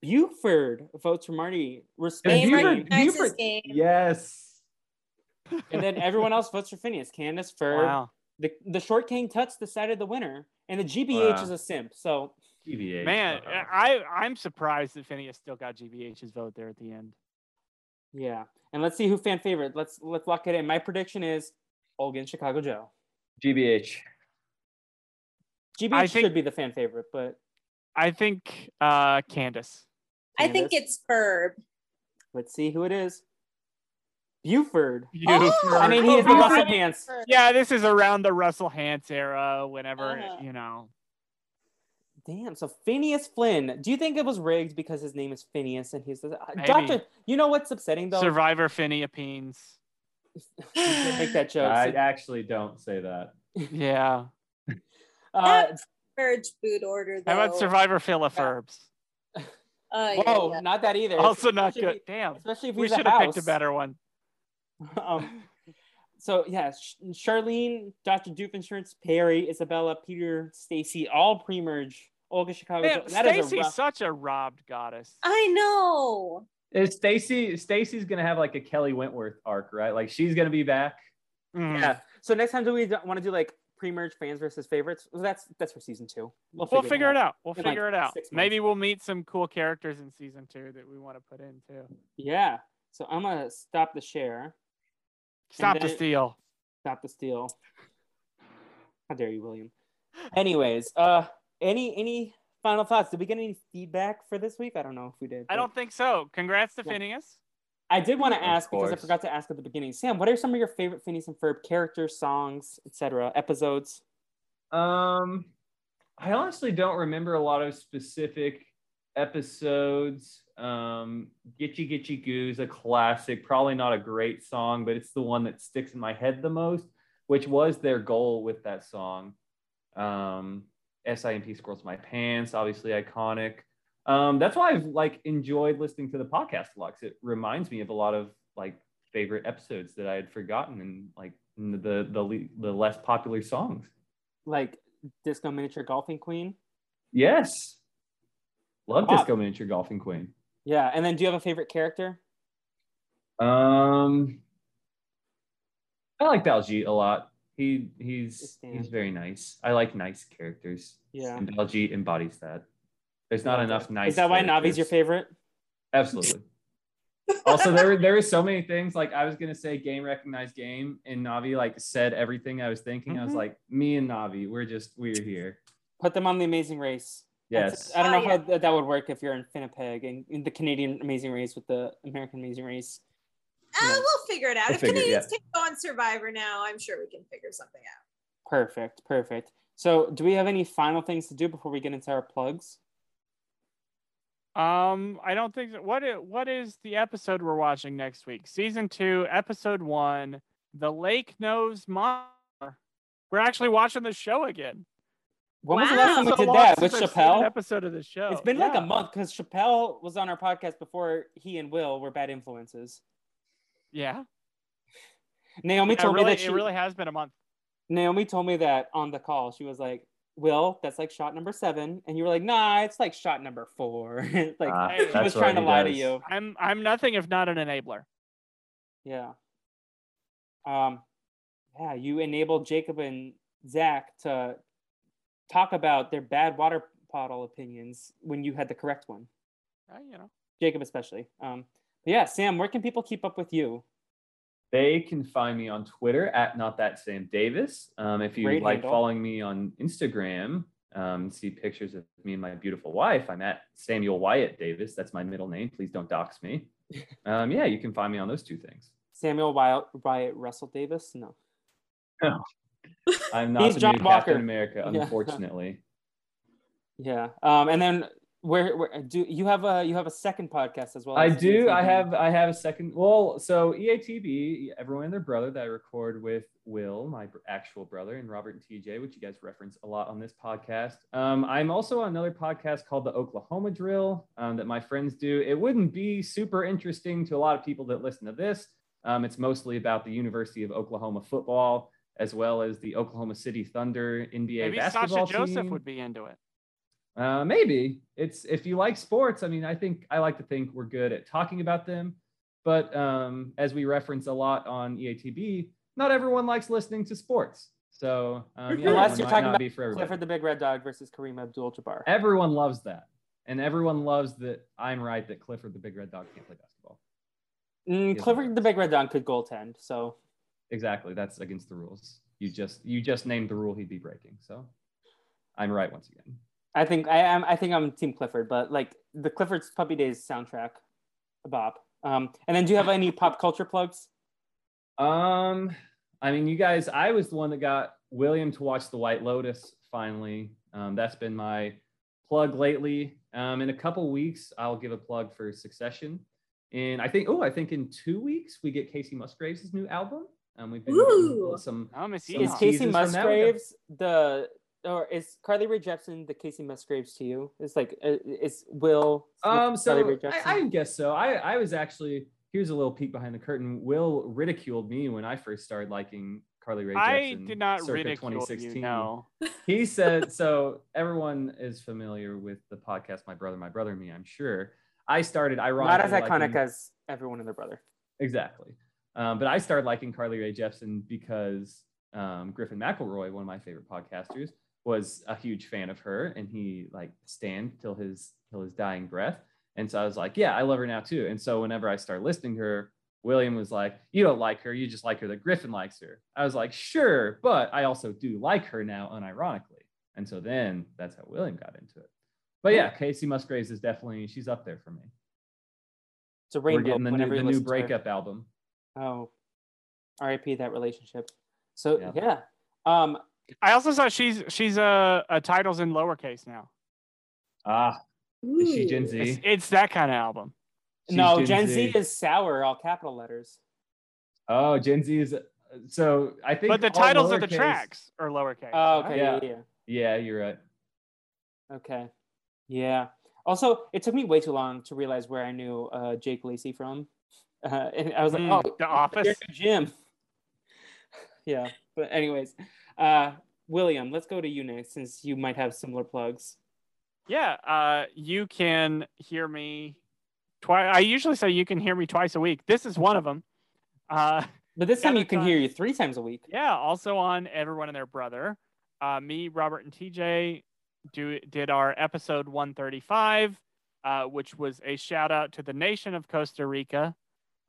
C: Buford votes for Marty. Respect.
E: Is
F: Game
E: Buford-
C: Marty.
F: recognizes
E: Buford-
F: game.
E: Yes.
C: And then everyone else votes for Phineas. Candace, Ferb.
D: Wow.
C: The, the short king Tuts decided the winner. And the GBH
E: Wow.
C: is a simp. So
E: GBH.
D: Man, eh,
E: uh-oh.
D: I I'm surprised that Phineas still got GBH's vote there at the end.
C: yeah. And let's see who fan favorite. Let's let's lock it in. My prediction is Olga and Chicago Joe.
E: GBH.
C: GBH
D: I think-
C: should be the fan favorite, but
D: I think uh Candace.
F: I think
C: Candace.
F: it's Ferb.
C: let's see who it is. Buford.
F: Oh,
C: I mean, he is the
F: I
C: muscle
F: think
C: pants.
F: Ferb.
D: Yeah, this is around the Russell Hance era, whenever
F: Uh-huh.
D: you know.
C: Damn. So Phineas Flynn. Do you think it was rigged because his name is Phineas and he's the uh,
D: Maybe.
C: doctor? You know what's upsetting though?
D: Survivor Phineapines.
C: You can't make that joke.
E: I actually don't say that.
D: Yeah.
C: Uh,
F: Merge boot order. Though.
D: How about Survivor Philaferbs?
F: Uh, yeah,
C: whoa,
F: yeah.
C: not that either.
D: Also not
C: Especially
D: good.
C: if-
D: Damn.
C: Especially if
D: We
C: he's
D: should
C: a
D: have
C: house.
D: picked a better one.
C: Um, so yeah, Sh- Charlene, Dr. Duke Insurance, Perry, Isabella, Peter, Stacy, all pre-merge. Olga Chicago.
D: Man,
C: Jo- that is a
D: Stacy's
C: rough-
D: such a robbed goddess.
F: I know.
E: Is Stacy Stacy's gonna have like a Kelly Wentworth arc, right? Like she's gonna be back.
D: Mm.
C: Yeah. So next time, do we want to do like pre-merge fans versus favorites? Well, that's that's for season two. We'll
D: We'll figure it out. We'll
C: In like
D: figure it out.
C: six months.
D: Maybe we'll meet some cool characters in season two that we want to put in too.
C: Yeah. So I'm gonna stop the share.
D: Stop the
C: then-
D: steal.
C: Stop the steal. How dare you, William? Anyways, uh, any any final thoughts? Did we get any feedback for this week? I don't know if we did.
D: I
C: but-
D: don't think so. Congrats to
C: Yeah.
D: Phineas.
C: I did want to
E: Of
C: ask because I
E: course.
C: forgot to ask at the beginning. Sam, what are some of your favorite Phineas and Ferb characters, songs, etc., episodes?
E: Um, I honestly don't remember a lot of specific episodes. Um, Gitchy Gitchy Goo's a classic, probably not a great song, but it's the one that sticks in my head the most, which was their goal with that song. Um, SIMP Squirrels in My Pants, obviously iconic. Um, that's why I've like enjoyed listening to the podcast a lot 'cause it reminds me of a lot of like favorite episodes that I had forgotten and like the the le- the less popular songs.
C: Like Disco Miniature Golfing Queen.
E: Yes. Love
C: Wow.
E: Disco Miniature Golfing Queen.
C: Yeah, and then do you have a favorite character?
E: Um I like Baljeet a lot. He he's
C: Understand.
E: he's very nice. I like nice characters.
C: Yeah.
E: And Baljeet embodies that. There's not enough nice
C: Is that why Navi's
E: characters.
C: your favorite?
E: Absolutely. also there were there were so many things like i was gonna say game recognized game and navi like said everything i was thinking i was
C: Mhm.
E: like me and navi we're just we're here
C: Put them on the Amazing Race. That's-
E: yes
C: I don't
F: Oh,
C: know how th- that would work if you're in Winnipeg and in the Canadian Amazing Race with the American Amazing Race.
F: Uh, we'll figure it out.
E: We'll
F: if
E: figure it,
F: Canadians take on Survivor now, I'm sure we can figure something out.
C: Perfect, perfect. So, do we have any final things to do before we get into our plugs?
D: Um, I don't think that, what i- what is the episode we're watching next week? Season two, episode one, the Lake Knows Monster. We're actually watching the show again.
C: When was the
F: Wow.
C: last time we
D: So
C: did
D: long
C: that
D: since
C: with
D: I've seen an
C: Chappelle?
D: Episode of the show.
C: It's been like
D: Yeah.
C: a month because Chappelle was on our podcast before he and Will were bad influences.
D: Yeah.
C: Naomi
D: Yeah,
C: told
D: really,
C: me that she
D: it really has been a month.
C: Naomi told me that on the call. She was like, "Will, that's like shot number seven. and you were like, "Nah, it's like shot number four. like
E: Ah,
D: Hey,
C: she was
E: what
C: trying to
E: he
C: lie to
E: does.
C: you.
D: I'm I'm nothing if not an enabler.
C: Yeah. Um, yeah, you enabled Jacob and Zach to talk about their bad water bottle opinions when you had the correct one.
D: Uh, you know.
C: Jacob especially. Um, but yeah, Sam, where can people keep up with you?
E: They can find me on Twitter at not that Sam Davis. Um, if you
C: Great
E: like
C: handle.
E: following me on Instagram, um, see pictures of me and my beautiful wife. I'm at Samuel Wyatt Davis. That's my middle name. Please don't dox me. Um, yeah, you can find me on those two things.
C: Samuel Wyatt, Wyatt Russell Davis? No.
E: I'm not
C: He's
E: the
C: John
E: new
C: Walker.
E: Captain America,
C: Yeah.
E: unfortunately.
C: Yeah. Um, and then where, where do you have a you have a second podcast as well? E
E: I
C: as the
E: do.
C: same
E: I
C: thing.
E: have. I have a second. Well, so E EATB, everyone and their brother that I record with Will, my br- actual brother, and Robert and TJ, which you guys reference a lot on this podcast. Um, I'm also on another podcast called the Oklahoma Drill um, that my friends do. It wouldn't be super interesting to a lot of people that listen to this. Um, it's mostly about the University of Oklahoma football, as well as the Oklahoma City Thunder NBA
D: Maybe Sasha
E: basketball
D: Joseph
E: team.
D: would be into it.
E: Uh, maybe it's if you like sports. I mean, I think I like to think we're good at talking about them, but um, as we reference a lot on EATB, not everyone likes listening to sports. So um, yeah,
C: Unless
E: that one
C: you're
E: might
C: talking
E: not
C: about
E: be for everybody.
C: Clifford the Big Red Dog versus Kareem Abdul-Jabbar.
E: Everyone loves that, and everyone loves that I'm right that Clifford the Big Red Dog can't play basketball.
C: Mm,
E: Yes.
C: Clifford the Big Red Dog could goaltend, so
E: Exactly, that's against the rules. You just you just named the rule he'd be breaking. So I'm right once again.
C: I think I am. I think I'm Team Clifford, but like the Clifford's Puppy Days soundtrack, Bob. Um, and then do you have any pop culture plugs?
E: Um, I mean, you guys, I was the one that got William to watch The White Lotus finally. Um, that's been my plug lately. Um, in a couple weeks, I'll give a plug for Succession. And I think, oh, I think in two weeks we get Casey Musgraves' new album. Um, we've been
F: Ooh.
E: getting some.
D: Oh, Miss
E: So
D: Enoch.
C: Is
E: teasers
C: Casey
E: from that we got-
C: Musgraves the or is Carly Rae Jepsen the Casey Musgraves to you? It's like uh, it's Will. Smith,
E: Um,
C: Carly Rae
E: so
C: Jepsen?
E: I, I guess so. I, I was actually here's a little peek behind the curtain. Will ridiculed me when I first started liking Carly Rae Jepsen.
D: I did not
E: circa
D: ridicule you. No.
E: he said so everyone is familiar with the podcast my brother my brother and me i'm sure i started
C: not
E: ironically
C: as iconic
E: liking-
C: as everyone and their brother.
E: exactly um, but i started liking carly ray jepsen because um, griffin mcelroy one of my favorite podcasters was a huge fan of her and he like stand till his till his dying breath and so i was like yeah i love her now too and so whenever i started listening to her william was like you don't like her you just like her that griffin likes her i was like sure but i also do like her now unironically and so then that's how william got into it but yeah casey musgraves is definitely she's up there for me
C: It's a
E: we're
C: rainbow.
E: getting the new,
C: whenever you
E: the new
C: listen to her.
E: breakup album
C: Oh, R.I.P. That relationship. So
E: Yeah.
C: yeah. Um,
D: I also saw she's she's uh, uh titles in lowercase now.
E: ah is she
F: Ooh.
E: gen z
D: It's, it's that kind of album.
E: She's
C: no, Gen, Z. is sour, all capital letters.
E: oh gen z is so i think
D: But the
E: all
D: titles of the
E: lowercase-
D: tracks are lowercase.
C: Oh, okay,
E: Yeah.
C: yeah, yeah.
E: yeah you're right
C: Okay. Yeah. Also, it took me way too long to realize where I knew uh, Jake Lacey from. Uh, and I was
E: Hmm,
C: like,
D: Mm,
C: oh,
D: The
C: you're
D: Office.
C: in the gym. yeah. But, anyways, uh, William, let's go to you next since you might have similar plugs.
D: Yeah, uh, you can hear me twice. I usually say you can hear me twice a week. This is one of them. Uh,
C: But this time
D: Another
C: you can hear you three times a week.
D: yeah, also on Everyone and Their Brother. Uh, me, Robert, and TJ do did our episode 135, uh, which was a shout out to the nation of Costa Rica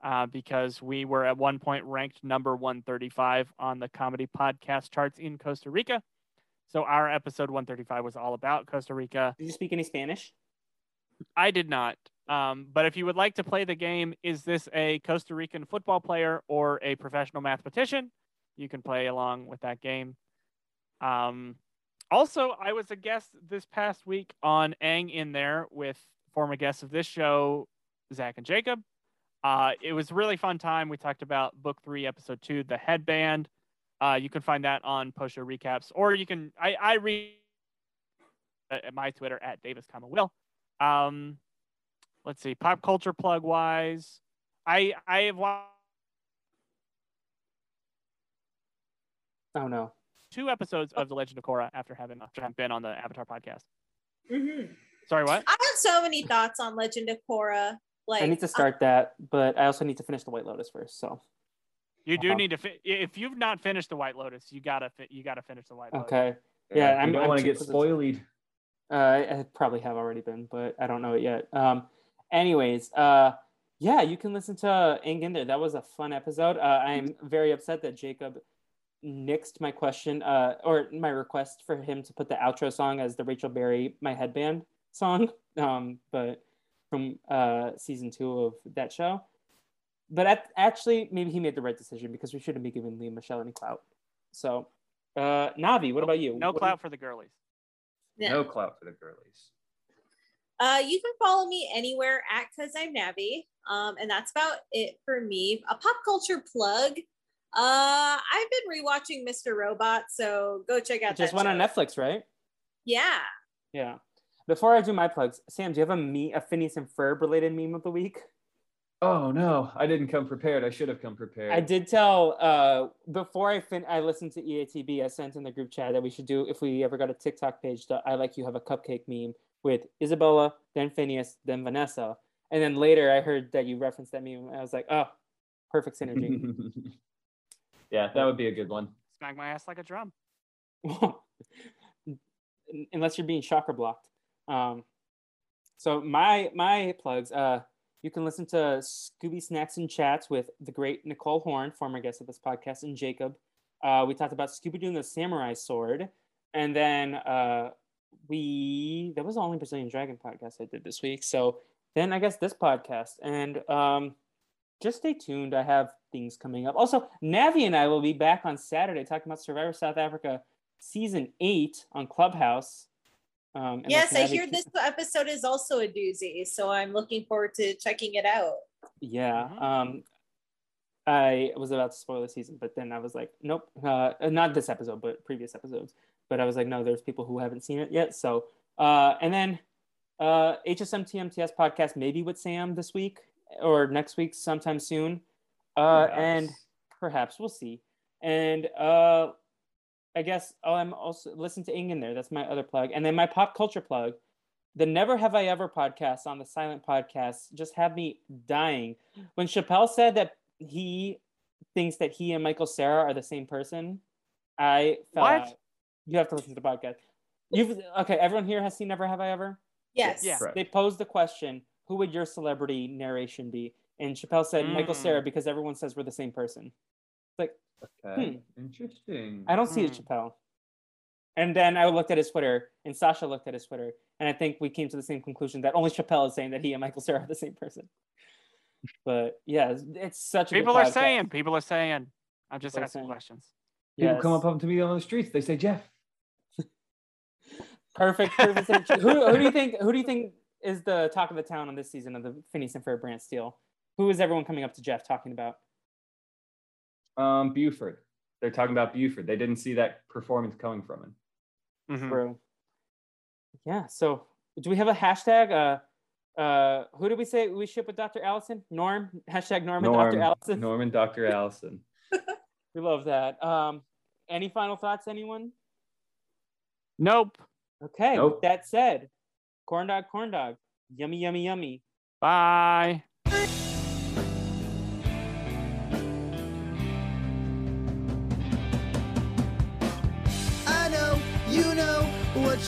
D: uh, because we were at one point ranked number 135 on the comedy podcast charts in Costa Rica. So our episode 135 was all about Costa Rica.
C: Did you speak any Spanish?
D: I did not. Um, but if you would like to play the game, is this a Costa Rican football player or a professional mathematician? You can play along with that game. Um, also, I was a guest this past week on Ang in there with former guests of this show, Zach and Jacob. Uh, it was a really fun time. We talked about book three, episode two, the headband. Uh, you can find that on post show recaps, or you can I, I read at my Twitter at Davis, comma Will. Um, let's see, pop culture plug wise, I I have watched
C: Oh no.
D: two episodes of The Legend of Korra after having after having been on the Avatar podcast.
F: Mhm.
D: Sorry, what?
F: I have so many thoughts on Legend of Korra. Like
C: I need to start that, but I also need to finish the White Lotus first. So
D: You do
C: Uh-huh.
D: need to fi- if you've not finished the White Lotus, you gotta fi- you gotta finish the White Lotus.
C: okay. Oh, Yeah,
E: we
C: I'm-
E: don't
C: I'm
E: want to
C: too
E: get
C: close to-
E: spoiled.
C: Uh, I I probably have already been, but I don't know it yet. Um, anyways, uh, yeah, you can listen to Ing in there. That was a fun episode. Uh, I'm very upset that Jacob nixed my question uh, or my request for him to put the outro song as the Rachel Berry "My Headband" song, um, but from uh, season two of that show. But at, actually, maybe he made the right decision because we shouldn't be giving Lee and Michelle any clout. So, uh, Navi, what about you?
D: No
C: What-
D: clout for the girlies.
F: Yeah.
E: No clout for the girlies.
F: um, Uh, you can follow me anywhere at Cause I'm Navi. Um, and that's about it for me. A pop culture plug. Uh, I've been rewatching Mr. Robot, so go check out
C: It just
F: that
C: went on
F: show.
C: Netflix, right?
F: Yeah.
C: Yeah. Before I do my plugs, Sam, do you have a me a Phineas and Ferb related meme of the week?
E: Oh no, I didn't come prepared. I should have come prepared.
C: I did tell uh, before I fin- I listened to E EATB. I sent in the group chat that we should do if we ever got a TikTok page. The I like you have a cupcake meme with Isabella, then Phineas, then Vanessa, and then later I heard that you referenced that meme. And I was like, oh, perfect synergy.
E: yeah, that would be a good one.
D: Smack my ass like a drum.
C: Un- unless you're being shocker blocked. Um, so my my plugs. Uh, you can listen to Scooby Snacks and Chats with the great Nicole Horn, former guest of this podcast, and Jacob. Uh, we talked about Scooby Doo and the Samurai Sword, and then uh, we that was the only Brazilian Dragon podcast I did this week. So then I guess this podcast, and um, just stay tuned. I have things coming up. Also, Navi and I will be back on Saturday talking about Survivor South Africa season eight on Clubhouse. Um, unless
F: yes, I
C: Navi
F: hear
C: can-
F: this episode is also a doozy, so I'm looking forward to checking it out.
C: Yeah.
D: Mhm.
C: Um, I was about to spoil the season, but then I was like, nope, uh, not this episode, but previous episodes. But I was like, no, there's people who haven't seen it yet. So, uh, and then uh, HSMTMTS podcast, maybe with Sam this week or next week, sometime soon. Uh, and
E: Perhaps.
C: perhaps we'll see. And uh, I guess oh, I'm also listen to Ing in there. That's my other plug, and then my pop culture plug. The Never Have I Ever podcast on the Silent Podcast just had me dying when Chappelle said that he thinks that he and Michael Sarah are the same person. I fell
D: What?
C: out. You have to listen to the podcast. You've okay. Everyone here has seen Never Have I Ever.
F: Yes.
D: Yeah.
E: Correct.
C: They posed the question, "Who would your celebrity narration be?" And Chappelle said Michael
D: Mm.
C: Sarah because everyone says we're the same person.
E: Okay. Interesting.
C: Hmm. I don't see it, Chappelle. And then I looked at his Twitter, and Sasha looked at his Twitter, and I think we came to the same conclusion that only Chappelle is saying that he and Michael Sarah are the same person. But yeah, it's, it's such a good
D: People are
C: podcast.
D: saying. People are saying. I'm just
C: People are
D: asking
C: saying.
D: questions.
E: People come
C: Yes.
E: up to me on the streets. They say, Jeff.
C: perfect. perfect synergy. who, who do you think? Who do you think is the talk of the town on this season of the Phineas and Ferb brand steal? Who is everyone coming up to Jeff talking about?
E: Um, Buford. They're talking about Buford. They didn't see that performance coming from him.
D: Mhm.
C: Bro. Yeah. So do we have a hashtag? Uh, uh, who did we say we ship with Dr. Allison? Norm. Hashtag Norm, and Dr. Allison.
E: Norman, Dr. Allison.
C: We love that. Um, any final thoughts, anyone?
D: Nope.
C: Okay.
E: Nope.
C: With that said, corn dog, corn dog, yummy, yummy, yummy.
D: Bye.
G: I know you know what